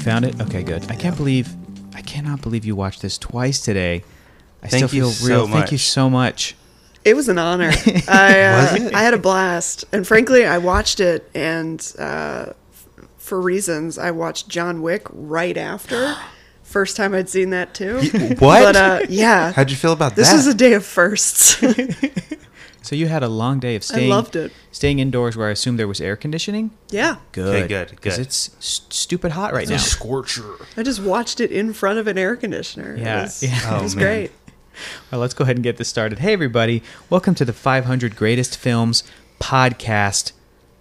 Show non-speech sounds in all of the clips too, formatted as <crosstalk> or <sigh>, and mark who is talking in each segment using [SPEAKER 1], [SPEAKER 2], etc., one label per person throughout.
[SPEAKER 1] found it? Okay, good. I can't believe, I cannot believe you watched this twice today. I
[SPEAKER 2] Thank
[SPEAKER 1] still
[SPEAKER 2] you
[SPEAKER 1] feel
[SPEAKER 2] so
[SPEAKER 1] real. Thank you
[SPEAKER 2] much.
[SPEAKER 1] so much.
[SPEAKER 3] It was an honor. I,
[SPEAKER 2] <laughs>
[SPEAKER 3] uh,
[SPEAKER 2] Was it?
[SPEAKER 3] I had a blast, and frankly, I watched it, and uh, f- for reasons, I watched John Wick
[SPEAKER 2] <gasps>
[SPEAKER 3] right after. First time I'd seen that too.
[SPEAKER 2] what?
[SPEAKER 3] But uh,
[SPEAKER 2] <laughs>
[SPEAKER 3] yeah,
[SPEAKER 2] How'd you feel about
[SPEAKER 3] this
[SPEAKER 2] that?
[SPEAKER 3] is a day
[SPEAKER 2] <laughs>
[SPEAKER 3] of firsts.
[SPEAKER 1] So you had a long day of staying.
[SPEAKER 3] loved it.
[SPEAKER 1] Staying indoors, where I assume there was air conditioning.
[SPEAKER 3] yeah,
[SPEAKER 1] Good.
[SPEAKER 2] good,
[SPEAKER 1] Because
[SPEAKER 2] good.
[SPEAKER 1] it's st- stupid hot right now.
[SPEAKER 4] scorcher.
[SPEAKER 3] I just watched it in front of an air conditioner.
[SPEAKER 1] Yeah,
[SPEAKER 3] it was,
[SPEAKER 1] yeah.
[SPEAKER 3] it was
[SPEAKER 2] Oh, man.
[SPEAKER 3] great.
[SPEAKER 1] Well, let's go ahead and get this started. Hey, everybody. Welcome to the 500 Greatest Films podcast.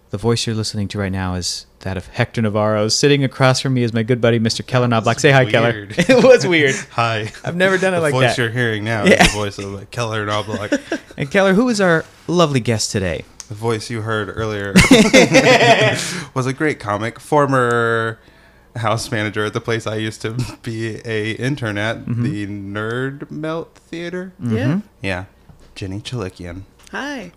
[SPEAKER 1] The voice you're listening to right now is that of Hector Navarro. Sitting across from me is my good buddy, Mr. Keller Knobloch. Say hi, Keller.
[SPEAKER 2] weird.
[SPEAKER 1] <laughs> it was weird.
[SPEAKER 2] Hi.
[SPEAKER 1] I've never done it
[SPEAKER 2] the
[SPEAKER 1] like
[SPEAKER 2] voice
[SPEAKER 1] that.
[SPEAKER 2] you're hearing now
[SPEAKER 1] Yeah.
[SPEAKER 2] is the voice of like, Keller
[SPEAKER 1] <laughs>
[SPEAKER 2] Knobloch. the
[SPEAKER 1] And Keller, who is our lovely guest today?
[SPEAKER 2] voice you heard
[SPEAKER 1] <laughs>
[SPEAKER 2] earlier <laughs> was a great comic, former house manager at the place I used to be a intern at,
[SPEAKER 1] Mm-hmm.
[SPEAKER 2] the Nerd Melt Theater.
[SPEAKER 1] Mm.
[SPEAKER 3] Yeah.
[SPEAKER 2] Yeah. Jenny Chalikian.
[SPEAKER 3] Hi.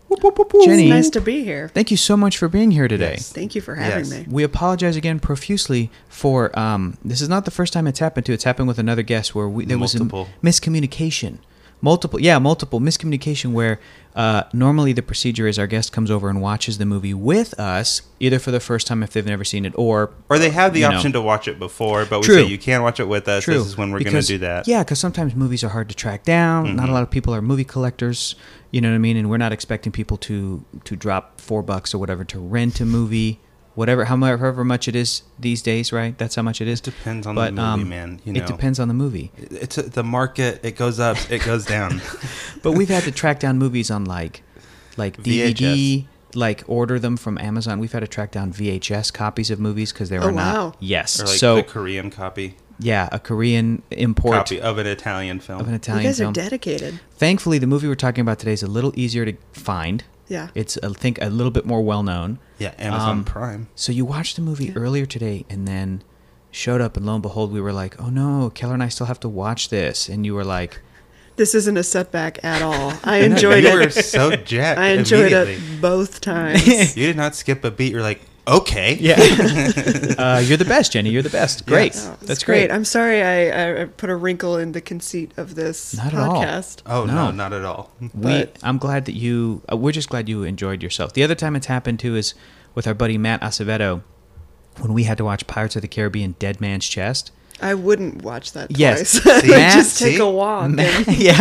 [SPEAKER 1] Jenny,
[SPEAKER 3] It's nice to be here.
[SPEAKER 1] thank you so much for being here today.
[SPEAKER 2] Yes.
[SPEAKER 3] Thank you for having
[SPEAKER 2] Yes.
[SPEAKER 3] me.
[SPEAKER 1] We apologize again profusely for um, this is not the first time it's happened to. It's happened with another guest where we, there was
[SPEAKER 2] Multiple.
[SPEAKER 1] a m- miscommunication. Multiple, yeah, multiple miscommunication where uh, normally the procedure is our guest comes over and watches the movie with us, either for the first time if they've never seen it or
[SPEAKER 2] Or they have the
[SPEAKER 1] You know.
[SPEAKER 2] option to watch it before, but we
[SPEAKER 1] True.
[SPEAKER 2] say you can watch it with us. This is when we're going to
[SPEAKER 1] because-
[SPEAKER 2] do that. Mm-hmm.
[SPEAKER 1] Yeah, because sometimes movies are hard to track down. Not a lot of people are movie collectors. You know what I mean? And we're not expecting people to to drop four bucks or whatever to rent a movie, whatever, however however much it is these days, right? That's how much it is. um,
[SPEAKER 2] depends on the movie, man, you
[SPEAKER 1] It
[SPEAKER 2] know.
[SPEAKER 1] depends on the movie.
[SPEAKER 2] It's a, the market. It goes up. It goes
[SPEAKER 1] <laughs>
[SPEAKER 2] down.
[SPEAKER 1] But
[SPEAKER 2] <laughs>
[SPEAKER 1] we've had to track down movies on like like DVD. Like order them from Amazon. We've had to track down VHS copies of movies because they were
[SPEAKER 3] Oh,
[SPEAKER 1] not.
[SPEAKER 3] wow.
[SPEAKER 1] Yes.
[SPEAKER 2] or like
[SPEAKER 1] so
[SPEAKER 2] the Korean copy
[SPEAKER 1] yeah, a Korean import
[SPEAKER 2] copy of an Italian film.
[SPEAKER 1] of an Italian
[SPEAKER 3] You guys
[SPEAKER 1] film.
[SPEAKER 3] are dedicated.
[SPEAKER 1] Thankfully, the movie we're talking about today is a little easier to find.
[SPEAKER 3] Yeah.
[SPEAKER 1] It's, I think, a little bit more well known.
[SPEAKER 2] yeah, Amazon
[SPEAKER 1] Um,
[SPEAKER 2] Prime.
[SPEAKER 1] So you watched the movie earlier today and then showed up, and lo and behold, we were like, oh no, Keller and I still have to watch this. And you were like,
[SPEAKER 3] This isn't a setback
[SPEAKER 2] <laughs>
[SPEAKER 3] at all. I
[SPEAKER 2] No,
[SPEAKER 3] enjoyed
[SPEAKER 2] you were
[SPEAKER 3] it.
[SPEAKER 1] <laughs>
[SPEAKER 2] so jacked.
[SPEAKER 3] I enjoyed it
[SPEAKER 2] immediately.
[SPEAKER 3] both times. Oh,
[SPEAKER 2] You did not skip a beat. You're like, okay,
[SPEAKER 1] yeah, <laughs> uh, you're the best, Jenny. You're the best. Great.
[SPEAKER 3] Oh, it's
[SPEAKER 1] That's great.
[SPEAKER 3] I'm sorry I, I put a wrinkle in the conceit of this
[SPEAKER 1] Not at all.
[SPEAKER 3] podcast.
[SPEAKER 2] Oh no.
[SPEAKER 1] No.
[SPEAKER 2] not at all.
[SPEAKER 1] we,
[SPEAKER 3] but-
[SPEAKER 1] I'm glad that you, uh, we're just glad you enjoyed yourself. The other time it's happened too is with our buddy Matt Acevedo when we had to watch Pirates of the Caribbean Dead Man's Chest.
[SPEAKER 3] I wouldn't watch that
[SPEAKER 1] Yes.
[SPEAKER 3] twice. I'd <laughs>
[SPEAKER 1] See? Matt-
[SPEAKER 3] just take
[SPEAKER 2] See?
[SPEAKER 1] <laughs>
[SPEAKER 3] a walk. and
[SPEAKER 1] yeah.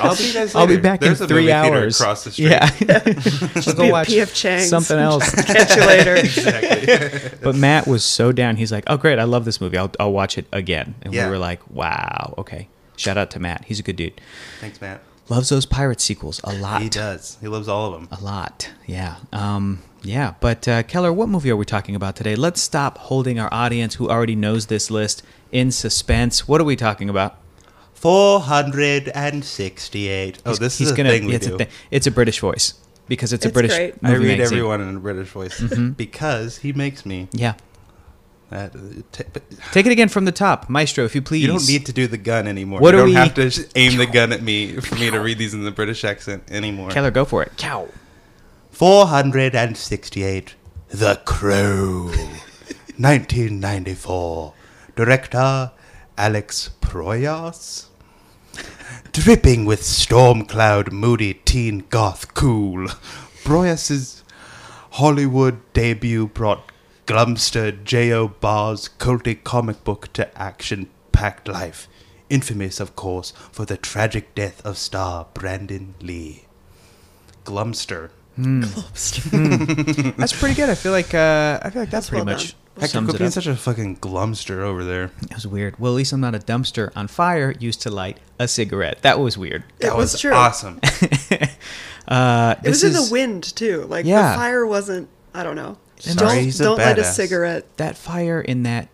[SPEAKER 2] I'll see you guys
[SPEAKER 1] I'll be
[SPEAKER 2] later.
[SPEAKER 1] back
[SPEAKER 2] There's
[SPEAKER 1] in
[SPEAKER 2] a
[SPEAKER 1] three
[SPEAKER 2] movie theater
[SPEAKER 1] hours.
[SPEAKER 2] across the street.
[SPEAKER 1] Yeah, <laughs> I'll go
[SPEAKER 3] be at
[SPEAKER 1] watch
[SPEAKER 3] P.F. Chang's.
[SPEAKER 1] something
[SPEAKER 3] <laughs>
[SPEAKER 1] else.
[SPEAKER 3] Catch
[SPEAKER 1] <laughs>
[SPEAKER 3] you later.
[SPEAKER 1] but Matt was so down. He's like, "Oh, great! I love this movie. I'll, I'll watch it again." And
[SPEAKER 2] Yeah.
[SPEAKER 1] we were like, "Wow, okay." Shout out to Matt. He's a good dude.
[SPEAKER 2] Thanks, Matt.
[SPEAKER 1] Loves those pirate sequels a lot.
[SPEAKER 2] He does. He loves all of them.
[SPEAKER 1] A lot. Yeah. Um, yeah. But uh, Keller, what movie are we talking about today? Let's stop holding our audience, who already knows this list, in suspense. What are we talking about?
[SPEAKER 2] Four hundred and sixty-eight. Oh, this is a thing we
[SPEAKER 1] it's
[SPEAKER 2] do.
[SPEAKER 1] A thing. It's a British voice because it's a
[SPEAKER 3] It's
[SPEAKER 1] British.
[SPEAKER 3] great.
[SPEAKER 1] Movie
[SPEAKER 2] I read
[SPEAKER 1] magazine. Mm-hmm.
[SPEAKER 2] everyone in a British voice because he makes me.
[SPEAKER 1] Yeah.
[SPEAKER 2] That, uh, t-
[SPEAKER 1] Take it again from the top, Maestro, if you please.
[SPEAKER 2] You don't need to do the gun anymore.
[SPEAKER 1] What
[SPEAKER 2] you
[SPEAKER 1] are
[SPEAKER 2] don't
[SPEAKER 1] we-
[SPEAKER 2] have to sh-
[SPEAKER 1] <laughs>
[SPEAKER 2] aim the gun at me for me to read these in the British accent anymore.
[SPEAKER 1] Keller, go for it. Cow.
[SPEAKER 2] 468 The Crow 1994 Director Alex Proyas Dripping with storm cloud moody teen goth cool Proyas's Hollywood debut brought Glumster J.O. Barr's culty comic book to action-packed life infamous of course for the tragic death of star Brandon Lee Glumster
[SPEAKER 1] Mm. That's pretty good. I feel like uh, I feel like that's pretty
[SPEAKER 3] well
[SPEAKER 1] much
[SPEAKER 3] done.
[SPEAKER 2] Hector
[SPEAKER 1] sums
[SPEAKER 2] quit
[SPEAKER 1] it
[SPEAKER 2] being
[SPEAKER 1] up.
[SPEAKER 2] such a fucking glumster over there.
[SPEAKER 1] That was weird. Well, at least I'm not a dumpster on fire used to light a cigarette. That was weird.
[SPEAKER 3] It was true.
[SPEAKER 1] <laughs>
[SPEAKER 2] awesome.
[SPEAKER 1] Uh,
[SPEAKER 3] It was
[SPEAKER 1] this
[SPEAKER 3] in the
[SPEAKER 1] is-
[SPEAKER 3] wind too. Like
[SPEAKER 1] Yeah.
[SPEAKER 3] the fire wasn't. I don't know.
[SPEAKER 2] Sorry,
[SPEAKER 1] And don't-
[SPEAKER 2] he's a
[SPEAKER 3] don't light a
[SPEAKER 2] badass.
[SPEAKER 3] cigarette.
[SPEAKER 1] That fire in that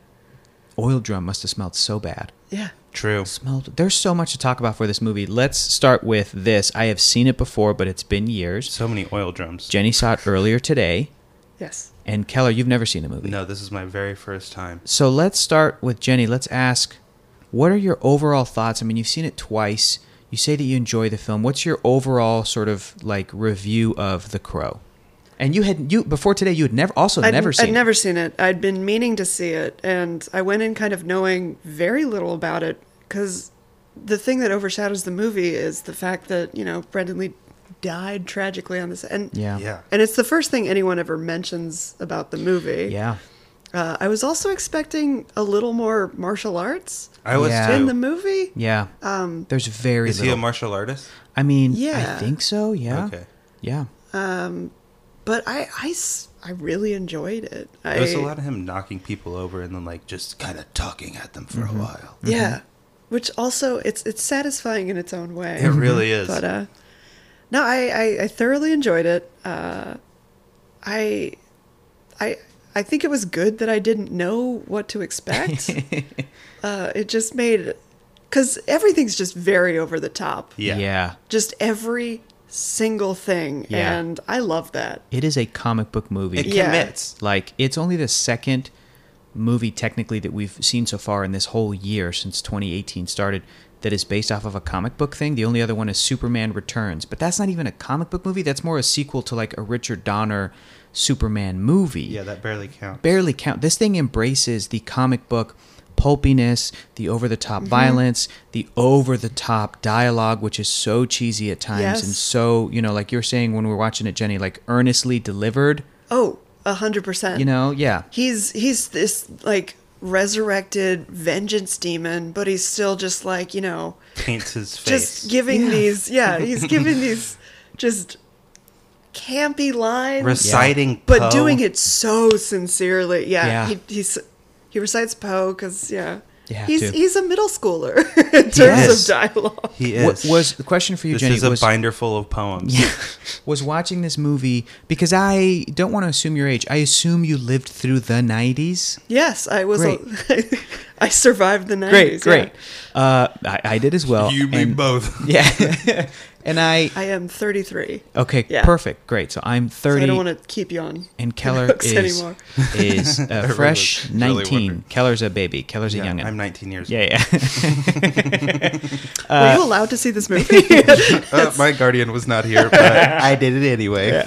[SPEAKER 1] oil drum must have smelled so bad.
[SPEAKER 3] Yeah.
[SPEAKER 2] True.
[SPEAKER 1] Smelled. There's so much to talk about for this movie. Let's start with this. I have seen it before, but it's been years.
[SPEAKER 2] So many oil drums.
[SPEAKER 1] Jenny saw it earlier today,
[SPEAKER 3] Yes.
[SPEAKER 1] and Keller, you've never seen the movie.
[SPEAKER 2] No, this is my very first time.
[SPEAKER 1] So let's start with Jenny. Let's ask, what are your overall thoughts? I mean, you've seen it twice. You say that you enjoy the film. What's your overall sort of like review of The Crow? And you had you before today. You had never also
[SPEAKER 3] I'd
[SPEAKER 1] never seen.
[SPEAKER 3] I'd
[SPEAKER 1] it.
[SPEAKER 3] never seen it. I'd been meaning to see it, and I went in kind of knowing very little about it because the thing that overshadows the movie is the fact that you know Brendan Lee died tragically on this, and
[SPEAKER 1] Yeah.
[SPEAKER 2] Yeah.
[SPEAKER 3] and it's the first thing anyone ever mentions about the movie.
[SPEAKER 1] Yeah.
[SPEAKER 3] uh, I was also expecting a little more martial arts
[SPEAKER 2] I was
[SPEAKER 1] Yeah.
[SPEAKER 2] too.
[SPEAKER 3] in the movie.
[SPEAKER 1] Yeah.
[SPEAKER 3] Um,
[SPEAKER 1] There's very
[SPEAKER 2] Is he
[SPEAKER 1] little.
[SPEAKER 2] a martial artist?
[SPEAKER 1] I mean, I
[SPEAKER 3] Yeah.
[SPEAKER 1] think so. Yeah.
[SPEAKER 2] Okay.
[SPEAKER 1] Yeah.
[SPEAKER 3] but I, I s- I really enjoyed it. I,
[SPEAKER 2] There was a lot of him knocking people over and then like just kind of talking at them for
[SPEAKER 1] Mm-hmm.
[SPEAKER 2] a while.
[SPEAKER 3] Yeah, which also it's it's satisfying in its own way.
[SPEAKER 2] It really is.
[SPEAKER 3] But uh, no, I, I, I thoroughly enjoyed it. Uh, I, I, I think it was good that I didn't know what
[SPEAKER 2] <laughs>
[SPEAKER 3] to expect. uh, it just made, because everything's just very over the top.
[SPEAKER 2] <laughs> yeah.
[SPEAKER 1] Yeah.
[SPEAKER 3] Just every single thing,
[SPEAKER 1] Yeah.
[SPEAKER 3] and I love that.
[SPEAKER 1] It is a comic book movie.
[SPEAKER 2] It
[SPEAKER 3] Yeah.
[SPEAKER 2] commits.
[SPEAKER 1] Like it's only the second movie technically that we've seen so far in this whole year since 2018 started that is based off of a comic book thing. The only other one is Superman Returns, but that's not even a comic book movie. That's more a sequel to like a Richard Donner Superman movie.
[SPEAKER 2] Yeah, that barely counts.
[SPEAKER 1] barely count. This thing embraces the comic book pulpiness, the over the
[SPEAKER 3] Mm-hmm.
[SPEAKER 1] top violence, the over the top dialogue, which is so cheesy at times and
[SPEAKER 3] Yes.
[SPEAKER 1] so, you know, like you're saying when we were watching it, Jenny, like earnestly delivered,
[SPEAKER 3] Oh, a hundred percent.
[SPEAKER 1] you know? Yeah.
[SPEAKER 3] he's he's this like resurrected vengeance demon, but he's still just like you know.
[SPEAKER 2] Paints his face.
[SPEAKER 3] just giving
[SPEAKER 1] Yeah.
[SPEAKER 3] these yeah he's giving these just campy lines
[SPEAKER 2] Reciting
[SPEAKER 3] but
[SPEAKER 2] Poe.
[SPEAKER 3] doing it so sincerely yeah,
[SPEAKER 1] Yeah.
[SPEAKER 3] He, he's he recites poe because yeah
[SPEAKER 1] You have
[SPEAKER 3] he's
[SPEAKER 1] to.
[SPEAKER 3] he's a middle schooler <laughs> in terms
[SPEAKER 1] is.
[SPEAKER 3] of dialogue
[SPEAKER 2] He
[SPEAKER 1] What
[SPEAKER 2] is.
[SPEAKER 1] was the question for you,
[SPEAKER 2] this
[SPEAKER 1] Jenny?
[SPEAKER 2] is a
[SPEAKER 1] was,
[SPEAKER 2] binder full of poems.
[SPEAKER 1] <laughs> was watching this movie because I don't want to assume your age. I assume you lived through the 90s.
[SPEAKER 3] yes i was a- <laughs> I survived the 90s
[SPEAKER 1] Great,
[SPEAKER 3] yeah.
[SPEAKER 1] great. Uh, I, I did as well.
[SPEAKER 2] you mean
[SPEAKER 1] and-
[SPEAKER 2] both.
[SPEAKER 1] <laughs> Yeah. <laughs> and I,
[SPEAKER 3] i am 33
[SPEAKER 1] okay,
[SPEAKER 3] Yeah.
[SPEAKER 1] perfect, great. So I'm 30.
[SPEAKER 3] so i don't want to keep you on <laughs>
[SPEAKER 1] and Keller
[SPEAKER 3] hooks
[SPEAKER 1] is
[SPEAKER 3] anymore
[SPEAKER 1] <laughs> is a fresh
[SPEAKER 2] really wondered.
[SPEAKER 1] 19. Keller's a baby. Keller's a
[SPEAKER 2] Yeah,
[SPEAKER 1] youngin.
[SPEAKER 2] I'm 19 years old.
[SPEAKER 1] yeah, yeah. <laughs>
[SPEAKER 3] were you allowed to see this movie
[SPEAKER 2] Uh, my guardian was not
[SPEAKER 1] <laughs>
[SPEAKER 2] here, but I did it anyway.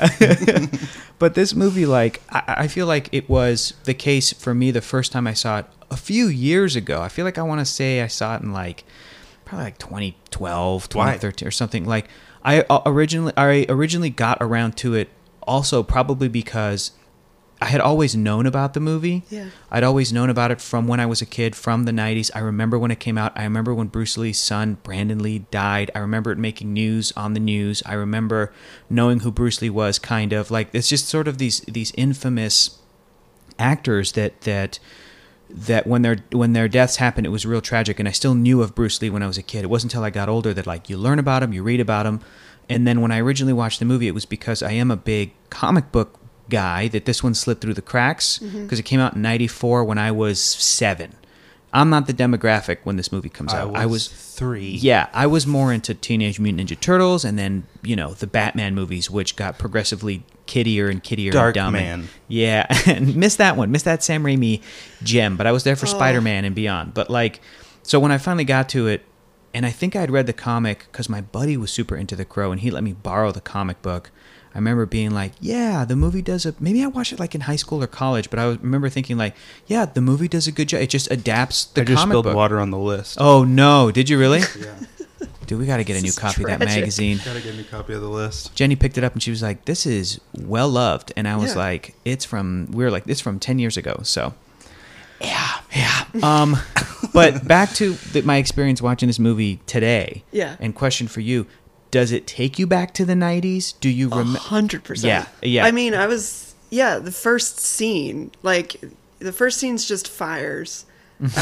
[SPEAKER 1] but this movie, like, I, I feel like it was the case for me the first time I saw it a few years ago. I feel like I want to say I saw it in like probably like 2012,
[SPEAKER 2] Why?
[SPEAKER 1] 2013 or something. Like, I uh, originally I originally got around to it also probably because I had always known about the movie.
[SPEAKER 3] Yeah.
[SPEAKER 1] I'd always known about it from when I was a kid, from the 90s. I remember when it came out. I remember when Bruce Lee's son, Brandon Lee, died. I remember it making news on the news. I remember knowing who Bruce Lee was, kind of. Like, it's just sort of these, these infamous actors that, that, that when their when their deaths happened, it was real tragic, and I still knew of Bruce Lee when I was a kid. It wasn't until I got older that like you learn about him, you read about him, and then when I originally watched the movie, it was because I am a big comic book guy that this one slid through the cracks because it came out in '94 when I was seven. I'm not the demographic when this movie comes out. I was
[SPEAKER 2] three.
[SPEAKER 1] yeah, I was more into Teenage Mutant Ninja Turtles and then, you know, the Batman movies, which got progressively kiddier and kiddier
[SPEAKER 2] Dark
[SPEAKER 1] and dumb. and-
[SPEAKER 2] Man.
[SPEAKER 1] yeah, <laughs> and missed that one. Missed that Sam Raimi gem, but I was there for
[SPEAKER 3] Oh.
[SPEAKER 1] Spider Man and beyond. But, like, so when I finally got to it, and I think I'd read the comic because my buddy was super into The Crow and he let me borrow the comic book. I remember being like, yeah, the movie does a. Maybe I watched it like in high school or college, but I was, remember thinking, like, yeah, the movie does a good job. It just adapts the
[SPEAKER 2] I just
[SPEAKER 1] comic
[SPEAKER 2] spilled
[SPEAKER 1] book.
[SPEAKER 2] water on the list.
[SPEAKER 1] Oh no! Did you really?
[SPEAKER 2] Yeah.
[SPEAKER 1] Dude, we got to get a new
[SPEAKER 3] is
[SPEAKER 1] copy of that
[SPEAKER 3] tragic.
[SPEAKER 1] magazine.
[SPEAKER 2] Gotta get a new copy of the list.
[SPEAKER 1] Jenny picked it up and she was like, "This is well loved," and I was
[SPEAKER 3] Yeah.
[SPEAKER 1] like, "It's from we were like it's from ten years ago." So,
[SPEAKER 3] <laughs>
[SPEAKER 1] yeah, yeah. Um, but back to the, my experience watching this movie today.
[SPEAKER 3] Yeah.
[SPEAKER 1] And question for you: Does it take you back to the '90s? Do you remember?
[SPEAKER 3] hundred percent.
[SPEAKER 1] Yeah, yeah.
[SPEAKER 3] I mean, I was yeah. The first scene, like the first scene's just
[SPEAKER 1] <laughs>
[SPEAKER 3] fires.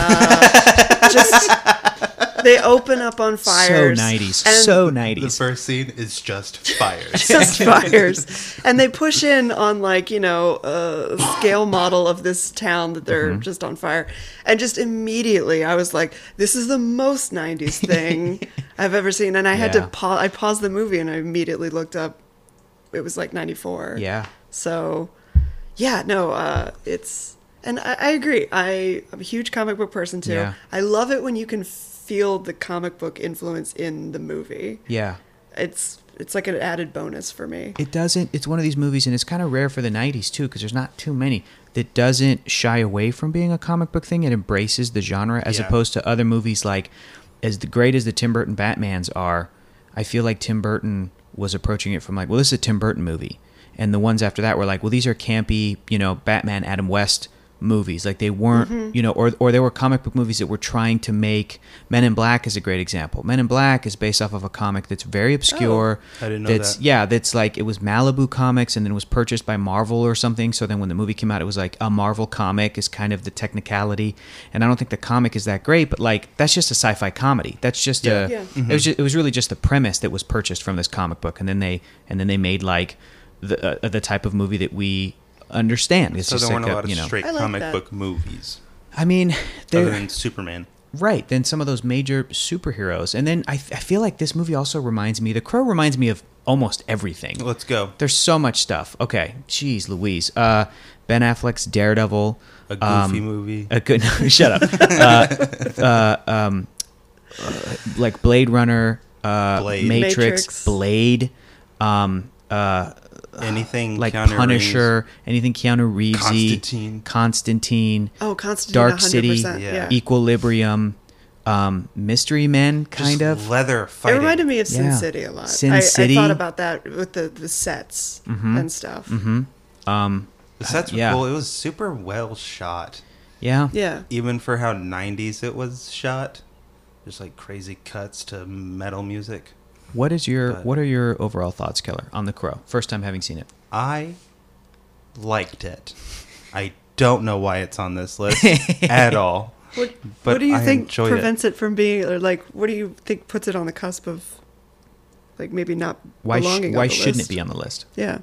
[SPEAKER 3] Uh, just they open up on
[SPEAKER 1] So
[SPEAKER 3] fires.
[SPEAKER 1] '90s.
[SPEAKER 3] and
[SPEAKER 1] So
[SPEAKER 2] The
[SPEAKER 1] '90s.
[SPEAKER 2] first scene is <laughs> just fires.
[SPEAKER 1] <laughs>
[SPEAKER 3] <laughs> just fires, and they push in on like you know a scale model of this town that they're
[SPEAKER 1] Mm-hmm.
[SPEAKER 3] just on fire, and just immediately I was like, this is the most '90s
[SPEAKER 1] <laughs>
[SPEAKER 3] thing I've ever seen, and I had
[SPEAKER 1] Yeah.
[SPEAKER 3] to pause. I paused the movie and I immediately looked up. It was like '94.
[SPEAKER 1] yeah.
[SPEAKER 3] So, yeah, no, uh, it's and I, I agree. I, I'm a huge comic book person too.
[SPEAKER 1] Yeah.
[SPEAKER 3] I love it when you can feel the comic book influence in the movie.
[SPEAKER 1] Yeah.
[SPEAKER 3] it's it's like an added bonus for me.
[SPEAKER 1] It doesn't. It's one of these movies, and it's kind of rare for the '90s too, because there's not too many that doesn't shy away from being a comic book thing. It embraces the genre, as
[SPEAKER 2] Yeah.
[SPEAKER 1] opposed to other movies like, as the great as the Tim Burton Batman's are, I feel like Tim Burton was approaching it from like, well, this is a Tim Burton movie, and the ones after that were like, well, these are campy, you know, Batman Adam West movies like they weren't
[SPEAKER 2] Mm-hmm.
[SPEAKER 1] you know or or there were comic book movies that were trying to make Men in Black is a great example. Men in Black is based off of a comic that's very obscure
[SPEAKER 2] Oh, I didn't know
[SPEAKER 1] that's
[SPEAKER 2] that.
[SPEAKER 1] yeah, that's like it was Malibu Comics and then it was purchased by Marvel or something. So then when the movie came out, it was like a Marvel comic is kind of the technicality. And I don't think the comic is that great, but like that's just a sci-fi comedy. That's just
[SPEAKER 2] Yeah. Mm-hmm.
[SPEAKER 1] a
[SPEAKER 3] Yeah.
[SPEAKER 1] it was just, it was really just the premise that was purchased from this comic book, and then they and then they made like the uh, the type of movie that we understand. It's
[SPEAKER 2] So
[SPEAKER 1] just
[SPEAKER 2] there weren't
[SPEAKER 1] like
[SPEAKER 2] a lot of
[SPEAKER 1] you know.
[SPEAKER 2] straight
[SPEAKER 3] I like
[SPEAKER 2] comic
[SPEAKER 3] that.
[SPEAKER 2] book movies
[SPEAKER 1] I mean,
[SPEAKER 2] other
[SPEAKER 1] there
[SPEAKER 2] than Superman.
[SPEAKER 1] Right, then some of those major superheroes. And then I, I feel like this movie also reminds me, The Crow reminds me of almost everything.
[SPEAKER 2] Let's go.
[SPEAKER 1] There's so much stuff. Okay, jeez, Louise. Uh, ben Affleck's Daredevil.
[SPEAKER 2] A goofy
[SPEAKER 1] um,
[SPEAKER 2] movie.
[SPEAKER 1] A good. <laughs> No, shut up. Uh, uh, um, uh, like Blade Runner, uh,
[SPEAKER 2] Blade.
[SPEAKER 1] Matrix,
[SPEAKER 3] Matrix.
[SPEAKER 1] Blade, um, uh,
[SPEAKER 2] Anything
[SPEAKER 1] like
[SPEAKER 2] Keanu
[SPEAKER 1] Punisher, anything Keanu Reeves,
[SPEAKER 2] Constantine.
[SPEAKER 1] Constantine,
[SPEAKER 3] Oh, Constantine,
[SPEAKER 1] Dark
[SPEAKER 3] 100%,
[SPEAKER 1] City,
[SPEAKER 2] yeah.
[SPEAKER 3] yeah.
[SPEAKER 1] Equilibrium, um, Mystery Men,
[SPEAKER 2] Reeves,
[SPEAKER 1] kind
[SPEAKER 2] just
[SPEAKER 1] of.
[SPEAKER 2] leather
[SPEAKER 3] It
[SPEAKER 2] fighting.
[SPEAKER 3] reminded me of Sin
[SPEAKER 1] Yeah.
[SPEAKER 3] City a lot.
[SPEAKER 1] Sin
[SPEAKER 3] I,
[SPEAKER 1] City. Mm-hmm.
[SPEAKER 3] I thought about that with the, the sets and stuff.
[SPEAKER 2] The sets were
[SPEAKER 1] Yeah.
[SPEAKER 2] cool. It was super well shot,
[SPEAKER 1] yeah.
[SPEAKER 3] Yeah.
[SPEAKER 2] even for how '90s it was shot. There's like crazy cuts to metal music.
[SPEAKER 1] What is your
[SPEAKER 2] But-
[SPEAKER 1] what are your overall thoughts, Keller, on The Crow? First time having seen it.
[SPEAKER 2] I liked it. I don't know why it's on this list at
[SPEAKER 1] <laughs>
[SPEAKER 2] all.
[SPEAKER 3] What,
[SPEAKER 2] But
[SPEAKER 3] what do you
[SPEAKER 2] I
[SPEAKER 3] think
[SPEAKER 2] enjoyed it.
[SPEAKER 3] prevents it. from being, or like, what do you think puts it on the cusp of, like, maybe not
[SPEAKER 1] Why sh-
[SPEAKER 3] belonging?
[SPEAKER 1] why shouldn't it be on the list?
[SPEAKER 3] Yeah,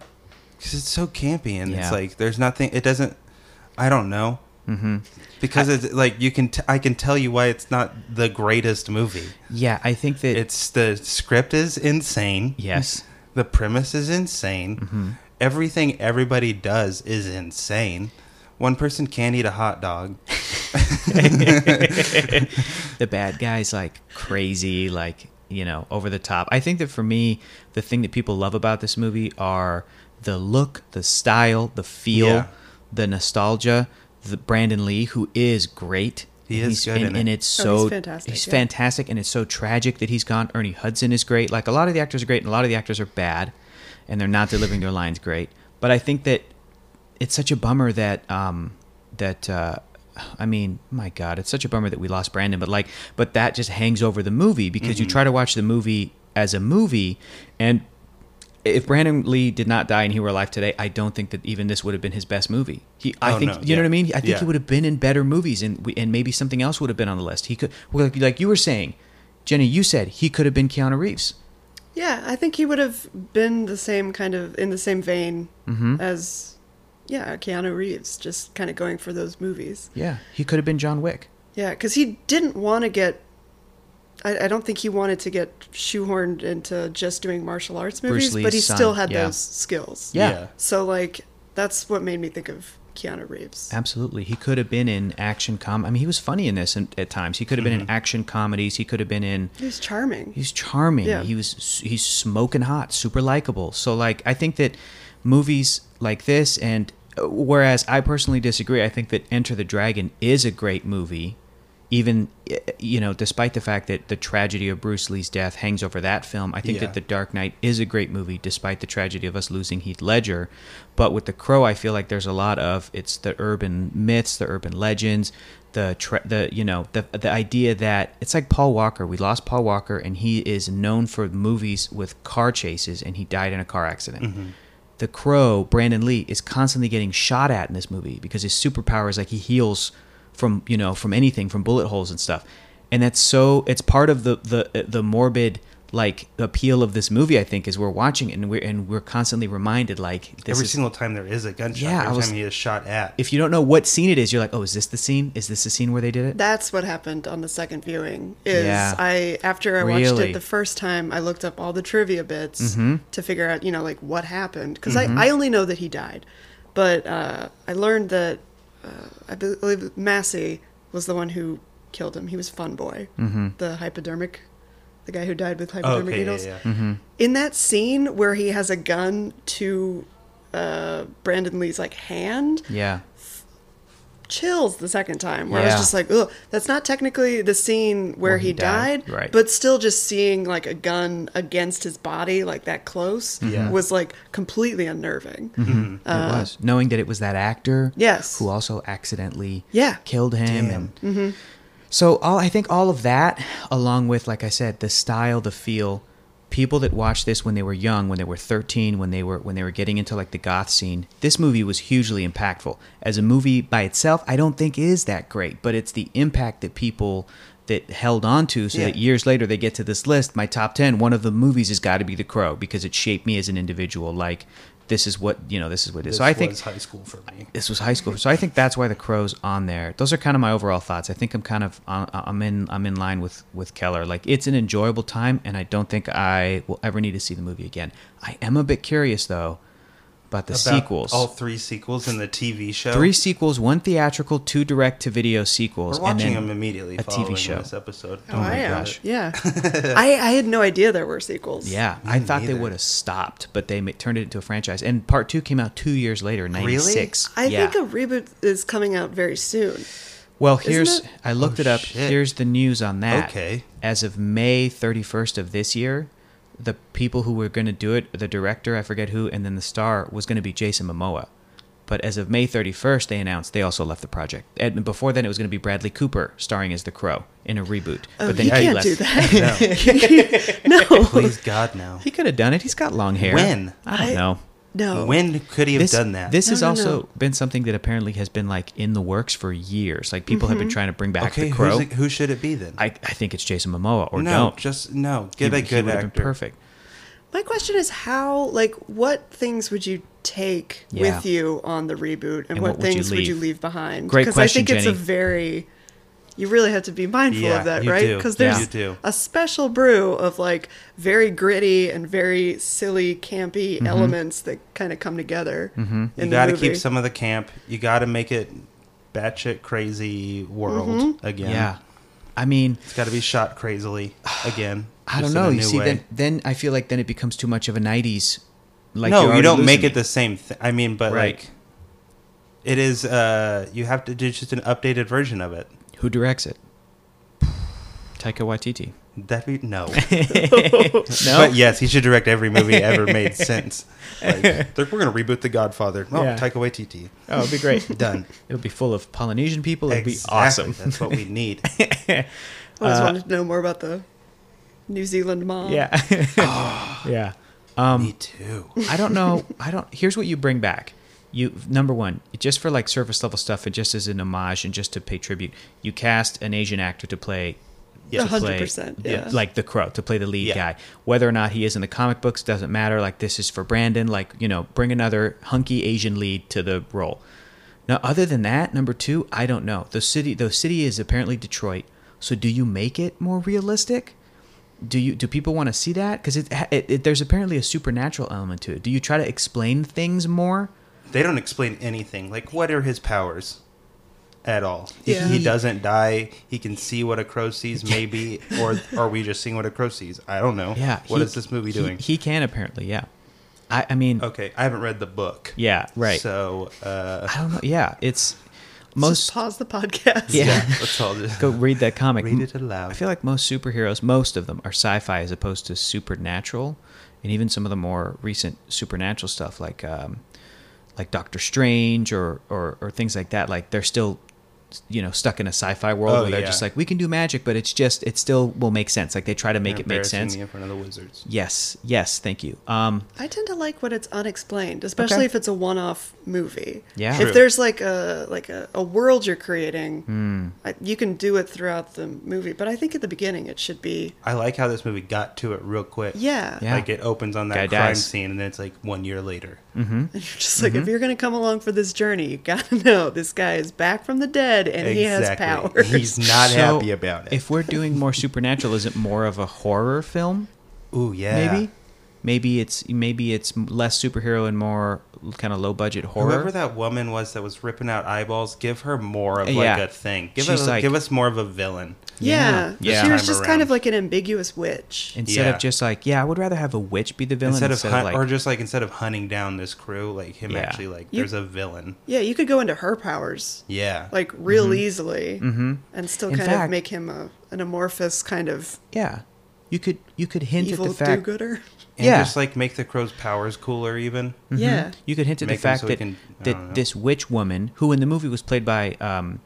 [SPEAKER 2] Because it's so campy and
[SPEAKER 1] Yeah.
[SPEAKER 2] it's like there's nothing. It doesn't. I don't know.
[SPEAKER 1] Mm-hmm.
[SPEAKER 2] Because it's like you can. T- I can tell you why it's not the greatest movie.
[SPEAKER 1] Yeah, I think that
[SPEAKER 2] It's the script is insane.
[SPEAKER 1] yes.
[SPEAKER 2] The premise is insane.
[SPEAKER 1] Mm-hmm.
[SPEAKER 2] Everything everybody does is insane. One person can't eat a hot dog.
[SPEAKER 1] the bad guy's like crazy, like, you know, over the top. I think that for me, the thing that people love about this movie are the look, the style, the feel,
[SPEAKER 2] Yeah.
[SPEAKER 1] the nostalgia, the Brandon Lee, who is great.
[SPEAKER 2] He is
[SPEAKER 1] He's-
[SPEAKER 2] good
[SPEAKER 1] and,
[SPEAKER 2] in it.
[SPEAKER 1] and it's
[SPEAKER 3] Oh,
[SPEAKER 1] so
[SPEAKER 3] he's fantastic,
[SPEAKER 1] he's
[SPEAKER 3] yeah.
[SPEAKER 1] fantastic, and it's so tragic that he's gone. Ernie Hudson is great. Like a lot of the actors are great, and a lot of the actors are bad, and they're not delivering their lines great. But I think that it's such a bummer that um that uh I mean, my God, it's such a bummer that we lost Brandon, but like, but that just hangs over the movie because you try to watch the movie as a movie, and if Brandon Lee did not die and he were alive today, I don't think that even this would have been his best movie. He, I
[SPEAKER 2] Oh,
[SPEAKER 1] think,
[SPEAKER 2] no,
[SPEAKER 1] you know what I
[SPEAKER 2] yeah.
[SPEAKER 1] mean. I think
[SPEAKER 2] Yeah.
[SPEAKER 1] he would have been in better movies, and we, and maybe something else would have been on the list. He could, well, like, like you were saying, Jenny, you said he could have been Keanu Reeves.
[SPEAKER 3] yeah. I think he would have been the same kind of in the same vein
[SPEAKER 1] Mm-hmm.
[SPEAKER 3] as, yeah, Keanu Reeves, just kind of going for those movies.
[SPEAKER 1] Yeah, he could have been John Wick.
[SPEAKER 3] Yeah, because he didn't want to get. I, I don't think he wanted to get shoehorned into just doing martial arts
[SPEAKER 1] Bruce
[SPEAKER 3] movies,
[SPEAKER 1] Lee's
[SPEAKER 3] but he
[SPEAKER 1] son,
[SPEAKER 3] still had
[SPEAKER 1] yeah.
[SPEAKER 3] those skills.
[SPEAKER 2] <laughs>
[SPEAKER 1] <laughs> Yeah.
[SPEAKER 3] So like, that's what made me think of Keanu Reeves.
[SPEAKER 1] Absolutely, he could have been in action com. I mean, he was funny in this and, at times. He could have been
[SPEAKER 2] Mm-hmm.
[SPEAKER 1] in action comedies. He could have been in.
[SPEAKER 3] He's charming.
[SPEAKER 1] He's charming.
[SPEAKER 3] Yeah.
[SPEAKER 1] He was. He's smoking hot. Super likable. So like, I think that movies like this, and uh, whereas I personally disagree, I think that Enter the Dragon is a great movie, even uh, you know, despite the fact that the tragedy of Bruce Lee's death hangs over that film. I think
[SPEAKER 2] Yeah.
[SPEAKER 1] that The Dark Knight is a great movie, despite the tragedy of us losing Heath Ledger. But with The Crow, I feel like there's a lot of it's the urban myths, the urban legends, the tra- the you know the the idea that it's like Paul Walker. We lost Paul Walker, and he is known for movies with car chases, and he died in a car accident. The Crow, Brandon Lee, is constantly getting shot at in this movie because his superpower is like he heals from you know from anything, from bullet holes and stuff, and that's so it's part of the the the morbid like appeal of this movie. I think is we're watching it and we're and we're constantly reminded like this
[SPEAKER 2] Every
[SPEAKER 1] is,
[SPEAKER 2] single time there is a gunshot,
[SPEAKER 1] Yeah, I
[SPEAKER 2] every
[SPEAKER 1] was-
[SPEAKER 2] time he is shot at.
[SPEAKER 1] if you don't know what scene it is, you're like, oh, is this the scene? Is this the scene where they did it?
[SPEAKER 3] That's what happened on the second viewing. Is
[SPEAKER 1] Yeah.
[SPEAKER 3] I after I watched
[SPEAKER 1] Really?
[SPEAKER 3] it the first time, I looked up all the trivia bits
[SPEAKER 2] Mm-hmm.
[SPEAKER 3] to figure out, you know, like what happened because I, I only know that he died, but uh, I learned that uh, I believe Massey was the one who killed him. He was Fun Boy, the hypodermic the guy who died with hypothermic
[SPEAKER 2] Mm-hmm. Okay, yeah,
[SPEAKER 3] needles.
[SPEAKER 2] yeah.
[SPEAKER 1] Mm-hmm.
[SPEAKER 3] In that scene where he has a gun to uh, Brandon Lee's like hand,
[SPEAKER 1] Yeah.
[SPEAKER 3] chills the second time where I
[SPEAKER 1] Yeah.
[SPEAKER 3] was just like, "Ugh, that's not technically the scene where, he,
[SPEAKER 1] he died,
[SPEAKER 3] died,
[SPEAKER 1] right.
[SPEAKER 3] but still just seeing like a gun against his body like that close
[SPEAKER 2] Yeah.
[SPEAKER 3] was like completely unnerving."
[SPEAKER 1] it was. Knowing that it was that actor
[SPEAKER 3] uh, Yes.
[SPEAKER 1] who also accidentally
[SPEAKER 3] Yeah.
[SPEAKER 1] killed him
[SPEAKER 2] Damn.
[SPEAKER 1] and so all I think all of that along with like I said the style the feel people that watched this when they were young when they were 13 when they were when they were getting into like the goth scene this movie was hugely impactful as a movie by itself I don't think is that great but it's the impact that people that held on to so
[SPEAKER 2] Yeah.
[SPEAKER 1] that years later they get to this list my top 10 one of the movies has got to be The Crow because it shaped me as an individual like this is what you know this is what it is
[SPEAKER 2] This
[SPEAKER 1] so I think
[SPEAKER 2] was high school for me.
[SPEAKER 1] this was high school, so I think that's why the crows on there. Those are kind of my overall thoughts. I think I'm kind of uh, I'm in I'm in line with with Keller. Like it's an enjoyable time, and I don't think I will ever need to see the movie again. I am a bit curious though about the
[SPEAKER 2] About
[SPEAKER 1] sequels.
[SPEAKER 2] All three sequels in the TV show.
[SPEAKER 1] Three sequels, one theatrical, two direct to video sequels,
[SPEAKER 2] We're watching
[SPEAKER 1] and then
[SPEAKER 2] them immediately
[SPEAKER 1] a
[SPEAKER 2] following
[SPEAKER 1] TV show.
[SPEAKER 2] this episode.
[SPEAKER 3] Oh, I am. <laughs>
[SPEAKER 1] gosh.
[SPEAKER 3] Yeah. I, I had no idea there were sequels.
[SPEAKER 1] Yeah,
[SPEAKER 2] Me
[SPEAKER 1] I thought they
[SPEAKER 2] neither.
[SPEAKER 1] would have stopped, but they ma- turned it into a franchise. And part two came out two years later, '96.
[SPEAKER 3] I
[SPEAKER 1] yeah.
[SPEAKER 3] think a reboot is coming out very soon.
[SPEAKER 1] Well, here's
[SPEAKER 3] it?
[SPEAKER 1] I looked
[SPEAKER 2] Oh,
[SPEAKER 1] it up.
[SPEAKER 2] shit.
[SPEAKER 1] Here's the news on that.
[SPEAKER 2] Okay.
[SPEAKER 1] As of May 31st of this year, the people who were going to do it, the director, I forget who, and then the star was going to be Jason Momoa. But as of May 31st, they announced they also left the project. And before then, it was going to be Bradley Cooper starring as the Crow in a reboot.
[SPEAKER 3] Oh,
[SPEAKER 1] but then
[SPEAKER 3] he
[SPEAKER 2] yeah, you
[SPEAKER 3] can't
[SPEAKER 1] left.
[SPEAKER 3] do that.
[SPEAKER 2] No.
[SPEAKER 3] <laughs> no.
[SPEAKER 2] Please God, no.
[SPEAKER 1] <laughs> He could have done it. He's got long hair.
[SPEAKER 2] When?
[SPEAKER 1] I don't
[SPEAKER 3] I-
[SPEAKER 1] know.
[SPEAKER 3] <laughs> No.
[SPEAKER 2] When could he have
[SPEAKER 1] this,
[SPEAKER 2] done that?
[SPEAKER 1] This
[SPEAKER 3] No,
[SPEAKER 1] has
[SPEAKER 3] no,
[SPEAKER 1] also
[SPEAKER 3] no.
[SPEAKER 1] been something that apparently has been like in the works for years. Like people have
[SPEAKER 3] Mm-hmm.
[SPEAKER 1] been trying to bring back
[SPEAKER 2] okay,
[SPEAKER 1] the Crow.
[SPEAKER 2] who's it, who should it be then?
[SPEAKER 1] I, I think it's Jason Momoa or
[SPEAKER 2] no,
[SPEAKER 1] don't.
[SPEAKER 2] just no. Get
[SPEAKER 1] he,
[SPEAKER 2] a
[SPEAKER 1] he
[SPEAKER 2] good
[SPEAKER 1] would've
[SPEAKER 2] actor.
[SPEAKER 1] Been perfect.
[SPEAKER 3] My question is how, like, what things would you take
[SPEAKER 1] Yeah.
[SPEAKER 3] with you on the reboot and,
[SPEAKER 1] And
[SPEAKER 3] what,
[SPEAKER 1] what would you
[SPEAKER 3] things would you
[SPEAKER 1] leave?
[SPEAKER 3] leave behind?
[SPEAKER 1] Great
[SPEAKER 3] Because I think
[SPEAKER 1] question,
[SPEAKER 3] it's a
[SPEAKER 1] Jenny.
[SPEAKER 3] very, you really have to be mindful
[SPEAKER 2] Yeah,
[SPEAKER 3] of that,
[SPEAKER 2] you
[SPEAKER 3] right?
[SPEAKER 2] do.
[SPEAKER 3] Because
[SPEAKER 1] Yeah.
[SPEAKER 3] there's
[SPEAKER 2] You do.
[SPEAKER 3] a special brew of, like, very gritty and very silly, campy
[SPEAKER 1] Mm-hmm.
[SPEAKER 3] elements that kind of come together. Mm-hmm.
[SPEAKER 2] You got to keep some of the camp. You got to make it batshit crazy world
[SPEAKER 3] Mm-hmm.
[SPEAKER 2] again.
[SPEAKER 1] Yeah. I mean,
[SPEAKER 2] It's got to be shot
[SPEAKER 1] <sighs>
[SPEAKER 2] crazily again.
[SPEAKER 1] I
[SPEAKER 2] just
[SPEAKER 1] don't
[SPEAKER 2] in a
[SPEAKER 1] know. You
[SPEAKER 2] new
[SPEAKER 1] see,
[SPEAKER 2] way.
[SPEAKER 1] then then I feel like then it becomes too much of a '90s. Like you're
[SPEAKER 2] no, you
[SPEAKER 1] already
[SPEAKER 2] don't make
[SPEAKER 1] losing
[SPEAKER 2] it the same thing. I mean, but
[SPEAKER 1] Right.
[SPEAKER 2] like, it is. uh You have to do just an updated version of it.
[SPEAKER 1] Who directs it? Taika Waititi.
[SPEAKER 2] That be
[SPEAKER 1] <laughs>
[SPEAKER 2] no.
[SPEAKER 1] No.
[SPEAKER 2] But yes, he should direct every movie ever
[SPEAKER 1] <laughs>
[SPEAKER 2] made since. Like, they're- we're gonna reboot The Godfather. Oh,
[SPEAKER 1] Yeah.
[SPEAKER 2] take away TT.
[SPEAKER 1] Oh, it'd be <laughs> great.
[SPEAKER 2] Done.
[SPEAKER 1] It'll be full of Polynesian people. It'd
[SPEAKER 2] Exactly.
[SPEAKER 1] be awesome. <laughs>
[SPEAKER 2] That's what we need.
[SPEAKER 3] I
[SPEAKER 2] uh,
[SPEAKER 3] just wanted to know more about the New Zealand mom.
[SPEAKER 1] Yeah. <laughs> yeah. Um,
[SPEAKER 2] Me too.
[SPEAKER 1] I don't know. I don't. Here's what you bring back. You number one, just for like surface level stuff, and just as an homage and just to pay tribute, you cast an Asian actor to play.
[SPEAKER 2] Yes.
[SPEAKER 1] to play
[SPEAKER 3] 100%,
[SPEAKER 1] the-
[SPEAKER 3] yeah.
[SPEAKER 1] Like the crow to play the lead
[SPEAKER 2] Yeah.
[SPEAKER 1] guy. Whether or not he is in the comic books doesn't matter. Like this is for Brandon. Like you know, bring another hunky Asian lead to the role. Now, other than that, number two, I don't know. The city, the city is apparently Detroit. So, do you make it more realistic? do you do people want to see that because it, it, it there's apparently a supernatural element to it do you try to explain things more
[SPEAKER 2] They don't explain anything. Like, what are his powers? At all. He-
[SPEAKER 3] Yeah.
[SPEAKER 2] He, doesn't die. He can see what a crow sees, maybe, or are we just seeing what a crow sees? I don't know.
[SPEAKER 1] yeah
[SPEAKER 2] What
[SPEAKER 1] he-
[SPEAKER 2] is this movie
[SPEAKER 1] he-
[SPEAKER 2] doing?
[SPEAKER 1] he, can apparently yeah i i mean
[SPEAKER 2] okay, I haven't read the book.
[SPEAKER 1] yeah right
[SPEAKER 2] So uh,
[SPEAKER 1] i don't know yeah it's
[SPEAKER 3] Let's
[SPEAKER 1] most
[SPEAKER 3] just pause the podcast.
[SPEAKER 1] <laughs> Yeah.
[SPEAKER 2] yeah. <laughs> let's all just
[SPEAKER 1] go read that comic
[SPEAKER 2] Uh, Read it aloud.
[SPEAKER 1] i feel like most superheroes most of them are sci-fi as opposed to supernatural and even some of the more recent supernatural stuff like um like doctor strange or or, or things like that like they're still you know stuck in a sci-fi world
[SPEAKER 2] Oh,
[SPEAKER 1] where they're
[SPEAKER 2] yeah.
[SPEAKER 1] just like we can do magic but it's just it still will make sense like they try to make it make
[SPEAKER 2] Embarrassing
[SPEAKER 1] sense
[SPEAKER 2] me in front of the wizards.
[SPEAKER 1] yes yes thank you um
[SPEAKER 3] I tend to like when it's unexplained, especially
[SPEAKER 1] Okay.
[SPEAKER 3] if it's a one-off movie.
[SPEAKER 1] Yeah.
[SPEAKER 3] If
[SPEAKER 2] True.
[SPEAKER 3] there's like a like a, a world you're creating,
[SPEAKER 1] Hmm.
[SPEAKER 3] I, you can do it throughout the movie. But I think at the beginning it should be
[SPEAKER 2] I like how this movie got to it real quick.
[SPEAKER 3] yeah.
[SPEAKER 1] Yeah.
[SPEAKER 2] Like it opens on that
[SPEAKER 1] Guy
[SPEAKER 2] crime
[SPEAKER 1] dies.
[SPEAKER 2] scene, and then it's like one year later.
[SPEAKER 3] And you're <laughs> just
[SPEAKER 1] Mm-hmm.
[SPEAKER 3] like if you're gonna come along for this journey, you gotta <laughs> know this guy is back from the dead and he has
[SPEAKER 1] <laughs>
[SPEAKER 3] powers.
[SPEAKER 2] He's not
[SPEAKER 1] so
[SPEAKER 2] happy about it. <laughs>
[SPEAKER 1] if we're doing more supernatural is it more of a horror film
[SPEAKER 2] Ooh yeah.
[SPEAKER 1] Mm. maybe Maybe it's maybe it's less superhero and more kind of low budget horror.
[SPEAKER 2] Whoever that woman was that was ripping out eyeballs, give her more of like
[SPEAKER 1] Yeah.
[SPEAKER 2] a thing. Give
[SPEAKER 1] She's
[SPEAKER 2] us
[SPEAKER 1] like-
[SPEAKER 2] give us more of a villain.
[SPEAKER 1] Yeah.
[SPEAKER 3] <laughs> Yeah.
[SPEAKER 1] Yeah.
[SPEAKER 3] She was
[SPEAKER 2] Time
[SPEAKER 3] just kind of
[SPEAKER 2] around.
[SPEAKER 3] like an ambiguous witch.
[SPEAKER 1] instead
[SPEAKER 2] Yeah.
[SPEAKER 1] of just like yeah, I would rather have a witch be the villain
[SPEAKER 2] Instead of, hunt,
[SPEAKER 1] like
[SPEAKER 2] or just like instead of hunting down this crew, like him
[SPEAKER 1] Yeah.
[SPEAKER 2] actually like
[SPEAKER 3] You-
[SPEAKER 2] there's a villain.
[SPEAKER 3] yeah, you could go into her powers
[SPEAKER 2] Yeah.
[SPEAKER 3] like real easily and still
[SPEAKER 1] Mm-hmm. In
[SPEAKER 3] kind
[SPEAKER 1] fact-
[SPEAKER 3] of make him a, an amorphous kind of
[SPEAKER 1] yeah. You could you could hint at
[SPEAKER 3] evil
[SPEAKER 1] the fact
[SPEAKER 3] do-gooder. <laughs>
[SPEAKER 2] and
[SPEAKER 1] yeah.
[SPEAKER 2] just like make the crow's powers cooler
[SPEAKER 1] <laughs>
[SPEAKER 2] even.
[SPEAKER 1] Mm-hmm.
[SPEAKER 3] Yeah.
[SPEAKER 1] You could hint at the
[SPEAKER 2] Make them
[SPEAKER 1] fact
[SPEAKER 2] so we
[SPEAKER 1] that
[SPEAKER 2] can- I don't know.
[SPEAKER 1] that this witch woman, who in the movie was played by, um,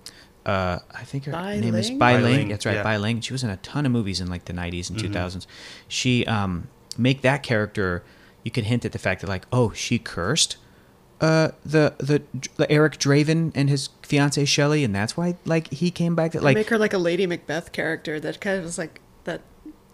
[SPEAKER 1] uh, I think her
[SPEAKER 3] Bai
[SPEAKER 1] name is
[SPEAKER 3] Ling?
[SPEAKER 1] Bai
[SPEAKER 2] Bai
[SPEAKER 1] Ling.
[SPEAKER 2] Ling,
[SPEAKER 1] That's right,
[SPEAKER 2] yeah. Mm-hmm.
[SPEAKER 1] Bai Ling. She was in a ton of movies in like the '90s and 2000s. She um, make that character. You could hint at the fact that like, oh, she cursed uh, the, the the Eric Draven and his fiancee Shelley, and that's why like he came back. That like
[SPEAKER 3] make her like a Lady Macbeth character that kind of was like that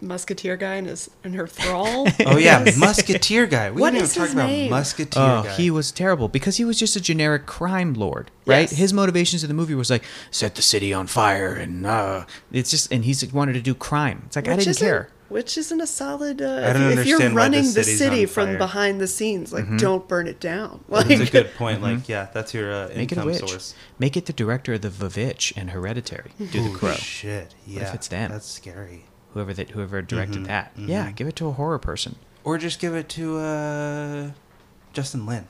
[SPEAKER 3] musketeer guy in his in
[SPEAKER 1] <laughs>
[SPEAKER 3] her thrall.
[SPEAKER 2] Oh yeah,
[SPEAKER 3] Yes.
[SPEAKER 2] musketeer guy. We
[SPEAKER 3] What
[SPEAKER 2] didn't
[SPEAKER 3] is
[SPEAKER 2] even talk
[SPEAKER 3] his
[SPEAKER 2] about
[SPEAKER 3] name?
[SPEAKER 2] musketeer
[SPEAKER 1] Oh,
[SPEAKER 2] guy.
[SPEAKER 1] he was terrible because he was just a generic crime lord, right?
[SPEAKER 3] Yes.
[SPEAKER 1] His motivations in the movie was like set the city on fire and uh it's just and he's wanted to do crime. It's like I
[SPEAKER 3] Which
[SPEAKER 1] didn't
[SPEAKER 3] isn't-
[SPEAKER 1] care.
[SPEAKER 3] Which isn't a solid. Uh,
[SPEAKER 2] I don't
[SPEAKER 3] if, if you're
[SPEAKER 2] understand why the
[SPEAKER 3] running the
[SPEAKER 2] city's
[SPEAKER 3] city
[SPEAKER 2] on
[SPEAKER 3] from
[SPEAKER 2] fire.
[SPEAKER 3] behind the scenes, like
[SPEAKER 1] Mm-hmm.
[SPEAKER 3] don't burn it down.
[SPEAKER 1] <laughs>
[SPEAKER 3] Like,
[SPEAKER 2] That's a good point. Like yeah, that's your uh,
[SPEAKER 1] Make it a
[SPEAKER 2] income
[SPEAKER 1] witch.
[SPEAKER 2] source.
[SPEAKER 1] Make it the director of the Vavitch and Hereditary. Do the
[SPEAKER 2] Holy
[SPEAKER 1] crow.
[SPEAKER 2] Shit. Yeah.
[SPEAKER 1] it's them?
[SPEAKER 2] That's scary.
[SPEAKER 1] Whoever that whoever directed
[SPEAKER 2] Mm-hmm.
[SPEAKER 1] that. Yeah, give it to a horror person.
[SPEAKER 2] Or just give it to uh, Justin Lin.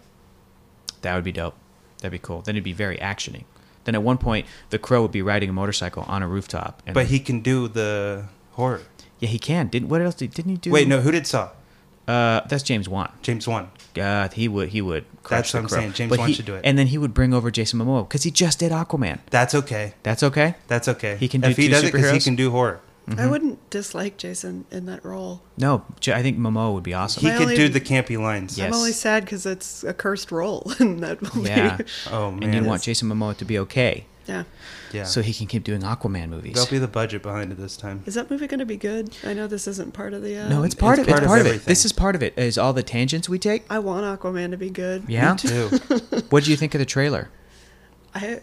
[SPEAKER 1] That would be dope. That'd be cool. Then it'd be very actiony. Then at one point the crow would be riding a motorcycle on a rooftop and
[SPEAKER 2] But he can do the horror.
[SPEAKER 1] Yeah, he can. Didn't what else did, didn't he do?
[SPEAKER 2] Wait, no, who did Saw?
[SPEAKER 1] Uh that's James Wan.
[SPEAKER 2] James Wan.
[SPEAKER 1] God, he would he would
[SPEAKER 2] That's
[SPEAKER 1] crush the
[SPEAKER 2] what I'm
[SPEAKER 1] crow.
[SPEAKER 2] saying. James
[SPEAKER 1] but
[SPEAKER 2] Wan
[SPEAKER 1] he-
[SPEAKER 2] should do it.
[SPEAKER 1] And then he would bring over Jason Momoa because he just did Aquaman.
[SPEAKER 2] That's okay.
[SPEAKER 1] That's okay.
[SPEAKER 2] That's okay.
[SPEAKER 1] He can do
[SPEAKER 2] if he
[SPEAKER 1] two
[SPEAKER 2] does it because he
[SPEAKER 1] superheroes?
[SPEAKER 2] can do horror.
[SPEAKER 1] Mm-hmm.
[SPEAKER 3] I wouldn't dislike Jason in that role.
[SPEAKER 1] No, J- I think Momoa would be awesome.
[SPEAKER 2] He
[SPEAKER 3] My
[SPEAKER 2] could
[SPEAKER 3] only-
[SPEAKER 2] do the campy lines.
[SPEAKER 1] Yeah. Yes.
[SPEAKER 3] I'm only sad because it's a cursed role <laughs> in that movie.
[SPEAKER 1] yeah.
[SPEAKER 2] Oh man.
[SPEAKER 1] and you want Jason Momoa to be okay,
[SPEAKER 3] <laughs> Yeah.
[SPEAKER 2] Yeah.
[SPEAKER 1] so he can keep doing Aquaman movies.
[SPEAKER 2] There'll be the budget behind it this time.
[SPEAKER 3] Is that movie going to be good? I know this isn't part of the. Uh,
[SPEAKER 1] no, it's part
[SPEAKER 2] it's
[SPEAKER 1] of it.
[SPEAKER 2] part
[SPEAKER 1] It's
[SPEAKER 2] of
[SPEAKER 1] part of, it.
[SPEAKER 2] everything.
[SPEAKER 1] This is part of it. Is all the tangents we take?
[SPEAKER 3] I want Aquaman to be good.
[SPEAKER 1] Yeah.
[SPEAKER 2] Too.
[SPEAKER 1] <laughs> what do you think of the trailer?
[SPEAKER 3] I,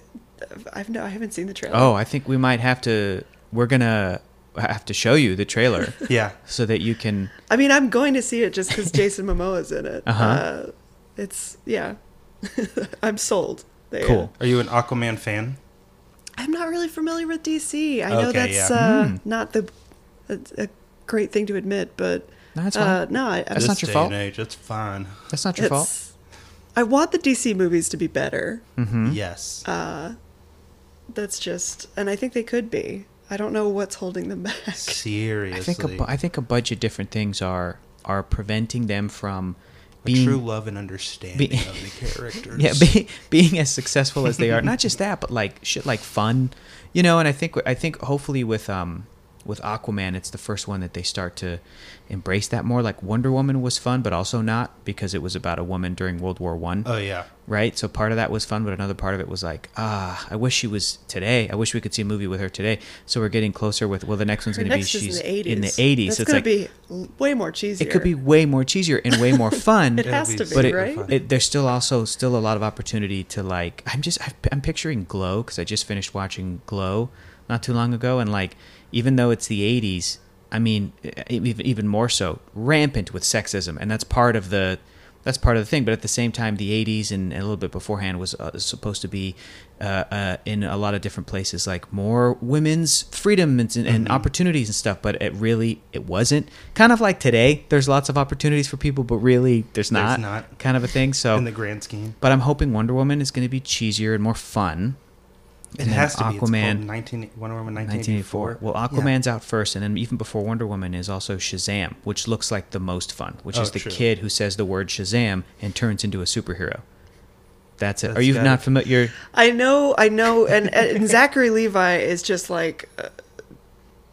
[SPEAKER 3] I've no, I haven't seen the trailer.
[SPEAKER 1] Oh, I think we might have to. We're gonna have to show you the
[SPEAKER 2] <laughs>
[SPEAKER 1] trailer
[SPEAKER 2] yeah.
[SPEAKER 1] so that you can.
[SPEAKER 3] I mean, I'm going to see it just because Jason Momoa's in it.
[SPEAKER 1] Uh-huh.
[SPEAKER 3] Uh, it's yeah, <laughs> I'm sold. There.
[SPEAKER 1] Cool.
[SPEAKER 2] Are you an Aquaman fan?
[SPEAKER 3] I'm not really familiar with DC. I know
[SPEAKER 2] Okay,
[SPEAKER 3] that's
[SPEAKER 2] yeah.
[SPEAKER 3] uh,
[SPEAKER 1] Hmm.
[SPEAKER 3] not the a, a great thing to admit, but
[SPEAKER 1] No, that's fine.
[SPEAKER 3] uh, no, I, I,
[SPEAKER 1] That's not
[SPEAKER 2] This
[SPEAKER 1] your
[SPEAKER 2] day
[SPEAKER 1] fault.
[SPEAKER 2] and Age, it's fine.
[SPEAKER 1] That's not your fault.
[SPEAKER 3] it's- I want the DC movies to be better.
[SPEAKER 1] Mm-hmm. Hmm?
[SPEAKER 2] Yes.
[SPEAKER 3] That's just, and I think they could be. I don't know what's holding them back.
[SPEAKER 2] Seriously.
[SPEAKER 1] I think a, bu- I think a bunch of different things are are preventing them from being
[SPEAKER 2] True love and understanding
[SPEAKER 1] Be-
[SPEAKER 2] of
[SPEAKER 1] <laughs>
[SPEAKER 2] the characters.
[SPEAKER 1] yeah be, being as successful as they are not just that but like shit like fun you know and i think i think hopefully with um with aquaman it's the first one that they start to embrace that more like wonder woman was fun but also not because it was about a woman during world war one
[SPEAKER 2] oh yeah.
[SPEAKER 1] right so part of that was fun but another part of it was like ah i wish she was today i wish we could see a movie with her today so we're getting closer with well the next one's
[SPEAKER 3] Her
[SPEAKER 1] going to be
[SPEAKER 3] next
[SPEAKER 1] she's
[SPEAKER 3] is in the 80s.
[SPEAKER 1] in the 80s
[SPEAKER 3] That's
[SPEAKER 1] so it's
[SPEAKER 3] gonna
[SPEAKER 1] like
[SPEAKER 3] be l- way more cheesy.
[SPEAKER 1] it could be way more cheesier and way more fun
[SPEAKER 3] <laughs> It has
[SPEAKER 2] be
[SPEAKER 3] to be,
[SPEAKER 1] but it,
[SPEAKER 3] right?
[SPEAKER 2] fun.
[SPEAKER 1] it, there's still also still a lot of opportunity to like i'm just I've- i'm picturing glow because i just finished watching glow not too long ago and like even though it's the 80s i mean e- e- even more so rampant with sexism and that's part of the that's part of the thing but at the same time the 80s and, and a little bit beforehand was uh, supposed to be uh, uh, in a lot of different places like more women's freedom and, and
[SPEAKER 3] Mm-hmm.
[SPEAKER 1] opportunities and stuff but it really it wasn't kind of like today there's lots of opportunities for people but really there's not,
[SPEAKER 2] There's not.
[SPEAKER 1] kind of a thing so
[SPEAKER 2] In the grand scheme.
[SPEAKER 1] but i'm hoping wonder woman is going to be cheesier and more fun
[SPEAKER 2] It
[SPEAKER 1] And then
[SPEAKER 2] has to be. It's
[SPEAKER 1] Aquaman-
[SPEAKER 2] called 19, Wonder Woman 1984.
[SPEAKER 1] 1984 well aquaman's out first and then even before wonder woman is also shazam which looks like the most fun which
[SPEAKER 2] Oh,
[SPEAKER 1] is the
[SPEAKER 2] true.
[SPEAKER 1] kid who says the word shazam and turns into a superhero that's it are
[SPEAKER 2] That's
[SPEAKER 1] you
[SPEAKER 2] gotta-
[SPEAKER 1] not familiar
[SPEAKER 3] I know, I know, and,
[SPEAKER 1] <laughs>
[SPEAKER 3] and Zachary Levi is just like uh,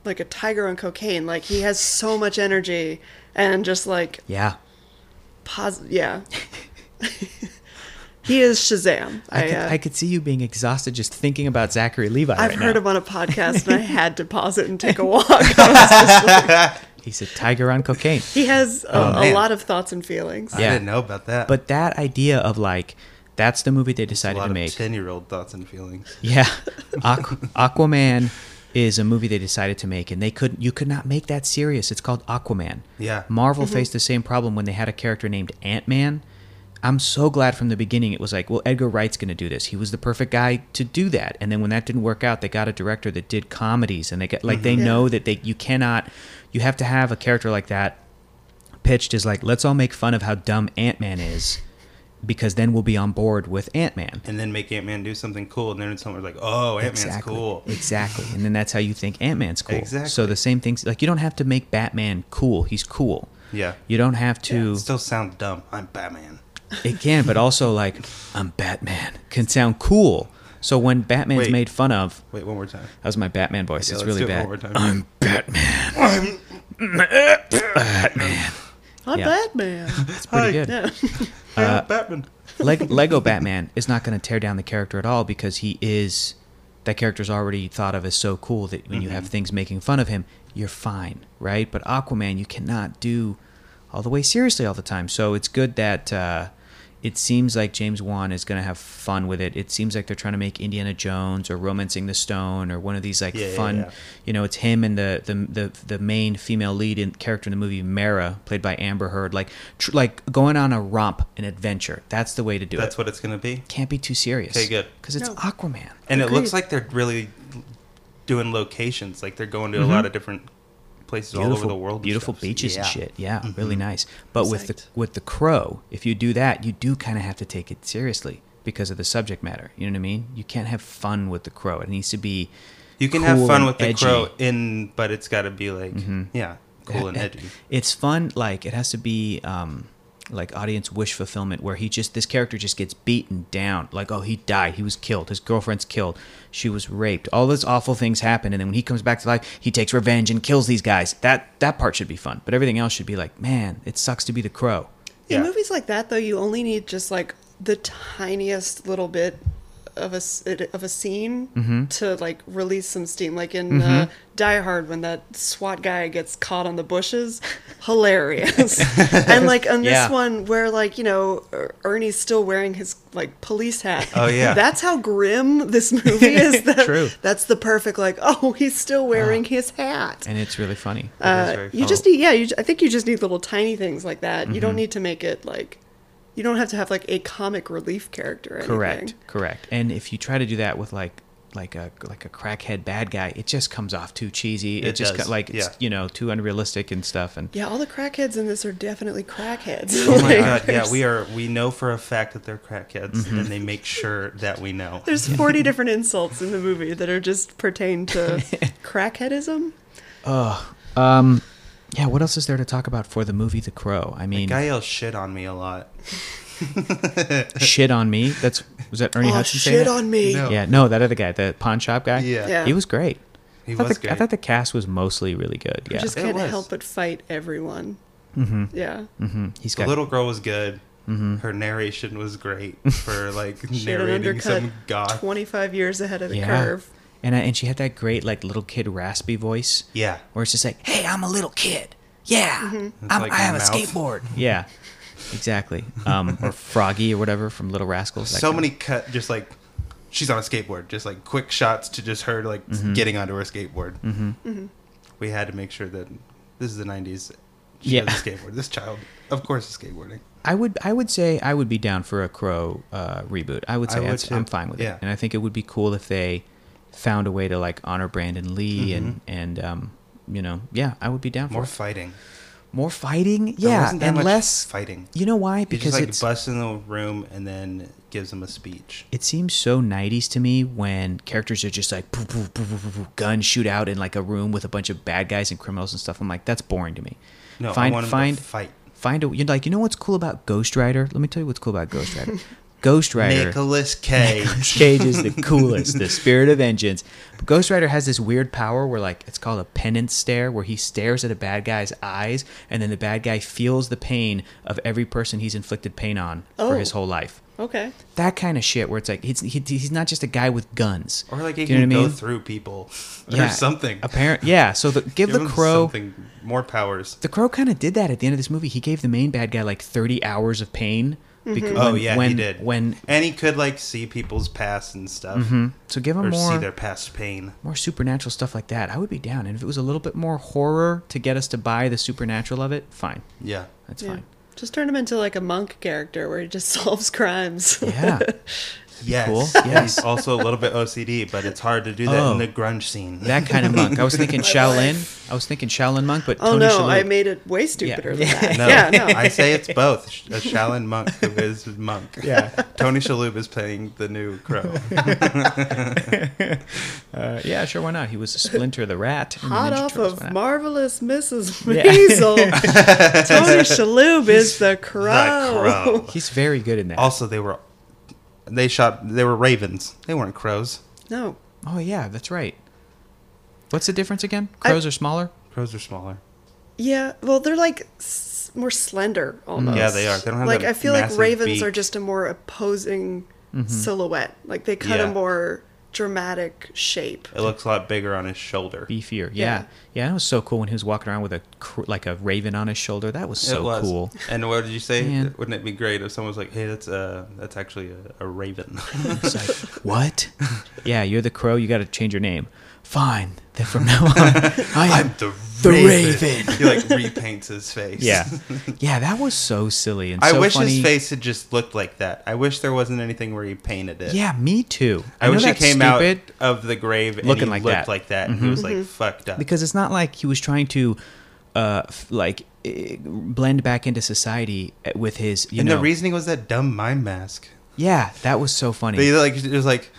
[SPEAKER 3] like a tiger on cocaine. Like he has so much energy and just like
[SPEAKER 1] yeah
[SPEAKER 3] pos-
[SPEAKER 1] <laughs>
[SPEAKER 3] yeah. he is Shazam.
[SPEAKER 1] I,
[SPEAKER 3] I,
[SPEAKER 1] could,
[SPEAKER 3] uh,
[SPEAKER 1] I could see you being exhausted just thinking about Zachary Levi.
[SPEAKER 3] I've
[SPEAKER 1] right
[SPEAKER 3] heard
[SPEAKER 1] now.
[SPEAKER 3] him on a podcast, and I had to pause it
[SPEAKER 1] <laughs>
[SPEAKER 3] and take a walk. I was just like-
[SPEAKER 1] He's a tiger on cocaine.
[SPEAKER 3] he has a, a
[SPEAKER 2] man.
[SPEAKER 3] lot of thoughts and feelings.
[SPEAKER 2] I
[SPEAKER 1] Oh, Yeah.
[SPEAKER 2] didn't know about that.
[SPEAKER 1] But that idea of like, that's the movie they
[SPEAKER 2] a
[SPEAKER 1] decided
[SPEAKER 2] lot
[SPEAKER 1] to
[SPEAKER 2] of
[SPEAKER 1] make.
[SPEAKER 2] ten-year-old thoughts and feelings.
[SPEAKER 1] Yeah, Aqu- Aquaman is a movie they decided to make, and they couldn't. You could not make that serious. It's called Aquaman.
[SPEAKER 2] Yeah.
[SPEAKER 1] Marvel faced the same problem when they had a character named Ant Man. I'm so glad from the beginning it was like, well, Edgar Wright's going to do this. He was the perfect guy to do that. And then when that didn't work out, they got a director that did comedies, and they got like they
[SPEAKER 3] Yeah.
[SPEAKER 1] know that they you cannot, you have to have a character like that pitched is like, let's all make fun of how dumb Ant Man is, because then we'll be on board with Ant Man.
[SPEAKER 2] and then make Ant Man do something cool, and then it's someone's like, "Oh, Ant Man's cool."
[SPEAKER 1] Exactly. And then that's how you think Ant Man's cool. So
[SPEAKER 2] Exactly.
[SPEAKER 1] the same things like you don't have to make Batman cool. He's cool.
[SPEAKER 2] Yeah.
[SPEAKER 1] You don't have to <laughs>
[SPEAKER 2] It still sounds dumb. I'm Batman.
[SPEAKER 1] it can, but also like I'm Batman can sound cool. So when Batman's
[SPEAKER 2] Wait.
[SPEAKER 1] made fun of
[SPEAKER 2] Wait, one more time.
[SPEAKER 1] that was my Batman voice.
[SPEAKER 2] Yeah, let's
[SPEAKER 1] it's
[SPEAKER 2] do
[SPEAKER 1] really
[SPEAKER 2] it
[SPEAKER 1] bad.
[SPEAKER 2] One more time.
[SPEAKER 3] I'm
[SPEAKER 1] Yeah.
[SPEAKER 3] Batman.
[SPEAKER 1] It's <laughs> pretty
[SPEAKER 2] Hi.
[SPEAKER 1] good. Uh,
[SPEAKER 3] Yeah.
[SPEAKER 2] Yeah, Batman.
[SPEAKER 1] Leg- Lego Batman is not going to tear down the character at all because he is that character's already thought of as so cool that when you
[SPEAKER 2] Mm-hmm.
[SPEAKER 1] have things making fun of him, you're fine, right? But Aquaman, you cannot do all the way seriously all the time. So it's good that uh, it seems like James Wan is going to have fun with it. It seems like they're trying to make Indiana Jones or Romancing the Stone or one of these like
[SPEAKER 2] Yeah, yeah,
[SPEAKER 1] fun,
[SPEAKER 2] yeah.
[SPEAKER 1] you know, it's him and the the the, the main female lead in, character in the movie Mara, played by Amber Heard, like tr- like going on a romp, an adventure. That's the way to do
[SPEAKER 2] That's
[SPEAKER 1] it.
[SPEAKER 2] what it's gonna be.
[SPEAKER 1] Can't be too serious.
[SPEAKER 2] Okay, good.
[SPEAKER 1] Because it's
[SPEAKER 3] No.
[SPEAKER 1] Aquaman.
[SPEAKER 2] And it looks
[SPEAKER 3] Agreed.
[SPEAKER 2] like they're really doing locations. Like they're going to a lot of different places all over the world. and
[SPEAKER 1] Mm-hmm. beautiful
[SPEAKER 2] stuff. Mm-hmm.
[SPEAKER 1] beaches and
[SPEAKER 2] Yeah.
[SPEAKER 1] shit. Yeah, really nice. But with the
[SPEAKER 3] Psyched.
[SPEAKER 1] with the crow, if you do that, you do kind of have to take it seriously because of the subject matter. You know what I mean? You can't have fun with the crow. It needs to be.
[SPEAKER 2] You can
[SPEAKER 1] cool
[SPEAKER 2] have fun
[SPEAKER 1] and
[SPEAKER 2] with the
[SPEAKER 1] edgy. Mm-hmm.
[SPEAKER 2] crow in, but it's got to be like, yeah, cool and
[SPEAKER 1] Yeah,
[SPEAKER 2] edgy.
[SPEAKER 1] It's fun. Like it has to be um, like audience wish fulfillment, where he just this character just gets beaten down. Like oh, he died. He was killed. His girlfriend's killed. She was raped. All those awful things happen, and then when he comes back to life, he takes revenge and kills these guys. That that part should be fun, but everything else should be like, man, it sucks to be the crow.
[SPEAKER 2] Yeah.
[SPEAKER 3] In movies like that, though, you only need just like the tiniest little bit of a s- of a scene
[SPEAKER 2] Mm-hmm.
[SPEAKER 3] to like release some steam. Like in uh, Die Hard, when that SWAT guy gets caught on the bushes,
[SPEAKER 2] <laughs>
[SPEAKER 3] hilarious. and like on this
[SPEAKER 1] Yeah.
[SPEAKER 3] one, where like you know Er- Ernie's still wearing his like police hat.
[SPEAKER 2] Oh, yeah.
[SPEAKER 3] <laughs> that's how grim this movie
[SPEAKER 2] <laughs>
[SPEAKER 3] is. That,
[SPEAKER 1] True.
[SPEAKER 3] That's the perfect like. Oh, he's still
[SPEAKER 2] Uh-huh.
[SPEAKER 3] wearing his hat.
[SPEAKER 1] And it's really funny.
[SPEAKER 2] It is
[SPEAKER 3] Uh,
[SPEAKER 2] very
[SPEAKER 3] you just
[SPEAKER 2] fun.
[SPEAKER 3] need yeah you, i think you just need little tiny things like that you
[SPEAKER 2] Mm-hmm.
[SPEAKER 3] don't need to make it like you don't have to have like a comic relief character or
[SPEAKER 1] correct,
[SPEAKER 3] anything.
[SPEAKER 1] correct. And if you try to do that with like like a like a crackhead bad guy, it just comes off too cheesy. It,
[SPEAKER 2] It
[SPEAKER 1] just
[SPEAKER 2] does,
[SPEAKER 1] co- like it's
[SPEAKER 2] yeah.
[SPEAKER 1] you know too unrealistic and stuff. And
[SPEAKER 3] yeah all the crackheads in this are definitely crackheads
[SPEAKER 2] Oh my
[SPEAKER 1] <laughs>
[SPEAKER 3] <laughs> Like,
[SPEAKER 2] god! Yeah,
[SPEAKER 3] there's-
[SPEAKER 2] we are. We know for a fact that they're crackheads,
[SPEAKER 1] Mm-hmm.
[SPEAKER 2] and they make sure that we know.
[SPEAKER 3] there's 40 different insults in the movie that are just pertain
[SPEAKER 2] <laughs>
[SPEAKER 3] to crackheadism
[SPEAKER 1] Um, yeah. What else is there to talk about for the movie The Crow? I mean,
[SPEAKER 2] Guy yells shit on me a lot.
[SPEAKER 1] shit on me. That's was that Ernie
[SPEAKER 3] oh
[SPEAKER 1] Hudson saying
[SPEAKER 3] shit
[SPEAKER 1] that?
[SPEAKER 3] on me
[SPEAKER 2] No.
[SPEAKER 1] Yeah, no, that other guy, the pawn shop guy.
[SPEAKER 2] Oh. Yeah.
[SPEAKER 3] Yeah.
[SPEAKER 1] he was great.
[SPEAKER 2] He
[SPEAKER 1] I thought
[SPEAKER 2] was
[SPEAKER 1] the, I
[SPEAKER 2] great.
[SPEAKER 1] thought the cast was mostly really good.
[SPEAKER 3] you
[SPEAKER 1] Yeah,
[SPEAKER 3] just
[SPEAKER 2] It
[SPEAKER 3] can't
[SPEAKER 2] was. Mm-hmm.
[SPEAKER 3] help but fight everyone yeah
[SPEAKER 1] hmm he's
[SPEAKER 2] The
[SPEAKER 1] got
[SPEAKER 2] little girl was good.
[SPEAKER 1] Mm-hmm.
[SPEAKER 2] Her narration was
[SPEAKER 1] <laughs>
[SPEAKER 2] great for like
[SPEAKER 3] She had an
[SPEAKER 2] narrating some
[SPEAKER 3] undercut
[SPEAKER 2] goth.
[SPEAKER 3] 25 years ahead of the
[SPEAKER 1] yeah,
[SPEAKER 3] curve
[SPEAKER 1] and I, and she had that great like little kid raspy voice.
[SPEAKER 2] Yeah.
[SPEAKER 1] where it's just like, <gasps> "Hey, I'm a little kid. Yeah, I'm,
[SPEAKER 2] like
[SPEAKER 1] I have
[SPEAKER 2] mouth.
[SPEAKER 1] a skateboard. Yeah, exactly. Um, or Froggy or whatever from Little Rascals. that
[SPEAKER 2] so
[SPEAKER 1] kind of-
[SPEAKER 2] many cut just like she's on a skateboard just like quick shots to just her like
[SPEAKER 1] Mm-hmm.
[SPEAKER 2] getting onto her skateboard Mm-hmm. we had to make sure that this is the 90s she
[SPEAKER 1] Yeah.
[SPEAKER 2] has a skateboard this child of course is skateboarding
[SPEAKER 1] I would I would say I would be down for a Crow uh, reboot. I would
[SPEAKER 2] I
[SPEAKER 1] say
[SPEAKER 2] would
[SPEAKER 1] that's-
[SPEAKER 2] too.
[SPEAKER 1] I'm fine with
[SPEAKER 2] Yeah.
[SPEAKER 1] it, and I think it would be cool if they found a way to like honor Brandon Lee and and um, you know yeah I would be down for
[SPEAKER 2] Mm-hmm. more
[SPEAKER 1] more,
[SPEAKER 2] fighting
[SPEAKER 1] more fighting
[SPEAKER 2] There
[SPEAKER 1] yeah
[SPEAKER 2] wasn't that
[SPEAKER 1] and
[SPEAKER 2] much
[SPEAKER 1] less
[SPEAKER 2] fighting
[SPEAKER 1] you know why
[SPEAKER 2] he
[SPEAKER 1] because
[SPEAKER 2] just like
[SPEAKER 1] it's
[SPEAKER 2] busts in the room and then gives him a speech
[SPEAKER 1] it seems so 90s to me when characters are just like poof, poof, poof, poof, poof, gun shootout in like a room with a bunch of bad guys and criminals and stuff. I'm like, that's boring to me.
[SPEAKER 2] no
[SPEAKER 1] find
[SPEAKER 2] i want him
[SPEAKER 1] find
[SPEAKER 2] to fight
[SPEAKER 1] find a you're like you know what's cool about Ghost Rider? Let me tell you what's cool about
[SPEAKER 2] <laughs>
[SPEAKER 1] Ghost Rider. Ghost Rider. <laughs>
[SPEAKER 2] Nicholas Cage.
[SPEAKER 1] Cage is the coolest, the spirit of vengeance. But Ghost Rider has this weird power where, like, it's called a penance stare, where he stares at a bad guy's eyes, and then the bad guy feels the pain of every person he's inflicted pain on for
[SPEAKER 3] Oh.
[SPEAKER 1] his whole life
[SPEAKER 3] okay
[SPEAKER 1] that kind of shit where it's like he's he, he's not just a guy with guns
[SPEAKER 2] <laughs> Or like he
[SPEAKER 1] Do you know
[SPEAKER 2] can
[SPEAKER 1] what I
[SPEAKER 2] go
[SPEAKER 1] mean?
[SPEAKER 2] through people
[SPEAKER 1] Yeah,
[SPEAKER 2] or something.
[SPEAKER 1] apparent yeah so the, give,
[SPEAKER 2] Give
[SPEAKER 1] the
[SPEAKER 2] him
[SPEAKER 1] crow
[SPEAKER 2] something more powers.
[SPEAKER 1] the crow kind of did that at the end of this movie he gave the main bad guy like 30 hours of pain Because
[SPEAKER 2] Oh
[SPEAKER 1] when-
[SPEAKER 2] yeah,
[SPEAKER 1] when,
[SPEAKER 2] he did.
[SPEAKER 1] When
[SPEAKER 2] and he could like see people's past and stuff,
[SPEAKER 1] mhm. so give him
[SPEAKER 2] or see
[SPEAKER 1] more
[SPEAKER 2] their past pain.
[SPEAKER 1] more supernatural stuff like that. I would be down. And if it was a little bit more horror to get us to buy the supernatural of it, fine.
[SPEAKER 2] Yeah,
[SPEAKER 1] That's
[SPEAKER 3] Yeah.
[SPEAKER 1] fine.
[SPEAKER 3] Just turn him into like a monk character where he just <laughs> solves crimes.
[SPEAKER 1] Yeah.
[SPEAKER 2] yes,
[SPEAKER 1] cool.
[SPEAKER 2] And
[SPEAKER 1] Yes.
[SPEAKER 2] He's also a little bit OCD, but it's hard to do that
[SPEAKER 1] Oh.
[SPEAKER 2] in the grunge scene.
[SPEAKER 1] that kind of monk. I
[SPEAKER 3] <laughs>
[SPEAKER 1] was thinking Shaolin. I was thinking Shaolin monk, but
[SPEAKER 3] oh
[SPEAKER 1] Tony
[SPEAKER 3] no,
[SPEAKER 1] Shalhoub.
[SPEAKER 3] I made it way stupider
[SPEAKER 1] Yeah.
[SPEAKER 2] <laughs>
[SPEAKER 3] than that.
[SPEAKER 2] no,
[SPEAKER 3] yeah, no.
[SPEAKER 2] I say it's both. Sh- A Shaolin monk who is monk.
[SPEAKER 1] Yeah.
[SPEAKER 2] Tony Shalhoub is playing the new crow.
[SPEAKER 1] Uh, yeah, sure, why not? He was Splinter the Rat. in the
[SPEAKER 3] <laughs> Hot
[SPEAKER 1] Ninja
[SPEAKER 3] off
[SPEAKER 1] Turtles,
[SPEAKER 3] of
[SPEAKER 1] why not?
[SPEAKER 3] marvelous Mrs.
[SPEAKER 2] <laughs>
[SPEAKER 1] Yeah.
[SPEAKER 3] Maisel, Tony Shalhoub is the crow.
[SPEAKER 2] <laughs> The crow.
[SPEAKER 1] He's very good in that.
[SPEAKER 2] Also, they were they shot. They were ravens. They weren't crows.
[SPEAKER 3] No,
[SPEAKER 1] Oh yeah, that's right. What's the difference again?
[SPEAKER 3] I-
[SPEAKER 1] Crows are smaller.
[SPEAKER 2] Crows are smaller.
[SPEAKER 3] yeah, well, they're like s- more slender almost.
[SPEAKER 2] Mm-hmm. Yeah, they are. They don't have
[SPEAKER 3] like
[SPEAKER 2] that
[SPEAKER 3] I feel like
[SPEAKER 2] massive
[SPEAKER 3] ravens
[SPEAKER 2] beak. Mm-hmm.
[SPEAKER 3] are just a more opposing silhouette. Like they cut
[SPEAKER 2] Yeah.
[SPEAKER 3] a more dramatic shape.
[SPEAKER 2] It looks a lot bigger on his shoulder.
[SPEAKER 1] Beefier. Yeah.
[SPEAKER 3] Yeah.
[SPEAKER 1] yeah, That was so cool when he was walking around with a cr- like a raven on his shoulder. That was so
[SPEAKER 2] it was.
[SPEAKER 1] cool.
[SPEAKER 2] And what did you say?
[SPEAKER 1] Man.
[SPEAKER 2] Wouldn't it be great if someone was like, "Hey, that's uh, that's actually a, a
[SPEAKER 1] <laughs>
[SPEAKER 2] raven." <laughs>
[SPEAKER 1] It's like, what? <laughs> yeah, you're the crow. You got to change your name. Fine. Then
[SPEAKER 2] <laughs>
[SPEAKER 1] from now on, I am.
[SPEAKER 2] the
[SPEAKER 1] The
[SPEAKER 2] he like repaints his face.
[SPEAKER 1] yeah, yeah. That was so silly
[SPEAKER 2] <laughs>
[SPEAKER 1] and
[SPEAKER 2] I
[SPEAKER 1] so
[SPEAKER 2] wish
[SPEAKER 1] funny.
[SPEAKER 2] his face had just looked like that. I wish there wasn't anything where he painted it.
[SPEAKER 1] Yeah, me too.
[SPEAKER 2] I,
[SPEAKER 1] know
[SPEAKER 2] wish he
[SPEAKER 1] that's
[SPEAKER 2] came out
[SPEAKER 1] stupid.
[SPEAKER 2] of the grave and
[SPEAKER 1] Looking
[SPEAKER 2] he
[SPEAKER 1] like
[SPEAKER 2] looked
[SPEAKER 1] that.
[SPEAKER 2] like that, and he was like fucked up.
[SPEAKER 1] because it's not like he was trying to uh f- like eh, blend back into society eh, with his you
[SPEAKER 2] and
[SPEAKER 1] know
[SPEAKER 2] the reasoning was that dumb mime mask.
[SPEAKER 1] yeah that was so funny
[SPEAKER 2] They like it was like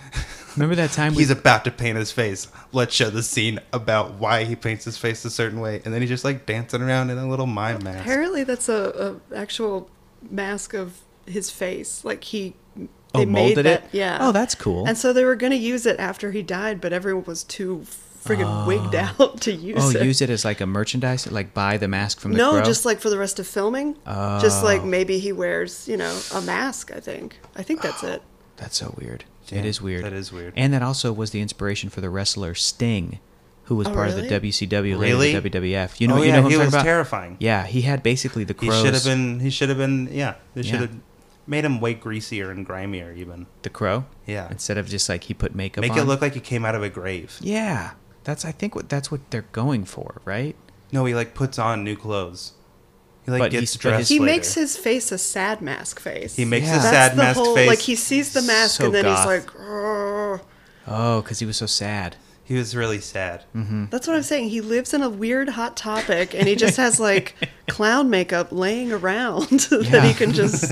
[SPEAKER 1] remember that time we
[SPEAKER 2] he's about to paint his face. Let's show the scene about why he paints his face a certain way, and then he's just like dancing around in a little mime mask.
[SPEAKER 3] Apparently, that's a, a actual mask of his face. Like he, they
[SPEAKER 1] oh, molded it
[SPEAKER 3] that, Yeah.
[SPEAKER 1] oh that's cool
[SPEAKER 3] And so they were going to use it after he died, but everyone was too friggin' wigged <laughs> out to use
[SPEAKER 1] Ah.
[SPEAKER 2] <laughs>
[SPEAKER 1] oh
[SPEAKER 3] it.
[SPEAKER 1] use it as like a merchandise like buy the mask from the
[SPEAKER 3] no,
[SPEAKER 1] crow?
[SPEAKER 3] just like for the rest of filming. Just like
[SPEAKER 1] Oh.
[SPEAKER 3] maybe he wears, you know, a mask. I think. I think that's it.
[SPEAKER 1] that's so weird
[SPEAKER 2] Yeah,
[SPEAKER 1] it is weird
[SPEAKER 2] that is weird.
[SPEAKER 1] and that also was the inspiration for the wrestler Sting who was
[SPEAKER 3] Oh,
[SPEAKER 1] part of
[SPEAKER 3] really?
[SPEAKER 1] the WCW
[SPEAKER 2] Really?
[SPEAKER 1] later the WWF you know
[SPEAKER 2] oh
[SPEAKER 1] you
[SPEAKER 2] yeah,
[SPEAKER 1] know who
[SPEAKER 2] he
[SPEAKER 1] I'm talking
[SPEAKER 2] was
[SPEAKER 1] about
[SPEAKER 2] terrifying.
[SPEAKER 1] yeah he had basically the
[SPEAKER 2] He
[SPEAKER 1] crows
[SPEAKER 2] should have been. He should have been. Yeah, they should
[SPEAKER 1] Yeah.
[SPEAKER 2] have made him way greasier and grimier. Even
[SPEAKER 1] the crow
[SPEAKER 2] Yeah.
[SPEAKER 1] instead of just like he put makeup
[SPEAKER 2] make
[SPEAKER 1] on
[SPEAKER 2] it look like he came out of a grave.
[SPEAKER 1] Yeah, that's I think what that's what they're going for, right?
[SPEAKER 2] No, he like puts on new clothes. He like
[SPEAKER 1] But
[SPEAKER 2] gets
[SPEAKER 1] he's- but
[SPEAKER 2] dressed.
[SPEAKER 1] his-
[SPEAKER 3] He
[SPEAKER 2] later.
[SPEAKER 3] makes his face a sad mask face.
[SPEAKER 2] He makes
[SPEAKER 1] Yeah.
[SPEAKER 2] a
[SPEAKER 1] That's
[SPEAKER 2] sad
[SPEAKER 3] the
[SPEAKER 2] mask
[SPEAKER 3] whole,
[SPEAKER 2] face.
[SPEAKER 3] Like he sees the mask
[SPEAKER 1] So
[SPEAKER 3] and then
[SPEAKER 1] goth.
[SPEAKER 3] he's like, "Grrr."
[SPEAKER 1] Oh, because he was so sad.
[SPEAKER 2] he was really sad.
[SPEAKER 1] Mm-hmm.
[SPEAKER 3] That's what I'm saying. He lives in a weird hot topic and he just has
[SPEAKER 1] <laughs>
[SPEAKER 3] like clown makeup laying around <laughs>
[SPEAKER 1] Yeah.
[SPEAKER 3] that he can
[SPEAKER 1] <laughs>
[SPEAKER 3] just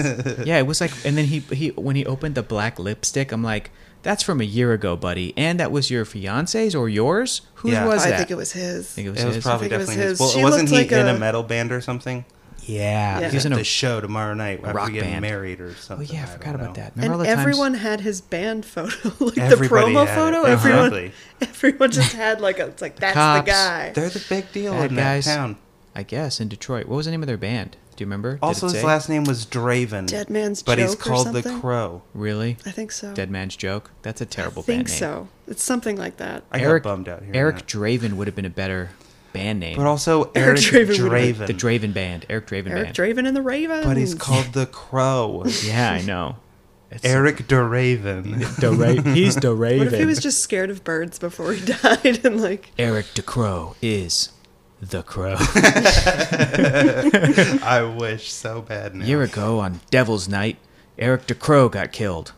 [SPEAKER 1] <laughs> Yeah, it was like, and then he he when he opened the black lipstick, I'm like, that's from a year ago, buddy, and that was your fiance's or yours? Whose
[SPEAKER 2] Yeah.
[SPEAKER 1] was
[SPEAKER 3] I
[SPEAKER 1] that?
[SPEAKER 3] think it was his.
[SPEAKER 1] I think it was
[SPEAKER 2] It was
[SPEAKER 1] his.
[SPEAKER 2] probably
[SPEAKER 3] think it was
[SPEAKER 2] definitely
[SPEAKER 3] his.
[SPEAKER 2] his. Well,
[SPEAKER 3] She
[SPEAKER 2] wasn't
[SPEAKER 3] looked
[SPEAKER 2] he
[SPEAKER 3] like
[SPEAKER 2] in a...
[SPEAKER 3] a-
[SPEAKER 2] metal band or something?
[SPEAKER 1] yeah,
[SPEAKER 3] Yeah.
[SPEAKER 1] he was in
[SPEAKER 2] At
[SPEAKER 1] a.
[SPEAKER 2] the show tomorrow night. After
[SPEAKER 1] rock
[SPEAKER 2] we get
[SPEAKER 1] band.
[SPEAKER 2] married or
[SPEAKER 1] oh
[SPEAKER 2] something.
[SPEAKER 1] yeah, I
[SPEAKER 2] don't
[SPEAKER 1] forgot about
[SPEAKER 2] know.
[SPEAKER 1] that. Remember
[SPEAKER 3] and
[SPEAKER 1] all the times-
[SPEAKER 3] everyone had his band photo, <laughs> like
[SPEAKER 2] Everybody
[SPEAKER 3] the promo
[SPEAKER 2] had it.
[SPEAKER 3] photo.
[SPEAKER 2] Exactly.
[SPEAKER 3] Everyone, <laughs> everyone just had like a, it's like that's
[SPEAKER 1] cops.
[SPEAKER 3] the guy.
[SPEAKER 2] They're the big deal
[SPEAKER 1] Bad
[SPEAKER 2] in
[SPEAKER 1] guys.
[SPEAKER 2] that town.
[SPEAKER 1] I guess in Detroit. What was the name of their band? Do you remember? Did
[SPEAKER 2] Also,
[SPEAKER 1] it
[SPEAKER 2] his
[SPEAKER 1] say?
[SPEAKER 2] last name was Draven.
[SPEAKER 3] Dead Man's
[SPEAKER 2] But he's
[SPEAKER 3] Joke or
[SPEAKER 2] called the
[SPEAKER 3] something?
[SPEAKER 2] Crow.
[SPEAKER 1] really
[SPEAKER 3] I think so.
[SPEAKER 1] Dead Man's Joke. That's a terrible
[SPEAKER 3] I
[SPEAKER 1] band
[SPEAKER 3] think
[SPEAKER 1] name.
[SPEAKER 3] so. It's something like that.
[SPEAKER 2] I
[SPEAKER 1] Eric
[SPEAKER 2] got bummed out here.
[SPEAKER 1] Eric Draven would have been a better band name.
[SPEAKER 2] But also Eric
[SPEAKER 3] Draven would've been-
[SPEAKER 2] Draven.
[SPEAKER 1] the Draven band, Eric Draven
[SPEAKER 3] Eric
[SPEAKER 1] band.
[SPEAKER 3] Draven and the Ravens.
[SPEAKER 2] But he's called the
[SPEAKER 3] <laughs>
[SPEAKER 2] Crow.
[SPEAKER 1] Yeah, I know. It's
[SPEAKER 2] Eric DeRaven.
[SPEAKER 1] the Ra- he's the Raven.
[SPEAKER 3] What if he was just scared of birds before he <laughs> died and like
[SPEAKER 1] Eric DeCrow is the Crow.
[SPEAKER 2] <laughs> I wish so bad now.
[SPEAKER 1] A year ago on Devil's Night, Eric DeCrow got killed.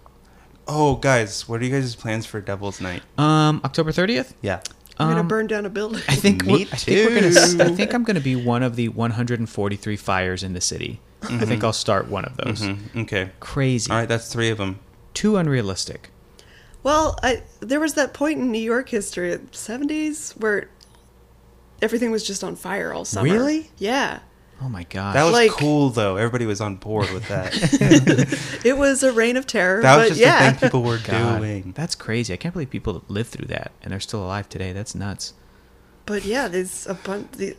[SPEAKER 2] Oh, guys, what are you guys' plans for Devil's Night?
[SPEAKER 1] Um, October thirtieth.
[SPEAKER 2] Yeah.
[SPEAKER 3] I'm gonna
[SPEAKER 1] Um,
[SPEAKER 3] burn down a building?
[SPEAKER 1] I think
[SPEAKER 2] Me
[SPEAKER 1] we're, I think we're gonna. s- I
[SPEAKER 2] too.
[SPEAKER 1] think I'm gonna be one of the 143 fires in the city. I
[SPEAKER 2] Mm-hmm.
[SPEAKER 1] think I'll start one of those.
[SPEAKER 2] Okay.
[SPEAKER 1] Crazy.
[SPEAKER 2] All right, that's three of them.
[SPEAKER 1] Too unrealistic.
[SPEAKER 3] Well, I there was that point in New York history, seventies, where everything was just on fire all summer.
[SPEAKER 1] Really?
[SPEAKER 3] Yeah.
[SPEAKER 1] Oh my gosh.
[SPEAKER 2] That was
[SPEAKER 3] Like-
[SPEAKER 2] cool, though. Everybody was on board with
[SPEAKER 3] <laughs>
[SPEAKER 2] that. <laughs>
[SPEAKER 3] It was a reign of terror.
[SPEAKER 2] that
[SPEAKER 3] but
[SPEAKER 2] was just
[SPEAKER 3] yeah.
[SPEAKER 2] the thing people were
[SPEAKER 1] God,
[SPEAKER 2] doing.
[SPEAKER 1] That's crazy. I can't believe people lived through that and they're still alive today. That's nuts.
[SPEAKER 3] <laughs> But yeah, there's a bunch the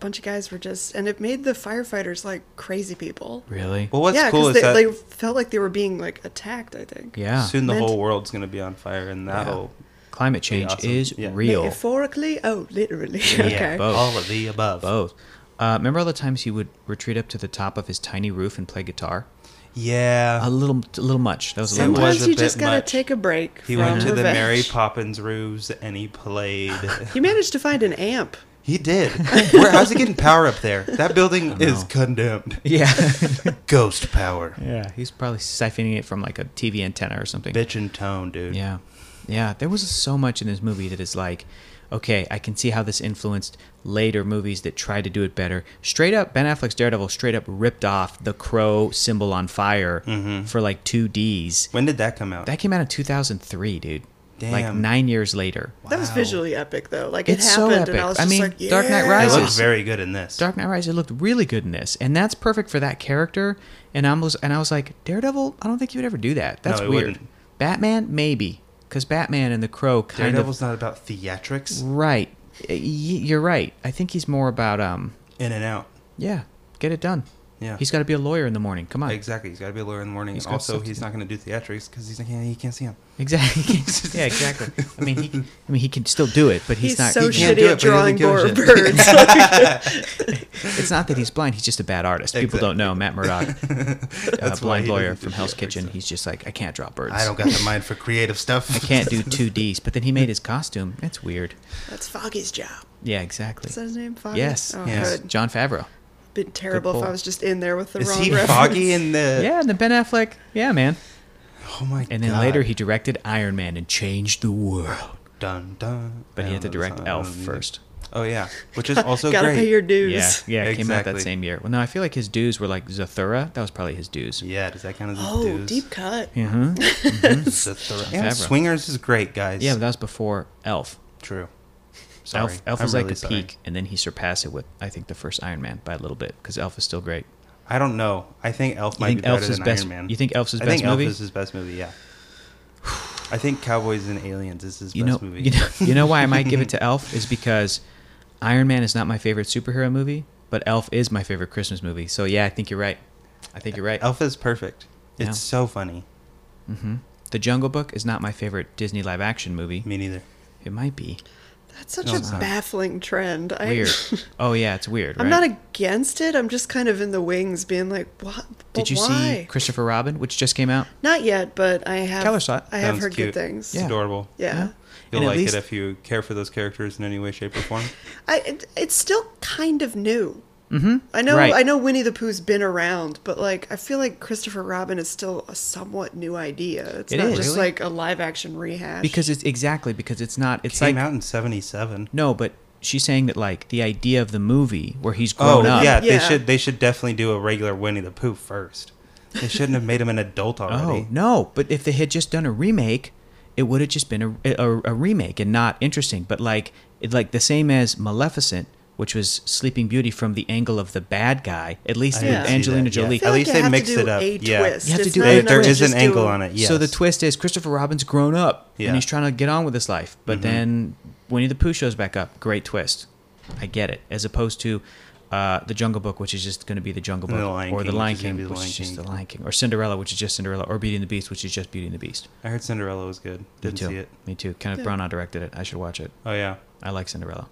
[SPEAKER 3] bunch of guys were just and it made the firefighters like crazy people.
[SPEAKER 1] Really?
[SPEAKER 2] Well, what's
[SPEAKER 3] yeah,
[SPEAKER 2] cool is
[SPEAKER 3] they,
[SPEAKER 2] that
[SPEAKER 3] they felt like they were being like attacked, I think.
[SPEAKER 1] yeah.
[SPEAKER 2] soon the
[SPEAKER 3] Meant-
[SPEAKER 2] whole world's going to be on fire, and that'll.
[SPEAKER 1] Climate change
[SPEAKER 2] awesome.
[SPEAKER 1] is
[SPEAKER 2] Yeah.
[SPEAKER 1] real.
[SPEAKER 3] Metaphorically? Oh, literally. <laughs> <laughs> okay.
[SPEAKER 1] both.
[SPEAKER 2] All of the above.
[SPEAKER 1] Both. Uh, remember all the times he would retreat up to the top of his tiny roof and play guitar? a
[SPEAKER 2] Yeah.
[SPEAKER 1] little, a little much. That was a
[SPEAKER 2] It
[SPEAKER 1] little
[SPEAKER 2] was
[SPEAKER 3] Sometimes
[SPEAKER 2] a
[SPEAKER 3] you
[SPEAKER 2] bit
[SPEAKER 3] just gotta
[SPEAKER 2] much.
[SPEAKER 3] take a break.
[SPEAKER 2] He
[SPEAKER 3] from
[SPEAKER 2] went to the
[SPEAKER 3] revenge.
[SPEAKER 2] Mary Poppins ruse and he played.
[SPEAKER 3] <laughs> He managed to find an amp.
[SPEAKER 2] he did. Where, how's he getting power up there? That building is
[SPEAKER 1] know.
[SPEAKER 2] condemned.
[SPEAKER 1] <laughs>
[SPEAKER 2] <laughs>
[SPEAKER 1] Yeah.
[SPEAKER 2] Ghost power.
[SPEAKER 1] yeah. He's probably siphoning it from like a TV antenna or something.
[SPEAKER 2] Bitch and tone, dude.
[SPEAKER 1] Yeah. Yeah. There was so much in this movie that is like, okay, I can see how this influenced later movies that tried to do it better. Straight up, Ben Affleck's Daredevil straight up ripped off the crow symbol on fire
[SPEAKER 2] Mm-hmm.
[SPEAKER 1] for like two Ds.
[SPEAKER 2] When did that come out?
[SPEAKER 1] That came out in 2003, dude. Like
[SPEAKER 2] Damn.
[SPEAKER 1] nine years later.
[SPEAKER 3] That was
[SPEAKER 2] Wow.
[SPEAKER 3] visually epic, though. Like it
[SPEAKER 1] It's so
[SPEAKER 3] happened, and
[SPEAKER 1] epic.
[SPEAKER 3] I was
[SPEAKER 1] I
[SPEAKER 3] just
[SPEAKER 1] mean,
[SPEAKER 3] like, yeah.
[SPEAKER 1] Dark Knight
[SPEAKER 2] It
[SPEAKER 1] Rises.
[SPEAKER 2] looks very good in this.
[SPEAKER 1] Dark Knight Rises looked really good in this, and that's perfect for that character. And I was, and I was like, Daredevil, I don't think you would ever do that. That's
[SPEAKER 2] it
[SPEAKER 1] weird.
[SPEAKER 2] wouldn't.
[SPEAKER 1] Batman, maybe, because Batman and the Crow kind
[SPEAKER 2] Daredevil's not about theatrics.
[SPEAKER 1] of right. Y- You're right. I think he's more about um,
[SPEAKER 2] In and out.
[SPEAKER 1] yeah, get it done.
[SPEAKER 2] Yeah.
[SPEAKER 1] He's got to be a lawyer in the morning. Come on,
[SPEAKER 2] Exactly. He's got to be a lawyer in the morning.
[SPEAKER 1] He's
[SPEAKER 2] and
[SPEAKER 1] got
[SPEAKER 2] also,
[SPEAKER 1] stuff to
[SPEAKER 2] he's
[SPEAKER 1] do.
[SPEAKER 2] not going to do theatrics because he's like, yeah, he can't see him.
[SPEAKER 1] <laughs> exactly. yeah, exactly. I mean, he, I mean, he can still do it, but he's,
[SPEAKER 3] He's,
[SPEAKER 1] not.
[SPEAKER 3] so
[SPEAKER 1] he-
[SPEAKER 2] can't
[SPEAKER 3] shitty
[SPEAKER 2] do it, but
[SPEAKER 3] at
[SPEAKER 2] he doesn't
[SPEAKER 3] drawing
[SPEAKER 2] give a
[SPEAKER 3] board
[SPEAKER 2] shit.
[SPEAKER 3] birds.
[SPEAKER 1] It's not that he's blind. He's just a bad artist. People
[SPEAKER 2] Exactly.
[SPEAKER 1] don't know
[SPEAKER 2] <laughs>
[SPEAKER 1] Matt Murdock, uh,
[SPEAKER 2] That's why
[SPEAKER 1] blind
[SPEAKER 2] he
[SPEAKER 1] lawyer
[SPEAKER 2] doesn't do
[SPEAKER 1] from Hell's
[SPEAKER 2] theatrics,
[SPEAKER 1] Kitchen.
[SPEAKER 2] so.
[SPEAKER 1] He's just like, I can't draw birds.
[SPEAKER 2] I don't got the mind for creative stuff.
[SPEAKER 1] <laughs> I can't
[SPEAKER 2] <laughs>
[SPEAKER 1] do two Ds. But then he made his costume. That's weird.
[SPEAKER 3] That's Foggy's job.
[SPEAKER 1] Yeah, exactly.
[SPEAKER 3] Is that his name? Foggy.
[SPEAKER 1] Yes,
[SPEAKER 3] Oh,
[SPEAKER 2] yes.
[SPEAKER 3] good.
[SPEAKER 1] John Favreau.
[SPEAKER 3] Been terrible
[SPEAKER 1] pull.
[SPEAKER 3] if I was just in there with the
[SPEAKER 2] Is
[SPEAKER 3] wrong
[SPEAKER 2] he
[SPEAKER 3] reference.
[SPEAKER 2] foggy in the?
[SPEAKER 1] Yeah, and then Ben Affleck. Yeah, man.
[SPEAKER 2] Oh my god.
[SPEAKER 1] And then later he directed Iron Man and changed the world.
[SPEAKER 2] Dun dun.
[SPEAKER 1] But
[SPEAKER 2] I
[SPEAKER 1] he had to
[SPEAKER 2] don't know the
[SPEAKER 1] direct
[SPEAKER 2] song. I don't
[SPEAKER 1] Elf
[SPEAKER 2] know the music.
[SPEAKER 1] first.
[SPEAKER 2] Oh yeah, which
[SPEAKER 3] <laughs>
[SPEAKER 2] is also
[SPEAKER 3] Gotta
[SPEAKER 2] great.
[SPEAKER 3] pay your dues.
[SPEAKER 1] Yeah, yeah, it came out that
[SPEAKER 2] Exactly.
[SPEAKER 1] same year. Well, no, I feel like his dues were like Zathura. That was probably his dues.
[SPEAKER 2] Yeah, does that count as his
[SPEAKER 3] Oh,
[SPEAKER 2] dues?
[SPEAKER 3] deep cut.
[SPEAKER 1] Uh-huh.
[SPEAKER 3] <laughs>
[SPEAKER 2] It's a thorough- yeah,
[SPEAKER 1] Favreau.
[SPEAKER 2] Swingers is great, guys.
[SPEAKER 1] Yeah, but that was before Elf.
[SPEAKER 2] true. Sorry,
[SPEAKER 1] Elf, Elf
[SPEAKER 2] I'm
[SPEAKER 1] was
[SPEAKER 2] really
[SPEAKER 1] like the
[SPEAKER 2] sorry.
[SPEAKER 1] peak, and then he surpassed it with I think the first Iron Man by a little bit because Elf is still great.
[SPEAKER 2] I don't know. I think Elf
[SPEAKER 1] You
[SPEAKER 2] might
[SPEAKER 1] think
[SPEAKER 2] be better
[SPEAKER 1] Elf's his
[SPEAKER 2] than
[SPEAKER 1] best-
[SPEAKER 2] Iron Man.
[SPEAKER 1] you think Elf's his
[SPEAKER 2] I
[SPEAKER 1] best
[SPEAKER 2] think Elf
[SPEAKER 1] movie?
[SPEAKER 2] is his best movie.
[SPEAKER 1] <sighs>
[SPEAKER 2] Yeah. I think Cowboys and Aliens is his
[SPEAKER 1] You know,
[SPEAKER 2] best movie.
[SPEAKER 1] you know, you know why I might
[SPEAKER 2] <laughs>
[SPEAKER 1] give it to Elf is because Iron Man is not my favorite superhero movie, but Elf is my favorite Christmas movie. So yeah, I think you're right. I think you're right.
[SPEAKER 2] Elf is perfect. It's
[SPEAKER 1] Yeah.
[SPEAKER 2] so funny.
[SPEAKER 1] hmm The Jungle Book is not my favorite Disney live action movie.
[SPEAKER 2] Me neither.
[SPEAKER 1] It might be
[SPEAKER 3] That's such
[SPEAKER 2] No,
[SPEAKER 3] a
[SPEAKER 2] it's not.
[SPEAKER 3] baffling trend. I,
[SPEAKER 1] weird. oh yeah, it's weird.
[SPEAKER 3] <laughs> I'm
[SPEAKER 1] right?
[SPEAKER 3] not against it. I'm just kind of in the wings, being like, "What?
[SPEAKER 1] Did
[SPEAKER 3] But
[SPEAKER 1] you
[SPEAKER 3] why?
[SPEAKER 1] see Christopher Robin, which just came out?
[SPEAKER 3] Not yet, but I have.
[SPEAKER 1] Keller saw it.
[SPEAKER 3] I have
[SPEAKER 2] Sounds
[SPEAKER 3] heard
[SPEAKER 2] cute.
[SPEAKER 3] good things.
[SPEAKER 2] It's
[SPEAKER 1] Yeah.
[SPEAKER 2] adorable.
[SPEAKER 3] Yeah.
[SPEAKER 2] You'll
[SPEAKER 1] And at
[SPEAKER 2] like
[SPEAKER 1] least-
[SPEAKER 2] it if you care for those characters in any way, shape, or form.
[SPEAKER 3] I it, it's still kind of new.
[SPEAKER 1] Mm-hmm.
[SPEAKER 3] I know
[SPEAKER 1] Right.
[SPEAKER 3] I know Winnie the Pooh's been around, but like I feel like Christopher Robin is still a somewhat new idea. It's
[SPEAKER 1] It
[SPEAKER 3] not
[SPEAKER 1] is.
[SPEAKER 3] just
[SPEAKER 1] Really?
[SPEAKER 3] like a live action rehash.
[SPEAKER 1] Because it's exactly because it's not. <laughs> It's
[SPEAKER 2] Came
[SPEAKER 1] like
[SPEAKER 2] out in '77.
[SPEAKER 1] no, but she's saying that like the idea of the movie where he's
[SPEAKER 2] Oh
[SPEAKER 1] grown up.
[SPEAKER 2] yeah, they
[SPEAKER 3] Yeah.
[SPEAKER 2] should they should definitely do a regular Winnie the Pooh first. They shouldn't have made him an adult
[SPEAKER 1] Oh
[SPEAKER 2] already.
[SPEAKER 1] no! But if they had just done a remake, it would have just been a, a, a remake and not interesting. But like it, like the same as Maleficent, which was Sleeping Beauty from the angle of the bad guy. At least
[SPEAKER 2] I
[SPEAKER 1] with
[SPEAKER 3] didn't see
[SPEAKER 1] Angelina
[SPEAKER 2] that, yeah.
[SPEAKER 1] Jolie.
[SPEAKER 3] I feel
[SPEAKER 2] At
[SPEAKER 3] like
[SPEAKER 2] least
[SPEAKER 3] you
[SPEAKER 2] they
[SPEAKER 3] have to
[SPEAKER 2] mixed
[SPEAKER 3] do
[SPEAKER 2] it up,
[SPEAKER 3] A
[SPEAKER 2] yeah.
[SPEAKER 3] twist.
[SPEAKER 1] You have to
[SPEAKER 3] It's
[SPEAKER 1] do
[SPEAKER 3] not
[SPEAKER 1] that.
[SPEAKER 2] They-
[SPEAKER 3] enough
[SPEAKER 2] there
[SPEAKER 3] to
[SPEAKER 2] is an
[SPEAKER 3] just do
[SPEAKER 2] angle
[SPEAKER 3] a-
[SPEAKER 2] on it. Yes.
[SPEAKER 1] So the twist is Christopher Robin's grown up
[SPEAKER 2] Yeah. Mm-hmm.
[SPEAKER 1] and he's trying to get on with his life. But then Winnie the Pooh shows back up. Great twist. I get it. As opposed to uh, the Jungle Book, which is just going to be the Jungle Book,
[SPEAKER 2] And The Lion
[SPEAKER 1] or
[SPEAKER 2] King,
[SPEAKER 1] the
[SPEAKER 2] which
[SPEAKER 1] Lion
[SPEAKER 2] is gonna
[SPEAKER 1] King,
[SPEAKER 2] be The
[SPEAKER 1] which
[SPEAKER 2] Lion
[SPEAKER 1] is just the
[SPEAKER 2] King.
[SPEAKER 1] Lion King, or Cinderella, which is just Cinderella, or Beauty and the Beast, which is just Beauty and the Beast.
[SPEAKER 2] I heard Cinderella was good. Didn't
[SPEAKER 1] Me too.
[SPEAKER 2] see it.
[SPEAKER 1] Me too. Kenneth
[SPEAKER 3] Yeah.
[SPEAKER 1] Branagh directed it. I should watch it.
[SPEAKER 2] Oh yeah,
[SPEAKER 1] I like Cinderella.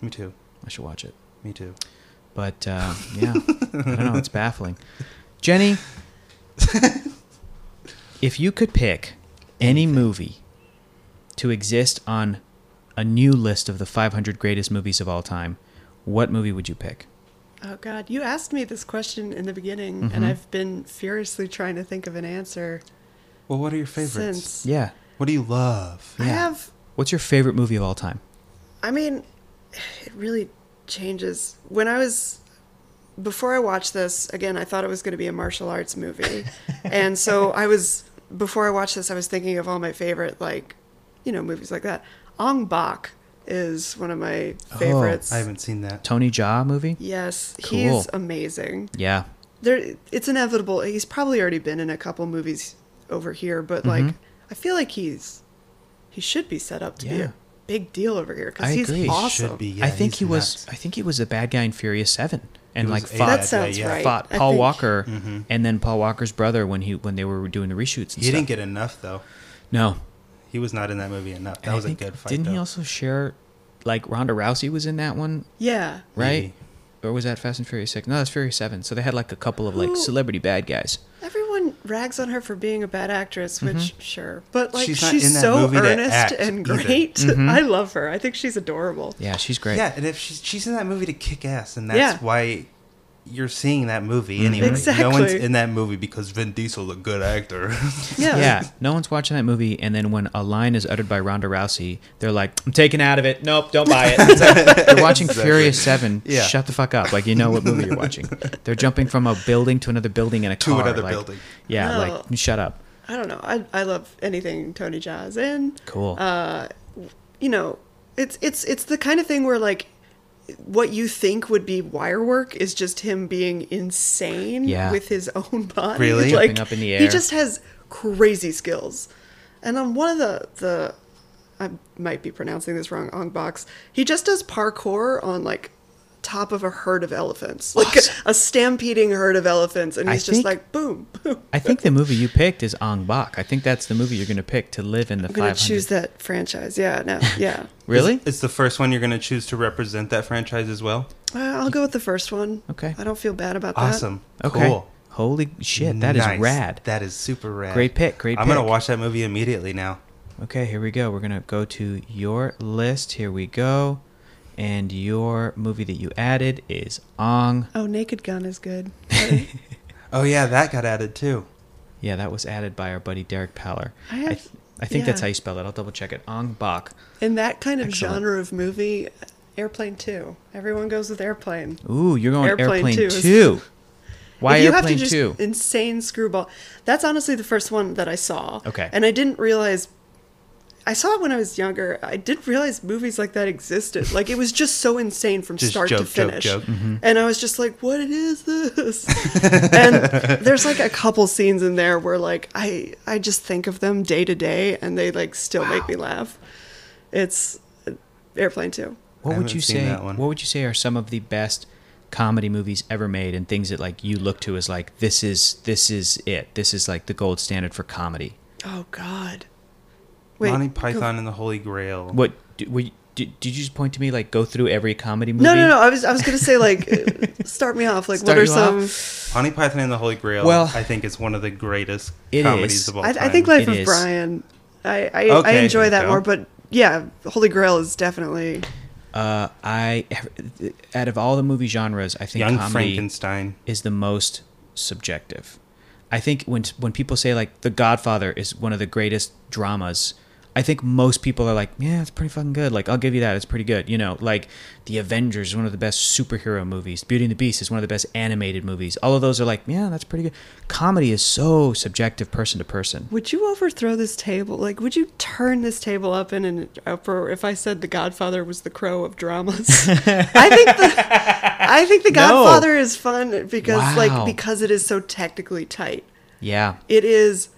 [SPEAKER 2] me too.
[SPEAKER 1] I should watch it.
[SPEAKER 2] Me too.
[SPEAKER 1] But uh, yeah, I don't know. It's baffling. Jenny, if you could pick any movie to exist on a new list of the 500 greatest movies of all time, what movie would you pick?
[SPEAKER 3] Oh God, you asked me this question in the beginning, and
[SPEAKER 2] Mm-hmm.
[SPEAKER 1] Mhm.
[SPEAKER 3] I've been furiously trying to think of an answer
[SPEAKER 2] Well, what are your favorites?
[SPEAKER 3] since.
[SPEAKER 1] Yeah.
[SPEAKER 2] What do you love?
[SPEAKER 3] I have.
[SPEAKER 1] What's your favorite movie of all time?
[SPEAKER 3] I mean, it really changes. When I was before I watched this again, I thought it was going to be a martial arts
[SPEAKER 1] <laughs>
[SPEAKER 3] movie, and so I was before I watched this, I was thinking of all my favorite like, you know, movies like that. Ong Bak is one of my
[SPEAKER 1] Oh,
[SPEAKER 3] favorites.
[SPEAKER 2] I haven't seen that.
[SPEAKER 1] Tony Jaa movie?
[SPEAKER 3] yes,
[SPEAKER 1] Cool.
[SPEAKER 3] he's amazing.
[SPEAKER 1] Yeah.
[SPEAKER 3] there it's inevitable he's probably already been in a couple movies over here but
[SPEAKER 1] Mm-hmm.
[SPEAKER 3] like i feel like he's he should be set up to be
[SPEAKER 1] Yeah.
[SPEAKER 3] a big deal over here because
[SPEAKER 1] I
[SPEAKER 3] he's
[SPEAKER 1] agree. He should
[SPEAKER 3] awesome
[SPEAKER 2] be, Yeah,
[SPEAKER 1] I think
[SPEAKER 2] he's
[SPEAKER 1] he was
[SPEAKER 2] nuts.
[SPEAKER 1] I think he was the bad guy in Furious 7 and
[SPEAKER 2] He
[SPEAKER 1] like
[SPEAKER 2] was a
[SPEAKER 1] fought
[SPEAKER 2] bad
[SPEAKER 3] That
[SPEAKER 2] guy,
[SPEAKER 3] sounds
[SPEAKER 2] yeah.
[SPEAKER 3] right.
[SPEAKER 1] fought
[SPEAKER 3] I
[SPEAKER 1] Paul
[SPEAKER 3] think-
[SPEAKER 1] Walker and then Paul Walker's brother when he when they were doing the reshoots and
[SPEAKER 2] He
[SPEAKER 1] stuff.
[SPEAKER 2] didn't get enough though.
[SPEAKER 1] No.
[SPEAKER 2] He was not in that movie enough. That
[SPEAKER 1] And I
[SPEAKER 2] was a
[SPEAKER 1] think-
[SPEAKER 2] good fight.
[SPEAKER 1] Didn't he
[SPEAKER 2] though.
[SPEAKER 1] also share like Ronda Rousey was in that one,
[SPEAKER 3] yeah
[SPEAKER 1] right?
[SPEAKER 2] Maybe.
[SPEAKER 1] Or was that Fast and Furious Six? No, that's Furious Seven. So they had like a couple of like
[SPEAKER 3] Who-
[SPEAKER 1] celebrity bad guys.
[SPEAKER 3] everyone rags on her for being a bad actress, which sure, but like she's,
[SPEAKER 2] Mm-hmm. She's not in that
[SPEAKER 3] so
[SPEAKER 2] movie to
[SPEAKER 3] earnest
[SPEAKER 2] act
[SPEAKER 3] and
[SPEAKER 2] either. Mm-hmm.
[SPEAKER 3] great. <laughs> I love her. I think she's adorable.
[SPEAKER 1] Yeah, she's great.
[SPEAKER 2] Yeah, and if she's she's in that movie to kick ass, and that's
[SPEAKER 3] Yeah.
[SPEAKER 2] why you're seeing that
[SPEAKER 1] Mm-hmm.
[SPEAKER 2] movie anyway. No one's
[SPEAKER 3] Exactly.
[SPEAKER 2] in that movie because Vin Diesel's a good actor. <laughs>
[SPEAKER 3] Yeah.
[SPEAKER 1] Yeah, no one's watching that movie, and then when a line is uttered by Ronda Rousey, they're like, "I'm taken out of it. Nope, don't
[SPEAKER 2] <laughs>
[SPEAKER 1] buy it." It's like, they're watching Furious Seven.
[SPEAKER 2] Yeah.
[SPEAKER 1] Shut the fuck up! Like you know what movie you're
[SPEAKER 2] <laughs>
[SPEAKER 1] watching. They're jumping from a building to another building in a
[SPEAKER 2] To
[SPEAKER 1] car.
[SPEAKER 2] another
[SPEAKER 1] like-
[SPEAKER 2] building.
[SPEAKER 1] Yeah,
[SPEAKER 3] No.
[SPEAKER 1] like shut up.
[SPEAKER 3] I don't know. I I love anything Tony Jaa's in.
[SPEAKER 1] Cool.
[SPEAKER 3] you know, it's it's it's the kind of thing where like what you think would be wire work is just him being insane
[SPEAKER 1] Yeah.
[SPEAKER 3] with his own <laughs> body.
[SPEAKER 2] Really?
[SPEAKER 3] like,
[SPEAKER 1] Jumping up in the
[SPEAKER 3] He
[SPEAKER 1] air.
[SPEAKER 3] just has crazy skills. And on one of the the I might be pronouncing this wrong on box. He just does parkour on like top of a herd of elephants. Like
[SPEAKER 1] Awesome.
[SPEAKER 3] a, stampeding herd of elephants and
[SPEAKER 1] I
[SPEAKER 3] he's just
[SPEAKER 1] think-
[SPEAKER 3] like boom, boom.
[SPEAKER 1] I think the movie you picked is Ong Bak. I think that's the movie you're going to pick to live in the
[SPEAKER 3] I'm going
[SPEAKER 1] 500.
[SPEAKER 3] to choose that franchise. Yeah, no. Yeah.
[SPEAKER 1] Really?
[SPEAKER 2] It's the first one you're going to choose to represent that franchise as well.
[SPEAKER 3] <laughs> Well, I'll go with the first one.
[SPEAKER 1] Okay.
[SPEAKER 3] I don't feel bad about that.
[SPEAKER 2] Awesome.
[SPEAKER 1] Uh, okay.
[SPEAKER 2] Cool.
[SPEAKER 1] Holy shit, that is
[SPEAKER 2] Nice.
[SPEAKER 1] rad.
[SPEAKER 2] That is super rad.
[SPEAKER 1] Great pick, great
[SPEAKER 2] I'm going
[SPEAKER 1] pick.
[SPEAKER 2] to watch that movie immediately now.
[SPEAKER 1] Okay, here we go. We're going to go to your list. Here we go. And your movie that you added is Ong.
[SPEAKER 3] Oh, Naked Gun is good.
[SPEAKER 2] Oh, yeah, that got added too.
[SPEAKER 1] Yeah, that was added by our buddy Derek Paller.
[SPEAKER 3] I have-
[SPEAKER 1] I, th- I think that's
[SPEAKER 3] yeah.
[SPEAKER 1] how you spell it. I'll double check it. Ong Bak.
[SPEAKER 3] In that kind of
[SPEAKER 1] Excellent.
[SPEAKER 3] genre of movie, Airplane 2. Everyone goes with Airplane.
[SPEAKER 1] Ooh, you're going
[SPEAKER 3] Airplane
[SPEAKER 1] Airplane,
[SPEAKER 3] Two
[SPEAKER 1] 2.
[SPEAKER 3] is-
[SPEAKER 1] Why
[SPEAKER 3] If you have to
[SPEAKER 1] Airplane
[SPEAKER 3] just
[SPEAKER 1] 2?
[SPEAKER 3] Insane screwball. That's honestly the first one that I saw.
[SPEAKER 1] Okay.
[SPEAKER 3] And I didn't realize. I saw it when I was younger. I didn't realize movies like that existed. Like it was just so insane from
[SPEAKER 2] Just
[SPEAKER 3] start to
[SPEAKER 2] joke, joke,
[SPEAKER 3] finish.
[SPEAKER 2] joke. Mm-hmm.
[SPEAKER 3] And I was just like, "What is this?" <laughs> and there's like a couple scenes in there where like I I just think of them day to day, and they like still make me laugh. It's uh, Airplane Two.
[SPEAKER 1] What
[SPEAKER 2] I
[SPEAKER 1] would
[SPEAKER 2] haven't
[SPEAKER 1] you
[SPEAKER 2] seen
[SPEAKER 1] say?
[SPEAKER 2] that one.
[SPEAKER 1] What would you say are some of the best comedy movies ever made, and things that like you look to as like this is this is it. This is like the gold standard for comedy.
[SPEAKER 3] Oh God.
[SPEAKER 2] Monty
[SPEAKER 3] go-
[SPEAKER 2] Python and the Holy Grail.
[SPEAKER 1] What d- were you, did, did you just point to me like go through every comedy movie?
[SPEAKER 3] No, no, no. I was I was gonna say like uh,
[SPEAKER 1] <laughs>
[SPEAKER 3] start me off. Like
[SPEAKER 1] Start
[SPEAKER 3] what are
[SPEAKER 1] you off?
[SPEAKER 3] some?
[SPEAKER 2] Monty Python and the Holy Grail,
[SPEAKER 1] Well-
[SPEAKER 2] I think, is one of the greatest
[SPEAKER 1] It
[SPEAKER 2] comedies
[SPEAKER 1] is.
[SPEAKER 2] of all
[SPEAKER 3] I,
[SPEAKER 2] time.
[SPEAKER 3] I think Life
[SPEAKER 1] Oh, It
[SPEAKER 3] of
[SPEAKER 1] is.
[SPEAKER 3] Brian. I I, I
[SPEAKER 2] Okay,
[SPEAKER 3] enjoy that
[SPEAKER 2] go.
[SPEAKER 3] more, but yeah, Holy Grail is definitely
[SPEAKER 1] Uh, I out of all the movie genres, I think
[SPEAKER 2] Young
[SPEAKER 1] comedy
[SPEAKER 2] Frankenstein.
[SPEAKER 1] is the most subjective. I think when when people say like The Godfather is one of the greatest dramas, I think most people are like, yeah, it's pretty fucking good. Like I'll give you that, it's pretty good. You know, like The Avengers is one of the best superhero movies. Beauty and the Beast is one of the best animated movies. All of those are like, yeah, that's pretty good. Comedy is so subjective, person to person.
[SPEAKER 3] Would you overthrow this table? Like, would you turn this table up in an uproar if I said The Godfather was the crow of
[SPEAKER 1] <laughs>
[SPEAKER 3] dramas? I think the I think The
[SPEAKER 1] No.
[SPEAKER 3] Godfather is fun because
[SPEAKER 1] Wow.
[SPEAKER 3] like because it is so technically tight.
[SPEAKER 1] Yeah,
[SPEAKER 3] It is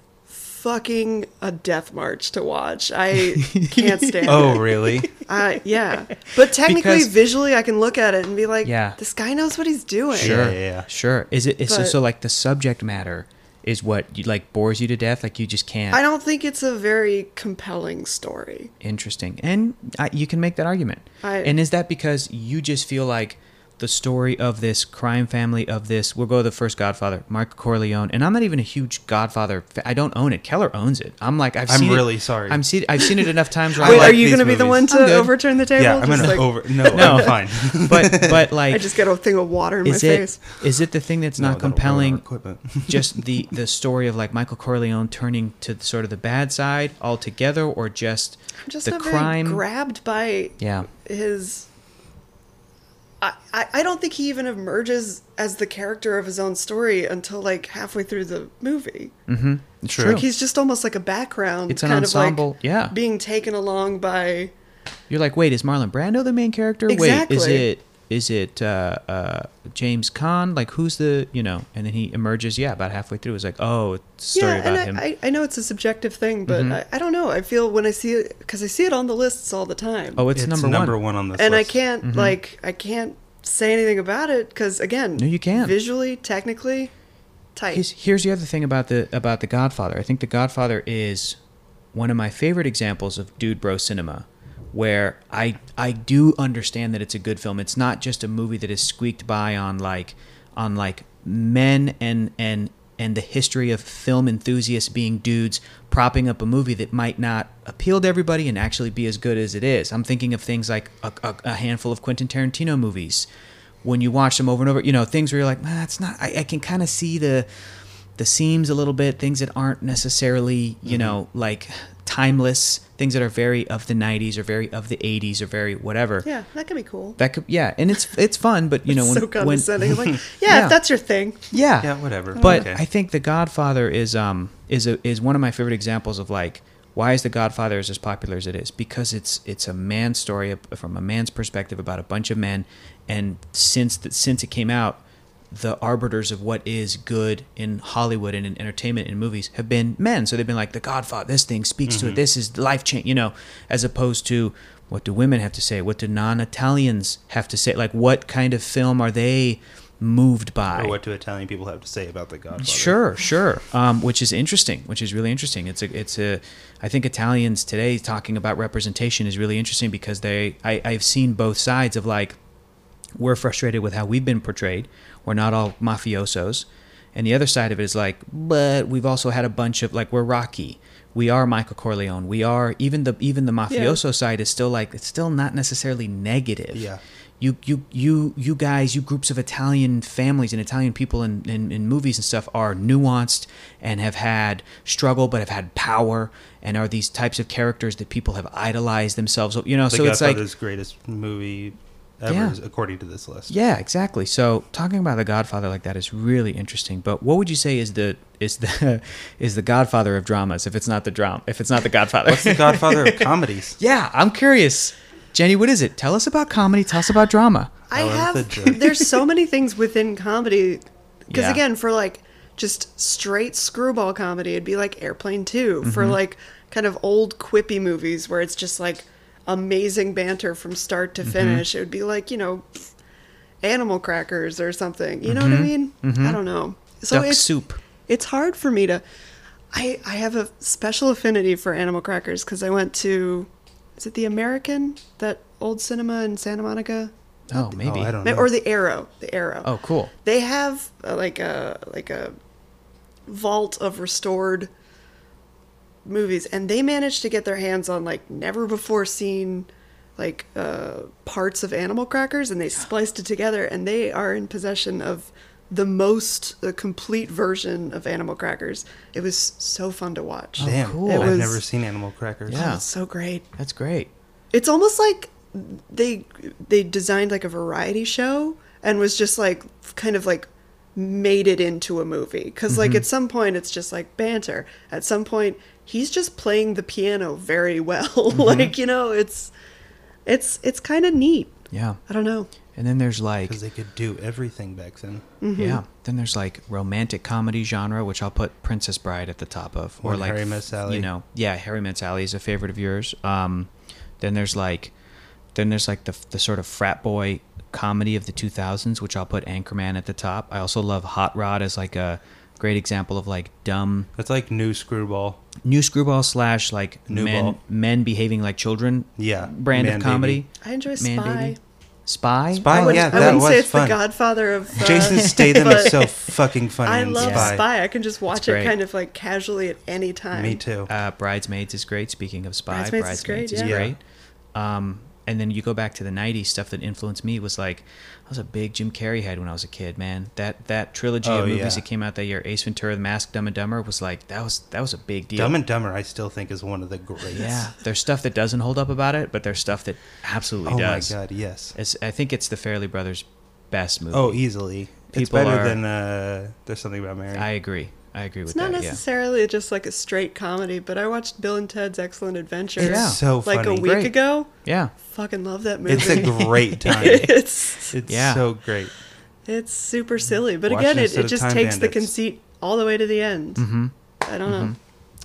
[SPEAKER 3] fucking a death march to watch.
[SPEAKER 1] <laughs>
[SPEAKER 3] I can't stand
[SPEAKER 2] Oh,
[SPEAKER 3] it. <laughs>
[SPEAKER 2] really?
[SPEAKER 3] I, yeah, but technically,
[SPEAKER 1] Because-
[SPEAKER 3] visually, I can look at it and be like,
[SPEAKER 1] Yeah.
[SPEAKER 3] this guy knows what he's doing."
[SPEAKER 1] sure,
[SPEAKER 2] Yeah, yeah, yeah.
[SPEAKER 1] sure. Is it is so,
[SPEAKER 3] But-
[SPEAKER 1] so like the subject matter is what you, like bores you to death? Like you just can't.
[SPEAKER 3] I don't think it's a very compelling story.
[SPEAKER 1] Interesting. And I, you can make that argument.
[SPEAKER 3] I-
[SPEAKER 1] and is that because you just feel like the story of this crime family of this, we'll go to the first Godfather, Mark Corleone, and I'm not even a huge Godfather. Fa- I don't own it. Keller owns it. I'm like, I've
[SPEAKER 2] I'm
[SPEAKER 1] seen it-
[SPEAKER 2] really sorry.
[SPEAKER 1] I'm seen, I've seen it enough times. Where
[SPEAKER 3] Wait,
[SPEAKER 1] I'm
[SPEAKER 2] like
[SPEAKER 3] are you
[SPEAKER 2] these
[SPEAKER 3] going to be the one
[SPEAKER 2] movies.
[SPEAKER 3] to
[SPEAKER 1] I'm good.
[SPEAKER 3] overturn the table?
[SPEAKER 2] yeah, I'm
[SPEAKER 3] Just
[SPEAKER 2] gonna
[SPEAKER 3] like-
[SPEAKER 2] over.
[SPEAKER 1] <laughs>
[SPEAKER 2] No,
[SPEAKER 1] No.
[SPEAKER 2] I'm fine.
[SPEAKER 1] but
[SPEAKER 3] <laughs>
[SPEAKER 1] but like,
[SPEAKER 3] I just got a thing of water in my
[SPEAKER 1] is it
[SPEAKER 3] face.
[SPEAKER 1] is it the thing that's
[SPEAKER 2] No,
[SPEAKER 1] not
[SPEAKER 2] that'll ruin our
[SPEAKER 1] compelling?
[SPEAKER 2] equipment.
[SPEAKER 1] just the the story of like Michael Corleone turning to sort of the bad side altogether, or just
[SPEAKER 3] I'm just
[SPEAKER 1] the
[SPEAKER 3] not
[SPEAKER 1] crime?
[SPEAKER 3] very grabbed by
[SPEAKER 1] yeah.
[SPEAKER 3] his. I, I I don't think he even emerges as the character of his own story until like halfway through the movie.
[SPEAKER 1] It's
[SPEAKER 2] True.
[SPEAKER 1] true.
[SPEAKER 3] Like he's just almost like a background.
[SPEAKER 1] It's an
[SPEAKER 3] kind Of
[SPEAKER 1] ensemble,
[SPEAKER 3] like
[SPEAKER 1] yeah.
[SPEAKER 3] Being taken along by.
[SPEAKER 1] You're like, wait, is Marlon Brando the main character? Wait, is
[SPEAKER 3] Exactly.
[SPEAKER 1] it is it uh, uh, James Caan? Like, who's the you know? And then he emerges. Yeah, about halfway through, it's like, oh, it's a story
[SPEAKER 3] yeah,
[SPEAKER 1] about
[SPEAKER 3] and
[SPEAKER 1] him. Mm-hmm.
[SPEAKER 3] I, I, I know it's a subjective thing, but I, I don't know. I feel when I see it because I see it on the lists all the time.
[SPEAKER 1] oh, mm-hmm. it's,
[SPEAKER 2] It's
[SPEAKER 1] number, one.
[SPEAKER 2] on this
[SPEAKER 3] and I
[SPEAKER 2] list.
[SPEAKER 3] can't like I can't say anything about it because again,
[SPEAKER 1] No, you can't.
[SPEAKER 3] Visually, technically, tight.
[SPEAKER 1] Here's, here's the other thing about the about the Godfather. I think the Godfather is one of my favorite examples of dude bro cinema, where I I do understand that it's a good film. It's not just a movie that is squeaked by on like on like men and and and the history of film enthusiasts being dudes propping up a movie that might not appeal to everybody and actually be as good as it is. I'm thinking of things like a, a, a handful of Quentin Tarantino movies. When you watch them over and over, you know things where you're like, "That's not." I, I can kind of see the the seams a little bit, things that aren't necessarily,
[SPEAKER 3] Mm-hmm.
[SPEAKER 1] you know, like timeless, things that are very of the 90s or very of the 80s or very whatever.
[SPEAKER 3] Yeah, that could be cool.
[SPEAKER 1] That could yeah, and it's it's fun, but you know when
[SPEAKER 3] so
[SPEAKER 1] when
[SPEAKER 3] condescending.
[SPEAKER 1] <laughs>
[SPEAKER 3] I'm like, yeah,
[SPEAKER 1] Yeah.
[SPEAKER 3] if that's your thing.
[SPEAKER 1] yeah.
[SPEAKER 2] Yeah, whatever.
[SPEAKER 1] But
[SPEAKER 2] Okay.
[SPEAKER 1] I think The Godfather is um is a, is one of my favorite examples of like why is The Godfather is as popular as it is because it's it's a man's story ab- from a man's perspective about a bunch of men, and since that since it came out, the arbiters of what is good in Hollywood and in entertainment and movies have been men. So they've been like The Godfather. This thing speaks
[SPEAKER 2] Mm-hmm.
[SPEAKER 1] to it. This is life change. You know, as opposed to what do women have to say? What do non-Italians have to say? Like what kind of film are they? moved by
[SPEAKER 2] Or what do Italian people have to say about the Godfather?
[SPEAKER 1] Sure, sure. Um, which is interesting. Which is really interesting. It's a, it's a. I think Italians today talking about representation is really interesting because they. I, I've seen both sides of like, we're frustrated with how we've been portrayed. We're not all mafiosos, and the other side of it is like, but we've also had a bunch of like we're Rocky. We are Michael Corleone. We are even the even the mafioso side is still like it's still not necessarily negative
[SPEAKER 2] Yeah.
[SPEAKER 1] you you you you guys you groups of italian families and italian people in, in, in movies and stuff are nuanced and have had struggle but have had power and are these types of characters that people have idolized themselves you know
[SPEAKER 2] The
[SPEAKER 1] so it's like
[SPEAKER 2] Godfather's greatest movie ever,
[SPEAKER 1] Yeah.
[SPEAKER 2] is according to this list.
[SPEAKER 1] yeah exactly so talking about the godfather like that is really interesting but what would you say is the is the <laughs> is the godfather of dramas if it's not the drama if it's not the godfather
[SPEAKER 2] What's
[SPEAKER 1] <laughs>
[SPEAKER 2] the Godfather of comedies?
[SPEAKER 1] yeah i'm curious jenny what is it tell us about comedy tell us about drama
[SPEAKER 3] I
[SPEAKER 2] Oh, that's a joke.
[SPEAKER 3] have. There's so many things within comedy, because
[SPEAKER 1] Yeah.
[SPEAKER 3] again, for like just straight screwball comedy, it'd be like Airplane 2 For like kind of old quippy movies where it's just like amazing banter from start to finish, it would be like you know, Animal Crackers or something. You know what I mean? I don't know. So
[SPEAKER 1] duck
[SPEAKER 3] it's
[SPEAKER 1] soup
[SPEAKER 3] it's hard for me to. I I have a special affinity for Animal Crackers because I went to, is it the American that old cinema in Santa Monica?
[SPEAKER 1] oh maybe
[SPEAKER 2] Oh, I don't
[SPEAKER 3] Ma-
[SPEAKER 2] know.
[SPEAKER 3] or the arrow the arrow
[SPEAKER 1] oh cool
[SPEAKER 3] they have uh, like a like a vault of restored movies and they managed to get their hands on like never before seen like uh, parts of animal crackers and they spliced it together and they are in possession of the most uh, complete version of animal crackers it was so fun to watch
[SPEAKER 2] Damn,
[SPEAKER 1] cool.
[SPEAKER 3] It
[SPEAKER 2] I've
[SPEAKER 3] was-
[SPEAKER 2] never seen Animal Crackers.
[SPEAKER 1] Oh, Yeah.
[SPEAKER 3] it's so great
[SPEAKER 1] that's great
[SPEAKER 3] it's almost like they they designed like a variety show and was just like kind of like made it into a movie because
[SPEAKER 2] Mm-hmm.
[SPEAKER 3] like at some point it's just like banter at some point he's just playing the piano very <laughs> well
[SPEAKER 2] Mm-hmm.
[SPEAKER 3] like you know it's it's it's kind of neat
[SPEAKER 1] yeah
[SPEAKER 3] i don't know
[SPEAKER 1] And then there's like,
[SPEAKER 2] Because they could do everything back then.
[SPEAKER 3] Mm-hmm.
[SPEAKER 1] yeah, then there's like romantic comedy genre, which I'll put Princess Bride at the top of, or
[SPEAKER 2] Or
[SPEAKER 1] like
[SPEAKER 2] Harry Met Sally.
[SPEAKER 1] You know, yeah, Harry Met Sally is a favorite of yours. Um, then there's like, then there's like the the sort of frat boy comedy of the 2000s, which I'll put Anchorman at the top. I also love Hot Rod as like a great example of like dumb
[SPEAKER 2] It's like new Screwball.
[SPEAKER 1] new screwball slash like
[SPEAKER 2] New
[SPEAKER 1] men
[SPEAKER 2] ball.
[SPEAKER 1] men behaving like children.
[SPEAKER 2] Yeah,
[SPEAKER 1] brand
[SPEAKER 2] Man
[SPEAKER 1] of comedy.
[SPEAKER 2] Baby.
[SPEAKER 3] i enjoy
[SPEAKER 1] Man
[SPEAKER 3] spy
[SPEAKER 1] baby. Spy.
[SPEAKER 2] Spy,
[SPEAKER 3] I
[SPEAKER 2] Oh,
[SPEAKER 3] wouldn't,
[SPEAKER 2] yeah,
[SPEAKER 3] I
[SPEAKER 2] that
[SPEAKER 3] wouldn't
[SPEAKER 2] was
[SPEAKER 3] say it's
[SPEAKER 2] fun.
[SPEAKER 3] the godfather of uh,
[SPEAKER 1] <laughs>
[SPEAKER 2] Jason Statham
[SPEAKER 3] but <laughs>
[SPEAKER 2] is so fucking funny.
[SPEAKER 3] i
[SPEAKER 2] in
[SPEAKER 3] love
[SPEAKER 2] Spy.
[SPEAKER 3] spy. i can just watch it
[SPEAKER 1] great.
[SPEAKER 3] kind of like casually at any time
[SPEAKER 2] Me too.
[SPEAKER 1] Uh, Bridesmaids is great. Speaking of spy, Bridesmaids,
[SPEAKER 3] Bridesmaids
[SPEAKER 1] is
[SPEAKER 3] is great,
[SPEAKER 1] great.
[SPEAKER 3] yeah.
[SPEAKER 1] Um, and then you go back to the '90s stuff that influenced me was like I was a big Jim Carrey head when I was a kid. Man, that that trilogy
[SPEAKER 2] Oh,
[SPEAKER 1] of movies
[SPEAKER 2] yeah.
[SPEAKER 1] that came out that year, Ace Ventura, The Mask, Dumb and Dumber, was like that was that was a big deal.
[SPEAKER 2] Dumb and Dumber, I still think is one of the greatest.
[SPEAKER 1] yeah, there's stuff that doesn't hold up about it, but there's stuff that absolutely
[SPEAKER 2] Oh
[SPEAKER 1] does.
[SPEAKER 2] my god, yes.
[SPEAKER 1] It's, I think it's the Fairley Brothers' best movie.
[SPEAKER 2] Oh, easily. it's
[SPEAKER 1] People
[SPEAKER 2] better
[SPEAKER 1] are-
[SPEAKER 2] than uh, there's something about Mary.
[SPEAKER 1] I agree. I agree
[SPEAKER 3] It's
[SPEAKER 1] with
[SPEAKER 3] not
[SPEAKER 1] that. yeah.
[SPEAKER 3] necessarily just like a straight comedy, but I watched Bill and Ted's Excellent Adventure
[SPEAKER 1] It's Yeah.
[SPEAKER 2] so
[SPEAKER 3] like a
[SPEAKER 2] funny.
[SPEAKER 3] week
[SPEAKER 1] Great.
[SPEAKER 3] ago.
[SPEAKER 1] Yeah.
[SPEAKER 3] Fucking love that movie.
[SPEAKER 2] it's
[SPEAKER 1] <laughs>
[SPEAKER 2] a
[SPEAKER 3] <laughs>
[SPEAKER 2] great time.
[SPEAKER 3] it's
[SPEAKER 2] It's
[SPEAKER 1] Yeah.
[SPEAKER 2] so great.
[SPEAKER 3] it's super silly, but
[SPEAKER 2] Watch
[SPEAKER 3] again,
[SPEAKER 2] it
[SPEAKER 3] it,
[SPEAKER 2] instead
[SPEAKER 3] it
[SPEAKER 2] of
[SPEAKER 3] just
[SPEAKER 2] Time
[SPEAKER 3] takes the
[SPEAKER 2] Bandits.
[SPEAKER 3] conceit all the way to the end. I don't know.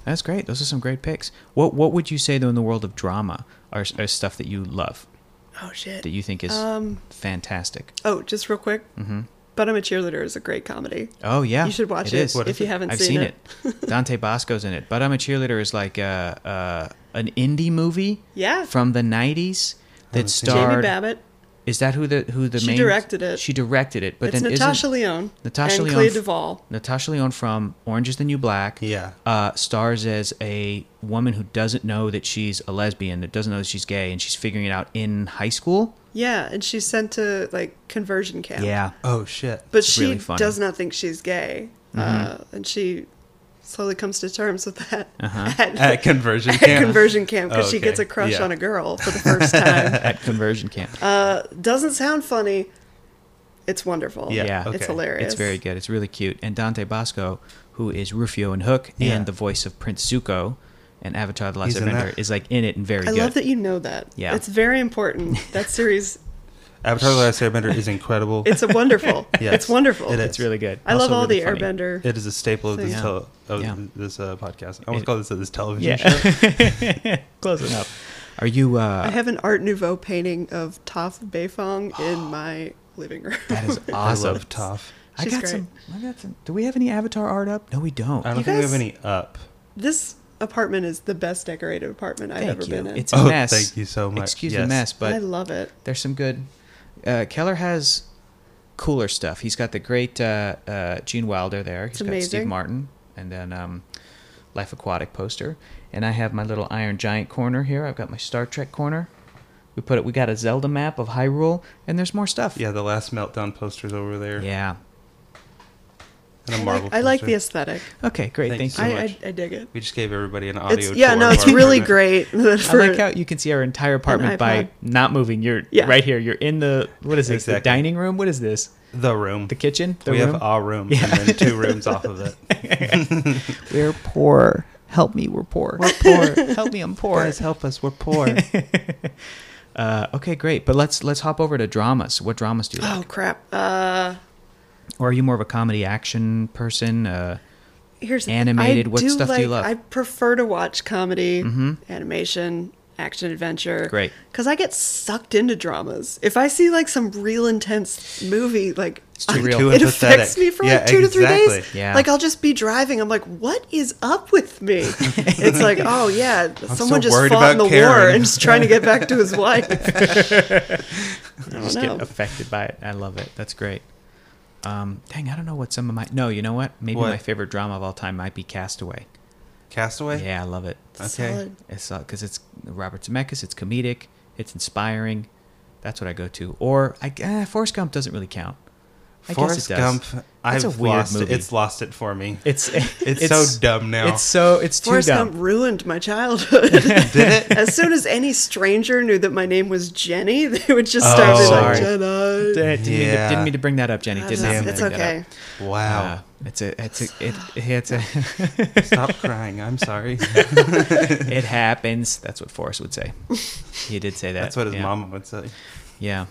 [SPEAKER 1] That's great. Those are some great picks. What What would you say though in the world of drama are, are stuff that you love
[SPEAKER 3] Oh shit.
[SPEAKER 1] that you think is
[SPEAKER 3] Um,
[SPEAKER 1] fantastic?
[SPEAKER 3] oh, just real quick. Mm-hmm. But I'm a cheerleader is a great comedy.
[SPEAKER 1] Oh yeah,
[SPEAKER 3] You should watch it,
[SPEAKER 1] is.
[SPEAKER 3] if you haven't
[SPEAKER 1] I've
[SPEAKER 3] seen,
[SPEAKER 1] seen it. Dante Bosco's in it. But I'm a cheerleader is like a, uh an indie movie
[SPEAKER 3] Yeah.
[SPEAKER 1] from the '90s that
[SPEAKER 2] haven't seen it.
[SPEAKER 1] starred
[SPEAKER 3] Jamie Babbitt.
[SPEAKER 1] Is that who the who the
[SPEAKER 3] She
[SPEAKER 1] main
[SPEAKER 3] directed it.
[SPEAKER 1] She directed it, but
[SPEAKER 3] it's
[SPEAKER 1] then
[SPEAKER 3] Natasha
[SPEAKER 1] isn't,
[SPEAKER 3] Leone.
[SPEAKER 1] Natasha
[SPEAKER 3] and
[SPEAKER 1] Lyonne
[SPEAKER 3] Clay
[SPEAKER 1] f-
[SPEAKER 3] Duvall.
[SPEAKER 1] Natasha Leon from Orange is the New Black.
[SPEAKER 2] Yeah.
[SPEAKER 1] Uh, stars as a woman who doesn't know that she's a lesbian, that doesn't know that she's gay, and she's figuring it out in high school.
[SPEAKER 3] Yeah, and she's sent to like conversion camp.
[SPEAKER 1] Yeah.
[SPEAKER 2] Oh shit.
[SPEAKER 3] but
[SPEAKER 1] It's
[SPEAKER 3] she
[SPEAKER 1] really funny.
[SPEAKER 3] does not think she's gay,
[SPEAKER 2] Mm-hmm.
[SPEAKER 3] uh, and she slowly comes to terms with that
[SPEAKER 1] Uh-huh.
[SPEAKER 3] <laughs> at,
[SPEAKER 2] At conversion
[SPEAKER 3] at
[SPEAKER 2] camp.
[SPEAKER 3] conversion camp because
[SPEAKER 1] Oh,
[SPEAKER 3] she
[SPEAKER 2] Okay,
[SPEAKER 3] gets a crush
[SPEAKER 2] yeah.
[SPEAKER 3] on a girl for
[SPEAKER 2] <laughs>
[SPEAKER 3] the first time.
[SPEAKER 1] At conversion camp.
[SPEAKER 3] uh, doesn't sound funny. It's wonderful.
[SPEAKER 2] Yeah,
[SPEAKER 1] Yeah.
[SPEAKER 2] okay.
[SPEAKER 3] it's hilarious.
[SPEAKER 1] It's very good. It's really cute. And Dante Bosco, who is Rufio and Hook,
[SPEAKER 2] Yeah.
[SPEAKER 1] and the voice of Prince Zuko and Avatar: The Last
[SPEAKER 2] He's in
[SPEAKER 1] Airbender,
[SPEAKER 2] that.
[SPEAKER 1] is like in it and very
[SPEAKER 3] I
[SPEAKER 1] good.
[SPEAKER 3] love that you know that.
[SPEAKER 1] Yeah.
[SPEAKER 3] it's
[SPEAKER 1] <laughs>
[SPEAKER 3] very important. That series,
[SPEAKER 2] Avatar: The Last Airbender is incredible.
[SPEAKER 3] it's a
[SPEAKER 1] <laughs>
[SPEAKER 3] wonderful.
[SPEAKER 2] Yes,
[SPEAKER 3] it's wonderful.
[SPEAKER 2] it is.
[SPEAKER 1] It's really good.
[SPEAKER 3] I love
[SPEAKER 1] Also
[SPEAKER 3] all
[SPEAKER 1] really
[SPEAKER 3] the
[SPEAKER 1] funny.
[SPEAKER 3] Airbender.
[SPEAKER 2] It is a staple of this
[SPEAKER 1] Yeah.
[SPEAKER 2] tele- of
[SPEAKER 1] Yeah.
[SPEAKER 2] this uh, podcast. I almost
[SPEAKER 1] It-
[SPEAKER 2] call this this
[SPEAKER 3] <laughs>
[SPEAKER 2] television show.
[SPEAKER 1] <laughs> Yeah. Close enough. Are you?
[SPEAKER 3] I
[SPEAKER 1] Uh,
[SPEAKER 3] have an Art Nouveau painting of Toph Beifong
[SPEAKER 1] <gasps>
[SPEAKER 3] in my living room.
[SPEAKER 1] that is
[SPEAKER 2] I
[SPEAKER 1] awesome.
[SPEAKER 2] love Toph.
[SPEAKER 1] I
[SPEAKER 3] She's
[SPEAKER 1] got
[SPEAKER 3] great.
[SPEAKER 1] some. I got some. Do we have any Avatar art up? No, we don't.
[SPEAKER 2] I don't
[SPEAKER 3] You
[SPEAKER 2] think we
[SPEAKER 3] guys-
[SPEAKER 2] have any up.
[SPEAKER 3] This apartment is the best decorated apartment I've ever
[SPEAKER 1] Thank you.
[SPEAKER 3] been in.
[SPEAKER 1] It's a
[SPEAKER 2] Oh,
[SPEAKER 1] mess.
[SPEAKER 2] thank you so much.
[SPEAKER 1] Excuse the
[SPEAKER 2] Yes.
[SPEAKER 1] mess, but
[SPEAKER 3] I love it.
[SPEAKER 1] there's some good. Uh, Keller has cooler stuff. He's got the great uh, uh, Gene Wilder there. He's
[SPEAKER 3] It's
[SPEAKER 1] got Steve
[SPEAKER 3] amazing.
[SPEAKER 1] Martin, and then um, Life Aquatic poster. And I have my little Iron Giant corner here. I've got my Star Trek corner. We put it. We got a Zelda map of Hyrule, and there's more stuff.
[SPEAKER 2] Yeah, the last meltdown poster's over there.
[SPEAKER 1] Yeah.
[SPEAKER 2] And a
[SPEAKER 3] I
[SPEAKER 2] Marvel.
[SPEAKER 3] like, <laughs> I like
[SPEAKER 2] poster.
[SPEAKER 3] the aesthetic.
[SPEAKER 1] Okay. Great.
[SPEAKER 2] Thank
[SPEAKER 1] Thank,
[SPEAKER 2] So
[SPEAKER 1] you.
[SPEAKER 3] I,
[SPEAKER 2] much.
[SPEAKER 3] I, I dig it.
[SPEAKER 2] We just gave everybody an audio.
[SPEAKER 3] It's, yeah,
[SPEAKER 2] tour
[SPEAKER 3] no,
[SPEAKER 2] of
[SPEAKER 3] it's
[SPEAKER 2] our
[SPEAKER 3] really
[SPEAKER 2] apartment.
[SPEAKER 3] great. <laughs>
[SPEAKER 1] I
[SPEAKER 3] for-
[SPEAKER 1] like how you can see our entire apartment by
[SPEAKER 3] iPod.
[SPEAKER 1] not moving. You're
[SPEAKER 3] Yeah.
[SPEAKER 1] right here. You're in the what is this? The
[SPEAKER 2] Exactly.
[SPEAKER 1] dining room? What is this?
[SPEAKER 2] The room.
[SPEAKER 1] The kitchen? The
[SPEAKER 2] we
[SPEAKER 1] room?
[SPEAKER 2] have our room and then
[SPEAKER 1] <laughs>
[SPEAKER 2] two rooms off of it.
[SPEAKER 1] We're poor. Help me, we're poor. We're poor. <laughs> Help me, I'm poor.
[SPEAKER 2] help us. We're poor.
[SPEAKER 1] <laughs> Uh, okay, great. But let's let's hop over to dramas. What dramas do you like?
[SPEAKER 3] Oh crap. Uh,
[SPEAKER 1] Or are you more of a comedy action person? Uh,
[SPEAKER 3] here's the thing.
[SPEAKER 1] Animated,
[SPEAKER 3] I
[SPEAKER 1] what stuff do you love? Mm-hmm.
[SPEAKER 3] I prefer to watch comedy, animation, action adventure.
[SPEAKER 1] Great.
[SPEAKER 3] Because I get sucked into dramas. If I see like some real intense movie, like
[SPEAKER 1] too
[SPEAKER 3] I-
[SPEAKER 1] real.
[SPEAKER 2] Too
[SPEAKER 3] it
[SPEAKER 2] empathetic.
[SPEAKER 3] affects me for
[SPEAKER 2] Yeah,
[SPEAKER 3] like two to three
[SPEAKER 2] exactly.
[SPEAKER 3] days.
[SPEAKER 1] Yeah.
[SPEAKER 3] Like I'll just be driving. I'm like, what is up
[SPEAKER 1] <laughs>
[SPEAKER 3] with me? it's like, oh yeah, someone
[SPEAKER 2] so
[SPEAKER 3] just
[SPEAKER 2] worried
[SPEAKER 3] fought in
[SPEAKER 2] about
[SPEAKER 3] the war
[SPEAKER 2] Karen.
[SPEAKER 3] and is trying to get back to his
[SPEAKER 2] <laughs>
[SPEAKER 3] wife. I don't
[SPEAKER 1] just
[SPEAKER 3] know.
[SPEAKER 1] get affected by it. I love it. That's great. Um, dang, I don't know what some of my. No, you know what? Maybe
[SPEAKER 2] What?
[SPEAKER 1] my favorite drama of all time might be Castaway.
[SPEAKER 2] Castaway.
[SPEAKER 1] Yeah, I love it.
[SPEAKER 2] Okay.
[SPEAKER 3] Solid.
[SPEAKER 1] It's because it's Robert Zemeckis. It's comedic. It's inspiring. That's what I go to. Or I eh, Forrest Gump doesn't really count. I
[SPEAKER 2] Forrest
[SPEAKER 1] guess it does.
[SPEAKER 2] Gump. I've
[SPEAKER 1] It's a weird
[SPEAKER 2] lost
[SPEAKER 1] movie.
[SPEAKER 2] it. It's lost it for me.
[SPEAKER 1] It's <laughs>
[SPEAKER 2] It's so dumb now.
[SPEAKER 1] It's so it's too
[SPEAKER 3] Forrest
[SPEAKER 1] dumb.
[SPEAKER 3] Gump ruined my
[SPEAKER 1] <laughs>
[SPEAKER 3] childhood.
[SPEAKER 2] Did it?
[SPEAKER 3] as soon as any stranger knew that my name was Jenny, <laughs> they would just start
[SPEAKER 2] Oh,
[SPEAKER 3] being
[SPEAKER 1] sorry.
[SPEAKER 3] like, Jenny.
[SPEAKER 1] D- Didn't, mean to,
[SPEAKER 2] Yeah.
[SPEAKER 1] didn't mean to bring that up, Jenny. Did not mean to
[SPEAKER 3] it's
[SPEAKER 1] bring that
[SPEAKER 3] okay.
[SPEAKER 1] up. Uh,
[SPEAKER 2] Wow.
[SPEAKER 1] it's a it's a it,
[SPEAKER 2] <laughs>
[SPEAKER 1] it's a
[SPEAKER 2] Stop crying. I'm
[SPEAKER 1] <laughs>
[SPEAKER 2] sorry.
[SPEAKER 1] it happens. That's what Forrest would
[SPEAKER 3] <laughs>
[SPEAKER 1] say. He did say that.
[SPEAKER 2] That's what his
[SPEAKER 1] yeah.
[SPEAKER 2] mama would say.
[SPEAKER 1] Yeah,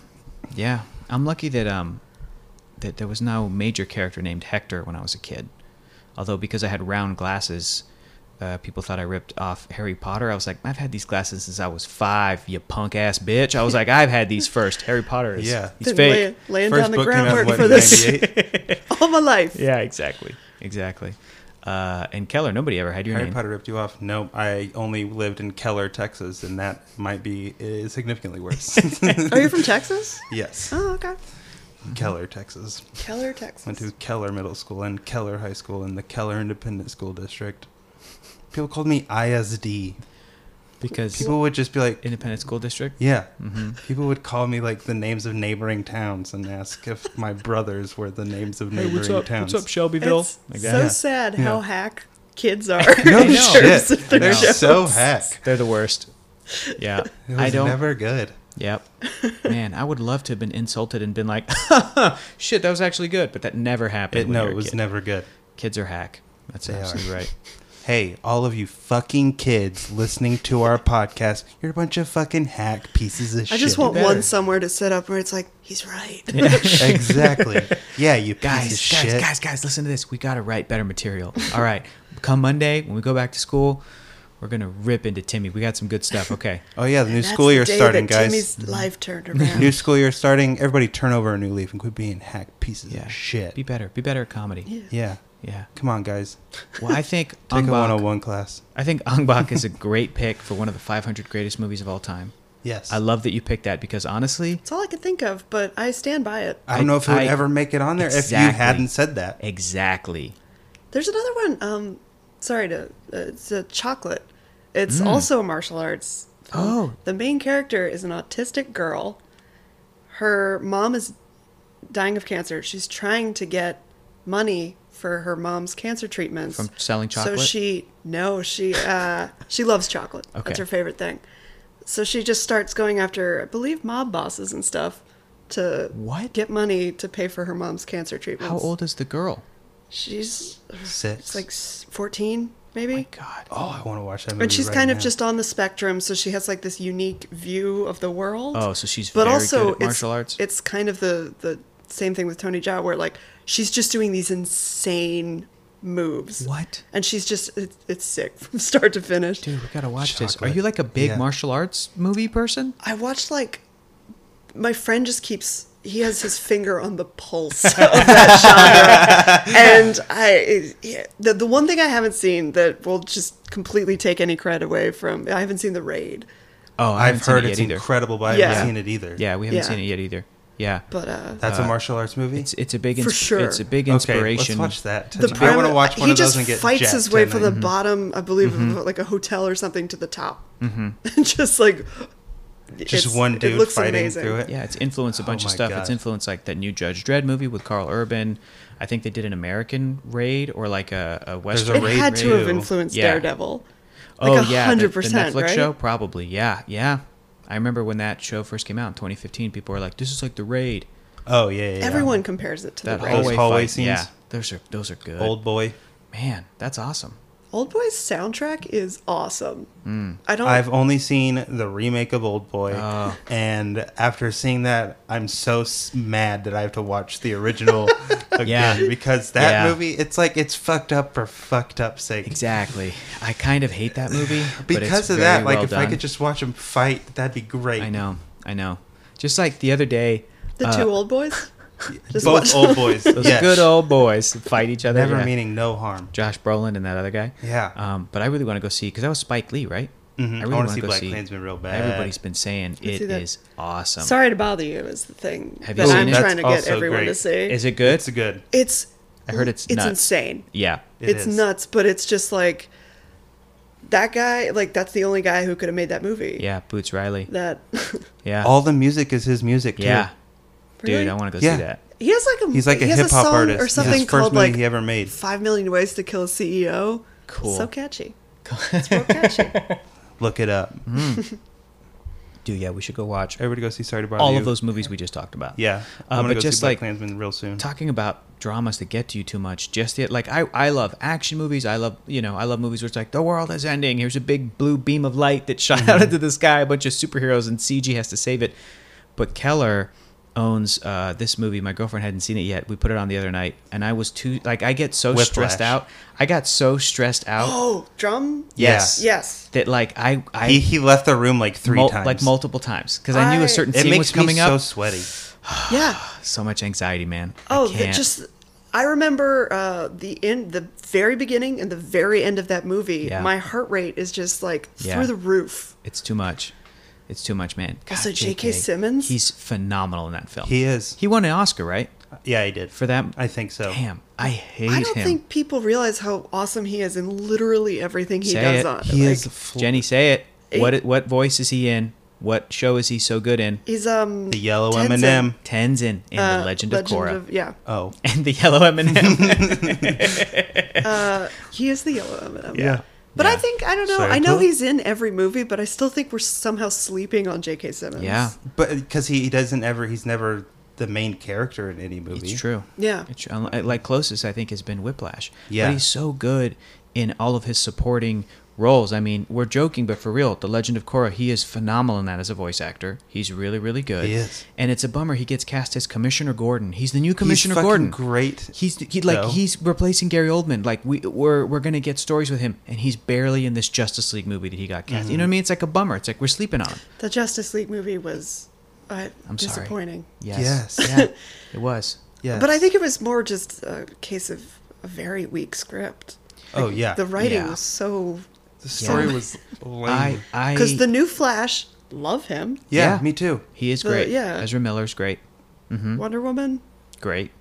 [SPEAKER 1] yeah. I'm lucky that um that there was no major character named Hector when I was a kid. Although because I had round glasses, uh, people thought I ripped off Harry Potter. I was like, I've had these glasses since I was five. You punk ass bitch. I was like, I've had these first. Harry Potter is
[SPEAKER 2] Yeah.
[SPEAKER 1] he's
[SPEAKER 3] Been
[SPEAKER 1] fake.
[SPEAKER 3] lay- laying
[SPEAKER 2] First
[SPEAKER 3] down the
[SPEAKER 2] book came out in,
[SPEAKER 3] groundwork
[SPEAKER 2] what,
[SPEAKER 3] for this
[SPEAKER 2] 98?
[SPEAKER 3] <laughs>
[SPEAKER 1] <laughs>
[SPEAKER 3] all my life.
[SPEAKER 1] Yeah, exactly, exactly. Uh, and Keller, nobody ever had your
[SPEAKER 2] Harry
[SPEAKER 1] name.
[SPEAKER 2] Potter ripped you off. No, I only lived in Keller, Texas, and that might be uh, significantly
[SPEAKER 1] <laughs>
[SPEAKER 2] worse. <laughs>
[SPEAKER 3] Are you from Texas?
[SPEAKER 2] yes,
[SPEAKER 3] Oh, okay.
[SPEAKER 2] Keller, Texas.
[SPEAKER 3] Keller, Texas.
[SPEAKER 2] Went to Keller Middle School and Keller High School in the Keller Independent School District. People called me ISD.
[SPEAKER 1] because
[SPEAKER 2] People would just be like,
[SPEAKER 1] independent school district.
[SPEAKER 2] "Yeah."
[SPEAKER 1] Mm-hmm.
[SPEAKER 2] People would call me like the names of neighboring towns and ask if my brothers were the names of neighboring towns.
[SPEAKER 1] Shelbyville?
[SPEAKER 3] It's
[SPEAKER 1] Like
[SPEAKER 3] so
[SPEAKER 1] that.
[SPEAKER 3] sad
[SPEAKER 2] Yeah.
[SPEAKER 3] how hack
[SPEAKER 2] <laughs>
[SPEAKER 3] kids are. <laughs>
[SPEAKER 2] No
[SPEAKER 1] I
[SPEAKER 3] in
[SPEAKER 1] know.
[SPEAKER 3] terms
[SPEAKER 2] shit,
[SPEAKER 3] of their
[SPEAKER 2] they're
[SPEAKER 3] jokes.
[SPEAKER 2] so heck.
[SPEAKER 1] They're the worst.
[SPEAKER 2] <laughs>
[SPEAKER 1] Yeah,
[SPEAKER 2] It was
[SPEAKER 1] I don't.
[SPEAKER 2] never good. <laughs>
[SPEAKER 1] Yep. Man, I would love to have been insulted and been like, <laughs> "Shit, that was actually good," but that never happened.
[SPEAKER 2] It,
[SPEAKER 1] when
[SPEAKER 2] no,
[SPEAKER 1] you're a
[SPEAKER 2] it was
[SPEAKER 1] kid.
[SPEAKER 2] never good.
[SPEAKER 1] Kids are hack. That's
[SPEAKER 2] They are.
[SPEAKER 1] absolutely
[SPEAKER 2] <laughs>
[SPEAKER 1] right.
[SPEAKER 2] Hey, all of you fucking kids listening to our podcast, you're a bunch of fucking hack pieces of shit.
[SPEAKER 3] I just want
[SPEAKER 1] better.
[SPEAKER 3] one somewhere to set up where it's like, he's right.
[SPEAKER 2] <laughs> exactly. Yeah, you
[SPEAKER 1] guys,
[SPEAKER 2] pieces of
[SPEAKER 1] guys,
[SPEAKER 2] shit.
[SPEAKER 1] guys, guys, listen to this. We gotta write better material. All right, come Monday when we go back to school, we're gonna rip into Timmy. We got some good
[SPEAKER 2] <laughs>
[SPEAKER 1] stuff. Okay.
[SPEAKER 2] Oh yeah, the new
[SPEAKER 3] That's
[SPEAKER 2] school
[SPEAKER 3] the
[SPEAKER 2] year
[SPEAKER 3] day
[SPEAKER 2] starting,
[SPEAKER 3] that
[SPEAKER 2] guys.
[SPEAKER 3] Timmy's life turned
[SPEAKER 2] <laughs>
[SPEAKER 3] around.
[SPEAKER 2] New school year starting. Everybody turn over a new leaf and quit being hack pieces
[SPEAKER 1] Yeah.
[SPEAKER 2] of shit.
[SPEAKER 1] Be better. Be better at comedy.
[SPEAKER 3] Yeah.
[SPEAKER 2] yeah.
[SPEAKER 1] Yeah.
[SPEAKER 2] Come on, guys.
[SPEAKER 1] Well, I <laughs> think
[SPEAKER 2] Take a
[SPEAKER 1] Angbach,
[SPEAKER 2] 101 class.
[SPEAKER 1] <laughs> I think Angbach is a great pick for one of the 500 greatest movies of all time.
[SPEAKER 2] Yes.
[SPEAKER 1] I love that you picked that because honestly,
[SPEAKER 3] It's all I can think of, but I stand by it.
[SPEAKER 2] I don't know if it would
[SPEAKER 1] I-
[SPEAKER 2] ever make it on there if you
[SPEAKER 1] Exactly.
[SPEAKER 2] hadn't said that.
[SPEAKER 1] exactly.
[SPEAKER 3] There's another one. Um, sorry to. Uh, it's a chocolate. It's
[SPEAKER 1] Mm.
[SPEAKER 3] also a martial arts. film.
[SPEAKER 1] Oh.
[SPEAKER 3] The main character is an autistic girl. Her mom is dying of cancer. She's trying to get money for her mom's cancer treatments.
[SPEAKER 1] From selling chocolate?
[SPEAKER 3] So she no, she uh, she loves chocolate.
[SPEAKER 1] Okay.
[SPEAKER 3] That's her favorite thing. So she just starts going after, I believe, mob bosses and stuff to
[SPEAKER 1] What?
[SPEAKER 3] get money to pay for her mom's cancer treatments.
[SPEAKER 1] How old is the girl?
[SPEAKER 3] She's
[SPEAKER 2] Six.
[SPEAKER 3] it's like s- 14 maybe
[SPEAKER 1] God.
[SPEAKER 2] oh, I want to watch that movie.
[SPEAKER 3] but she's
[SPEAKER 2] right
[SPEAKER 3] kind of
[SPEAKER 2] now.
[SPEAKER 3] just on the spectrum so she has like this unique view of the world
[SPEAKER 1] Oh, so she's
[SPEAKER 3] but
[SPEAKER 1] very
[SPEAKER 3] also
[SPEAKER 1] good at
[SPEAKER 3] it's-
[SPEAKER 1] martial arts?
[SPEAKER 3] it's kind of the the same thing with tony jaa where like she's just doing these insane moves
[SPEAKER 1] What?
[SPEAKER 3] and she's just it's, it's sick <laughs> from start to finish
[SPEAKER 1] Dude, we gotta watch this. Are
[SPEAKER 2] Chocolate.
[SPEAKER 1] you like a big
[SPEAKER 2] Yeah.
[SPEAKER 1] martial arts movie person?
[SPEAKER 3] i watched like my friend just keeps he has his finger on the pulse of that
[SPEAKER 2] <laughs>
[SPEAKER 3] genre and i yeah, the, the one thing i haven't seen that will just completely take any credit away from i haven't seen the raid
[SPEAKER 1] Oh, I haven't
[SPEAKER 2] I've
[SPEAKER 1] seen
[SPEAKER 2] heard
[SPEAKER 1] it
[SPEAKER 2] it's
[SPEAKER 1] yet either.
[SPEAKER 2] incredible, but I
[SPEAKER 3] Yeah.
[SPEAKER 2] haven't seen it either.
[SPEAKER 1] Yeah, we haven't
[SPEAKER 3] Yeah.
[SPEAKER 1] seen it yet either. Yeah,
[SPEAKER 3] but uh
[SPEAKER 2] That's a martial arts movie.
[SPEAKER 1] it's it's a big
[SPEAKER 3] For
[SPEAKER 1] insp-
[SPEAKER 3] sure.
[SPEAKER 1] it's a big
[SPEAKER 2] Okay, let's
[SPEAKER 1] inspiration.
[SPEAKER 2] watch that.
[SPEAKER 3] the
[SPEAKER 2] tonight. I want
[SPEAKER 3] primi-
[SPEAKER 2] to watch one
[SPEAKER 3] he
[SPEAKER 2] of those
[SPEAKER 3] just
[SPEAKER 2] and get
[SPEAKER 3] fights
[SPEAKER 2] jacked Mm-hmm.
[SPEAKER 3] his way from the
[SPEAKER 2] tonight.
[SPEAKER 3] bottom, I believe,
[SPEAKER 2] Mm-hmm.
[SPEAKER 3] of like a hotel or something to the top. <laughs> Mm-hmm. just like
[SPEAKER 2] Just
[SPEAKER 3] it's-
[SPEAKER 2] one
[SPEAKER 3] it
[SPEAKER 2] dude
[SPEAKER 3] looks
[SPEAKER 2] fighting
[SPEAKER 3] amazing.
[SPEAKER 2] through it.
[SPEAKER 1] Yeah, it's influenced a bunch
[SPEAKER 2] Oh
[SPEAKER 1] of
[SPEAKER 2] my
[SPEAKER 1] stuff.
[SPEAKER 2] God.
[SPEAKER 1] It's influenced like that new Judge Dredd movie with Carl Urban. I think they did an American raid or like a, a western.
[SPEAKER 3] It
[SPEAKER 2] Raid
[SPEAKER 3] had to have
[SPEAKER 2] two.
[SPEAKER 3] influenced
[SPEAKER 1] Yeah.
[SPEAKER 3] Daredevil.
[SPEAKER 1] oh
[SPEAKER 3] Like a
[SPEAKER 1] yeah, the-
[SPEAKER 3] hundred
[SPEAKER 1] the,
[SPEAKER 3] percent,
[SPEAKER 1] Netflix
[SPEAKER 3] right?
[SPEAKER 1] show probably. Yeah, yeah. I remember when that show first came out in 2015. People were like, "This is like the raid."
[SPEAKER 2] Oh yeah, yeah, yeah.
[SPEAKER 3] Everyone compares it to
[SPEAKER 1] That
[SPEAKER 3] the Raid.
[SPEAKER 1] hallway,
[SPEAKER 2] hallway
[SPEAKER 1] fight,
[SPEAKER 2] scenes.
[SPEAKER 1] Yeah, those are those are good.
[SPEAKER 2] old boy.
[SPEAKER 1] Man, that's awesome.
[SPEAKER 3] Old Boy's soundtrack is awesome. I don't.
[SPEAKER 2] Mm. I've only seen the remake of Old Boy,
[SPEAKER 1] Oh.
[SPEAKER 2] and after seeing that, I'm so s- mad that I have to watch the
[SPEAKER 3] <laughs>
[SPEAKER 2] original again
[SPEAKER 1] Yeah.
[SPEAKER 2] because that
[SPEAKER 1] Yeah.
[SPEAKER 2] movie, it's like it's fucked up for fucked up sake.
[SPEAKER 1] Exactly. I kind of hate that movie but it's
[SPEAKER 2] Because of
[SPEAKER 1] very
[SPEAKER 2] that, like
[SPEAKER 1] well
[SPEAKER 2] if I
[SPEAKER 1] done.
[SPEAKER 2] could just watch them fight, that'd be great.
[SPEAKER 1] I know, I know. Just like the other day,
[SPEAKER 3] the
[SPEAKER 1] uh,
[SPEAKER 3] two
[SPEAKER 2] <laughs>
[SPEAKER 3] old boys. Just
[SPEAKER 2] Both
[SPEAKER 3] watch-
[SPEAKER 2] old boys,
[SPEAKER 1] <laughs> Those
[SPEAKER 2] yes.
[SPEAKER 1] good old boys fight each other.
[SPEAKER 2] never
[SPEAKER 1] yeah.
[SPEAKER 2] meaning no harm.
[SPEAKER 1] Josh Brolin and that other guy.
[SPEAKER 2] Yeah.
[SPEAKER 1] Um, but I really want to go see because that was Spike Lee, right?
[SPEAKER 2] Mhm. I
[SPEAKER 1] really
[SPEAKER 2] wanna
[SPEAKER 1] wanna
[SPEAKER 2] see Black Klansman real bad.
[SPEAKER 1] Everybody's been saying
[SPEAKER 3] see
[SPEAKER 1] it
[SPEAKER 3] that.
[SPEAKER 1] is awesome.
[SPEAKER 3] Sorry to bother you is the thing
[SPEAKER 1] Have you
[SPEAKER 3] that
[SPEAKER 1] seen
[SPEAKER 3] I'm
[SPEAKER 1] it?
[SPEAKER 3] trying to
[SPEAKER 2] That's
[SPEAKER 3] get
[SPEAKER 2] also
[SPEAKER 3] everyone
[SPEAKER 2] great.
[SPEAKER 3] to see.
[SPEAKER 1] Is it good?
[SPEAKER 2] It's good.
[SPEAKER 3] It's.
[SPEAKER 1] I heard it's
[SPEAKER 3] it's
[SPEAKER 1] nuts.
[SPEAKER 3] insane.
[SPEAKER 1] Yeah.
[SPEAKER 2] It
[SPEAKER 3] it's
[SPEAKER 2] is.
[SPEAKER 3] nuts, but it's just like that guy. Like that's the only guy who could have made that movie.
[SPEAKER 1] Yeah. Boots Riley.
[SPEAKER 3] That. <laughs>
[SPEAKER 1] Yeah.
[SPEAKER 2] All the music is his music. Too.
[SPEAKER 1] yeah.
[SPEAKER 3] Really?
[SPEAKER 1] Dude, I want to go
[SPEAKER 2] Yeah.
[SPEAKER 1] see that.
[SPEAKER 3] He has like a.
[SPEAKER 2] He's like a
[SPEAKER 3] he has
[SPEAKER 2] hip hop
[SPEAKER 3] song
[SPEAKER 2] artist.
[SPEAKER 3] or something
[SPEAKER 2] His first
[SPEAKER 3] called
[SPEAKER 2] movie
[SPEAKER 3] like
[SPEAKER 2] he ever made.
[SPEAKER 3] Five Million Ways to Kill a CEO.
[SPEAKER 1] Cool.
[SPEAKER 2] <laughs>
[SPEAKER 3] So catchy. It's real catchy.
[SPEAKER 2] Look it up.
[SPEAKER 1] Mm-hmm. Dude, yeah, we should go watch
[SPEAKER 2] Everybody go see Sorry to Bother
[SPEAKER 1] all
[SPEAKER 2] You.
[SPEAKER 1] of those movies we just talked about.
[SPEAKER 2] Yeah,
[SPEAKER 1] Uh,
[SPEAKER 2] I'm gonna
[SPEAKER 1] but
[SPEAKER 2] go
[SPEAKER 1] just
[SPEAKER 2] see Black
[SPEAKER 1] like-
[SPEAKER 2] Klansman real soon.
[SPEAKER 1] talking about dramas that get to you too much just yet like i i love action movies i love you know i love movies where it's like the world is ending here's a big blue beam of light that
[SPEAKER 2] Mm-hmm.
[SPEAKER 1] shot <laughs> out into the sky a bunch of superheroes and cg has to save it but keller owns uh, this movie my girlfriend hadn't seen it yet we put it on the other night and i was too like i get so stressed
[SPEAKER 2] Whiplash.
[SPEAKER 1] out i got so stressed out
[SPEAKER 2] <gasps>
[SPEAKER 3] Oh, drum.
[SPEAKER 1] yes
[SPEAKER 3] Yes.
[SPEAKER 1] that like i i
[SPEAKER 2] he he left the room like three
[SPEAKER 1] mul-
[SPEAKER 2] times.
[SPEAKER 1] like multiple times because i knew
[SPEAKER 3] I-
[SPEAKER 1] a certain
[SPEAKER 2] It
[SPEAKER 1] scene was
[SPEAKER 2] makes
[SPEAKER 1] coming
[SPEAKER 2] me so
[SPEAKER 1] up <sighs>
[SPEAKER 2] sweaty.
[SPEAKER 3] Yeah.
[SPEAKER 1] so much anxiety man I
[SPEAKER 3] Oh, that
[SPEAKER 1] can't.
[SPEAKER 3] just. I remember uh, the end, the very beginning and the very end of that movie.
[SPEAKER 1] Yeah.
[SPEAKER 3] My heart rate is just like
[SPEAKER 1] Yeah.
[SPEAKER 3] through the roof.
[SPEAKER 1] It's too much. It's too much, man.
[SPEAKER 3] Also, J.K. Simmons?
[SPEAKER 1] He's phenomenal in that film.
[SPEAKER 2] He is.
[SPEAKER 1] He won an Oscar, right?
[SPEAKER 2] Yeah, he did.
[SPEAKER 1] For that.
[SPEAKER 2] I think so.
[SPEAKER 1] Damn, I hate
[SPEAKER 3] I don't
[SPEAKER 1] him.
[SPEAKER 3] think people realize how awesome he is in literally everything he
[SPEAKER 1] Say
[SPEAKER 3] does.
[SPEAKER 1] it.
[SPEAKER 3] On
[SPEAKER 2] He
[SPEAKER 3] like,
[SPEAKER 2] is fl-
[SPEAKER 1] Jenny, say it.
[SPEAKER 3] Eight-
[SPEAKER 1] What what voice is he in? What show is he so good in?
[SPEAKER 3] He's um
[SPEAKER 2] the yellow M
[SPEAKER 3] Tenzin.
[SPEAKER 2] and M.
[SPEAKER 1] Tenzin in
[SPEAKER 3] uh,
[SPEAKER 1] The Legend of Korra
[SPEAKER 3] yeah,
[SPEAKER 2] Oh,
[SPEAKER 1] <laughs> and the
[SPEAKER 2] <laughs>
[SPEAKER 1] Yellow M&M.
[SPEAKER 3] he is the yellow M&M.
[SPEAKER 2] Yeah.
[SPEAKER 3] But I
[SPEAKER 1] Yeah.
[SPEAKER 3] think I don't know.
[SPEAKER 2] Sorry,
[SPEAKER 3] I know
[SPEAKER 2] who?
[SPEAKER 3] he's in every movie, but I still think we're somehow sleeping on J.K. Simmons.
[SPEAKER 1] yeah,
[SPEAKER 2] but because he, he doesn't ever, he's never the main character in any movie.
[SPEAKER 1] it's true.
[SPEAKER 3] Yeah.
[SPEAKER 1] It's tr- unli- like closest I think has been Whiplash.
[SPEAKER 2] Yeah.
[SPEAKER 1] but he's so good in all of his supporting roles. I mean, we're joking, but for real, The Legend of Korra, he is phenomenal in that as a voice actor. He's really, really good.
[SPEAKER 2] He is.
[SPEAKER 1] and it's a bummer he gets cast as Commissioner Gordon. He's the new
[SPEAKER 2] He's
[SPEAKER 1] Commissioner
[SPEAKER 2] fucking
[SPEAKER 1] Gordon.
[SPEAKER 2] great.
[SPEAKER 1] He's he like
[SPEAKER 2] though.
[SPEAKER 1] he's replacing Gary Oldman. Like we we're we're gonna get stories with him, and he's barely in this Justice League movie that he got cast.
[SPEAKER 2] Mm.
[SPEAKER 1] You know what I mean? It's like a bummer. It's like we're sleeping on him.
[SPEAKER 3] The Justice League movie was uh,
[SPEAKER 1] I'm sorry.
[SPEAKER 3] disappointing.
[SPEAKER 1] Yes.
[SPEAKER 2] Yes.
[SPEAKER 1] Yeah. <laughs> It was.
[SPEAKER 2] Yes.
[SPEAKER 3] But I think it was more just a case of a very weak script.
[SPEAKER 2] Oh yeah.
[SPEAKER 3] The writing
[SPEAKER 1] Yeah.
[SPEAKER 3] was so
[SPEAKER 2] The story
[SPEAKER 1] Yeah.
[SPEAKER 2] was lame.
[SPEAKER 1] I I
[SPEAKER 3] <laughs> because the new Flash love him.
[SPEAKER 2] Yeah,
[SPEAKER 1] Yeah.
[SPEAKER 2] me too.
[SPEAKER 1] He is
[SPEAKER 3] The-
[SPEAKER 1] great.
[SPEAKER 3] yeah.
[SPEAKER 1] Ezra Miller's great.
[SPEAKER 2] Mm-hmm.
[SPEAKER 3] Wonder Woman.
[SPEAKER 1] Great.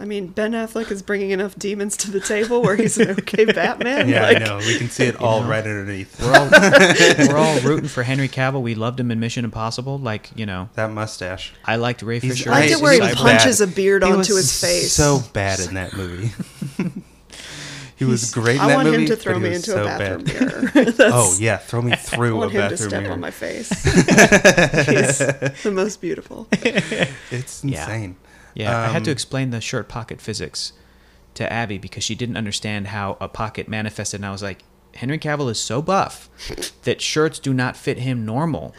[SPEAKER 3] I mean, Ben Affleck is bringing enough demons to the table where he's
[SPEAKER 2] <laughs>
[SPEAKER 3] an okay <laughs> Batman.
[SPEAKER 2] Yeah,
[SPEAKER 3] like,
[SPEAKER 2] I know. We can see it all right underneath.
[SPEAKER 1] We're all <laughs> we're all rooting for Henry Cavill. We loved him in Mission Impossible. Like you know,
[SPEAKER 2] That mustache.
[SPEAKER 1] I liked Ray
[SPEAKER 2] He's-
[SPEAKER 1] Fisher.
[SPEAKER 3] I liked
[SPEAKER 1] as
[SPEAKER 3] it where he
[SPEAKER 1] Cyborg.
[SPEAKER 2] He's
[SPEAKER 3] punches
[SPEAKER 2] bad.
[SPEAKER 3] a beard
[SPEAKER 2] He
[SPEAKER 3] onto
[SPEAKER 2] was
[SPEAKER 3] his face.
[SPEAKER 2] So bad in that movie. <laughs> he was great in
[SPEAKER 3] I
[SPEAKER 2] that
[SPEAKER 3] want
[SPEAKER 2] movie.
[SPEAKER 3] him to throw
[SPEAKER 2] but he
[SPEAKER 3] me
[SPEAKER 2] was
[SPEAKER 3] into
[SPEAKER 2] so
[SPEAKER 3] a
[SPEAKER 2] <laughs>
[SPEAKER 3] bathroom
[SPEAKER 2] bad.
[SPEAKER 3] mirror. That's,
[SPEAKER 2] Oh yeah, throw me
[SPEAKER 3] <laughs> I
[SPEAKER 2] through a
[SPEAKER 3] want him to step
[SPEAKER 2] bathroom
[SPEAKER 3] on my
[SPEAKER 2] mirror. <laughs>
[SPEAKER 3] face. he's the most beautiful.
[SPEAKER 2] It's
[SPEAKER 1] Yeah.
[SPEAKER 2] insane.
[SPEAKER 1] Yeah, I had to
[SPEAKER 2] Um,
[SPEAKER 1] explain the shirt pocket physics to Abby because she didn't understand how a pocket manifested, and I was like, Henry Cavill is so buff that shirts do not fit him normal.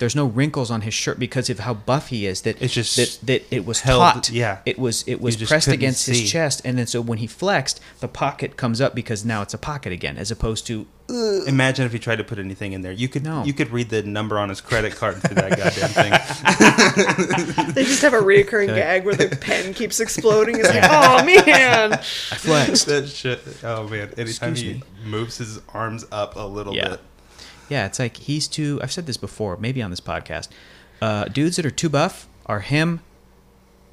[SPEAKER 1] There's no wrinkles on his shirt because of how buff he is. That
[SPEAKER 2] It's just
[SPEAKER 1] that, that it was
[SPEAKER 2] held-
[SPEAKER 1] taut.
[SPEAKER 2] yeah.
[SPEAKER 1] it was it was
[SPEAKER 2] just
[SPEAKER 1] pressed
[SPEAKER 2] couldn't
[SPEAKER 1] against
[SPEAKER 2] see.
[SPEAKER 1] his chest, and then so when he flexed, the pocket comes up because now it's a pocket again, as opposed to
[SPEAKER 2] Um, Imagine if he tried to put anything in there. You could
[SPEAKER 1] No.
[SPEAKER 2] you could read the number on his credit card through that goddamn
[SPEAKER 3] <laughs>
[SPEAKER 2] thing. <laughs>
[SPEAKER 3] They just have a reoccurring gag where the pen keeps exploding. It's
[SPEAKER 2] <laughs>
[SPEAKER 3] like, oh man.
[SPEAKER 1] I flexed.
[SPEAKER 2] that shit. Oh man. Anytime
[SPEAKER 1] Excuse
[SPEAKER 2] he
[SPEAKER 1] me.
[SPEAKER 2] moves his arms up a little
[SPEAKER 1] Yeah.
[SPEAKER 2] bit.
[SPEAKER 1] Yeah, it's like he's too. I've said this before, maybe on this podcast. Uh, dudes that are too buff are him,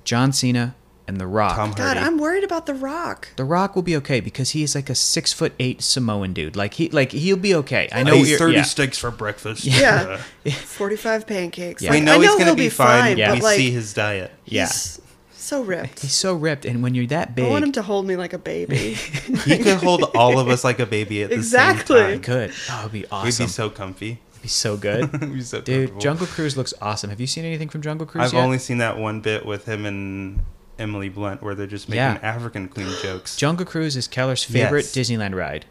[SPEAKER 1] John Cena, and The Rock.
[SPEAKER 2] Tom
[SPEAKER 3] God,
[SPEAKER 2] Hardy.
[SPEAKER 3] I'm worried about The Rock.
[SPEAKER 1] the Rock will be okay because he is like a six foot eight Samoan dude. Like he, like he'll be okay. I know.
[SPEAKER 2] I ate
[SPEAKER 1] you're-
[SPEAKER 2] thirty
[SPEAKER 1] yeah.
[SPEAKER 2] steaks for breakfast.
[SPEAKER 3] Yeah. 45 pancakes.
[SPEAKER 1] Yeah.
[SPEAKER 2] We
[SPEAKER 3] Like,
[SPEAKER 2] know,
[SPEAKER 3] I
[SPEAKER 2] he's
[SPEAKER 3] know
[SPEAKER 2] gonna
[SPEAKER 3] he'll
[SPEAKER 2] be, fine.
[SPEAKER 1] Yeah.
[SPEAKER 2] We
[SPEAKER 3] but like,
[SPEAKER 2] see his
[SPEAKER 3] <laughs>
[SPEAKER 2] diet.
[SPEAKER 1] Yeah.
[SPEAKER 3] he's so ripped.
[SPEAKER 1] He's so ripped, and when you're that
[SPEAKER 3] I want him
[SPEAKER 1] big,
[SPEAKER 3] to hold me like
[SPEAKER 2] <laughs>
[SPEAKER 3] a baby.
[SPEAKER 2] He could hold all of us like a baby at the
[SPEAKER 3] Exactly.
[SPEAKER 2] same time.
[SPEAKER 1] he could. Oh, it'd be
[SPEAKER 2] We'd
[SPEAKER 1] awesome.
[SPEAKER 2] be so comfy. <laughs>
[SPEAKER 1] It'd be so good,
[SPEAKER 2] We'd be so
[SPEAKER 1] dude.
[SPEAKER 2] comfortable.
[SPEAKER 1] Jungle Cruise looks awesome. Have you seen anything from Jungle Cruise
[SPEAKER 2] I've
[SPEAKER 1] yet?
[SPEAKER 2] only seen that one bit with him and Emily Blunt where they're just making
[SPEAKER 1] Yeah.
[SPEAKER 2] African queen jokes.
[SPEAKER 1] Jungle Cruise is Keller's
[SPEAKER 2] Yes.
[SPEAKER 1] favorite Disneyland ride.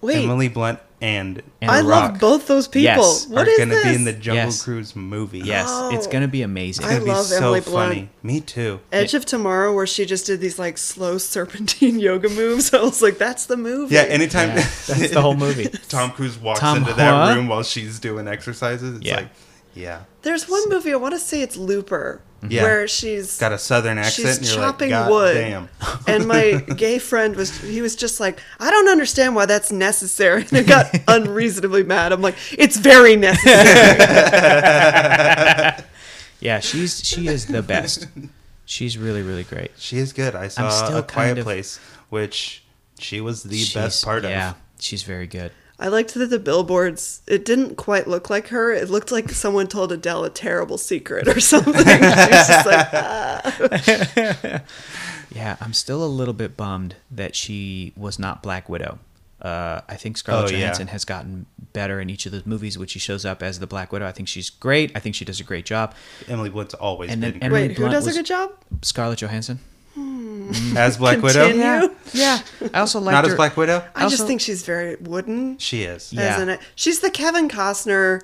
[SPEAKER 3] Wait,
[SPEAKER 2] Emily Blunt and,
[SPEAKER 1] And
[SPEAKER 3] I
[SPEAKER 1] The
[SPEAKER 3] love
[SPEAKER 1] Rock
[SPEAKER 3] both those people.
[SPEAKER 1] Yes.
[SPEAKER 2] are
[SPEAKER 3] What is
[SPEAKER 2] gonna
[SPEAKER 3] this?
[SPEAKER 2] be in the Jungle
[SPEAKER 1] Yes.
[SPEAKER 2] Cruise movie.
[SPEAKER 1] Yes, it's
[SPEAKER 3] Oh.
[SPEAKER 1] gonna be amazing.
[SPEAKER 2] It's gonna
[SPEAKER 3] I
[SPEAKER 2] be
[SPEAKER 3] love
[SPEAKER 2] so
[SPEAKER 3] Emily Blunt.
[SPEAKER 2] funny. Me too.
[SPEAKER 3] Edge of Tomorrow, where she just did these like slow <laughs> serpentine yoga moves. <laughs> I was like, that's the movie.
[SPEAKER 2] Yeah, anytime <laughs>
[SPEAKER 1] Yeah, that's the whole movie.
[SPEAKER 2] Tom Cruise walks
[SPEAKER 1] Tom
[SPEAKER 2] into
[SPEAKER 1] Hua?
[SPEAKER 2] that room while she's doing exercises, it's
[SPEAKER 1] Yeah.
[SPEAKER 2] like, yeah.
[SPEAKER 3] There's one movie I want to say it's Looper,
[SPEAKER 2] Mm-hmm. Yeah.
[SPEAKER 3] where she's
[SPEAKER 2] Got a southern accent
[SPEAKER 3] she's
[SPEAKER 2] and you're
[SPEAKER 3] chopping
[SPEAKER 2] like, God
[SPEAKER 3] wood.
[SPEAKER 2] damn.
[SPEAKER 3] <laughs> and my
[SPEAKER 2] <laughs>
[SPEAKER 3] gay friend was he was just like, I don't understand why that's necessary. <laughs> And
[SPEAKER 2] <laughs>
[SPEAKER 3] I got unreasonably mad. I'm like, it's very necessary.
[SPEAKER 1] <laughs> Yeah, she's she is the best. She's really really great.
[SPEAKER 2] She is good. I saw
[SPEAKER 1] still
[SPEAKER 2] a quiet
[SPEAKER 1] kind of-
[SPEAKER 2] place, which she was the
[SPEAKER 1] She's-
[SPEAKER 2] best part
[SPEAKER 1] Yeah,
[SPEAKER 2] of.
[SPEAKER 1] she's very good.
[SPEAKER 3] I liked that the billboards, it didn't quite look like her. It looked like someone told Adele a terrible secret or <laughs> something. She was just like,
[SPEAKER 1] <laughs> Yeah, I'm still a little bit bummed that she was not Black Widow. Uh, I think Scarlett
[SPEAKER 2] Oh, yeah.
[SPEAKER 1] Johansson has gotten better in each of those movies, which she shows up as the Black Widow. I think she's great. I think she does a great job.
[SPEAKER 2] Emily Blunt's always
[SPEAKER 1] And then
[SPEAKER 2] been
[SPEAKER 1] Emily
[SPEAKER 3] wait, who
[SPEAKER 1] Blunt
[SPEAKER 3] does
[SPEAKER 1] was-
[SPEAKER 3] a good job?
[SPEAKER 1] Scarlett Johansson.
[SPEAKER 2] great. as Black Widow.
[SPEAKER 3] Continue.
[SPEAKER 1] Yeah,
[SPEAKER 3] You?
[SPEAKER 1] yeah. I also like
[SPEAKER 2] Not
[SPEAKER 1] her.
[SPEAKER 2] as Black Widow.
[SPEAKER 3] I
[SPEAKER 1] Also-
[SPEAKER 3] just think she's very wooden.
[SPEAKER 2] She is.
[SPEAKER 1] Yeah.
[SPEAKER 3] As in it. She's the Kevin Costner.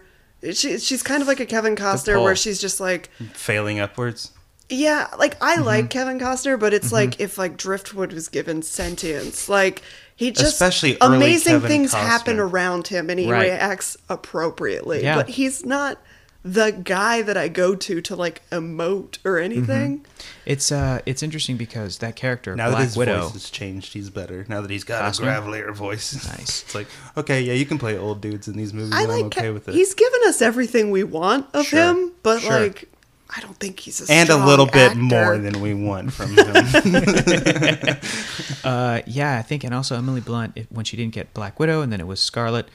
[SPEAKER 3] She, she's kind of like a Kevin Costner
[SPEAKER 1] pull.
[SPEAKER 3] where she's just like,
[SPEAKER 2] Failing upwards.
[SPEAKER 3] yeah, like I
[SPEAKER 2] Mm-hmm.
[SPEAKER 3] like Kevin Costner, but it's like if like Driftwood was given sentience, like he just
[SPEAKER 2] Especially early
[SPEAKER 3] amazing
[SPEAKER 2] Kevin
[SPEAKER 3] things
[SPEAKER 2] Costner.
[SPEAKER 3] happen around him and he
[SPEAKER 1] Right.
[SPEAKER 3] reacts appropriately.
[SPEAKER 1] Yeah.
[SPEAKER 3] But he's not the guy that I go to to like emote or
[SPEAKER 2] Mm-hmm.
[SPEAKER 3] anything.
[SPEAKER 1] It's uh, it's interesting because that character
[SPEAKER 2] Now that
[SPEAKER 1] Black
[SPEAKER 2] his
[SPEAKER 1] Widow.
[SPEAKER 2] voice has changed, he's better. Now that he's got
[SPEAKER 1] Costner?
[SPEAKER 2] a gravelier voice, <laughs>
[SPEAKER 1] Nice.
[SPEAKER 2] it's like, okay, yeah, you can play old dudes in these movies.
[SPEAKER 3] I
[SPEAKER 2] and
[SPEAKER 3] like
[SPEAKER 2] I'm okay
[SPEAKER 3] Ke-
[SPEAKER 2] with it.
[SPEAKER 3] he's given us everything we want of
[SPEAKER 2] Sure.
[SPEAKER 3] him, but
[SPEAKER 2] Sure.
[SPEAKER 3] like I don't think he's a
[SPEAKER 2] and a
[SPEAKER 3] strong
[SPEAKER 2] little bit
[SPEAKER 3] actor.
[SPEAKER 2] more than we want from
[SPEAKER 1] <laughs>
[SPEAKER 2] him.
[SPEAKER 1] Uh, yeah, I think, and also Emily Blunt it, when she didn't get Black Widow, and then it was Scarlett.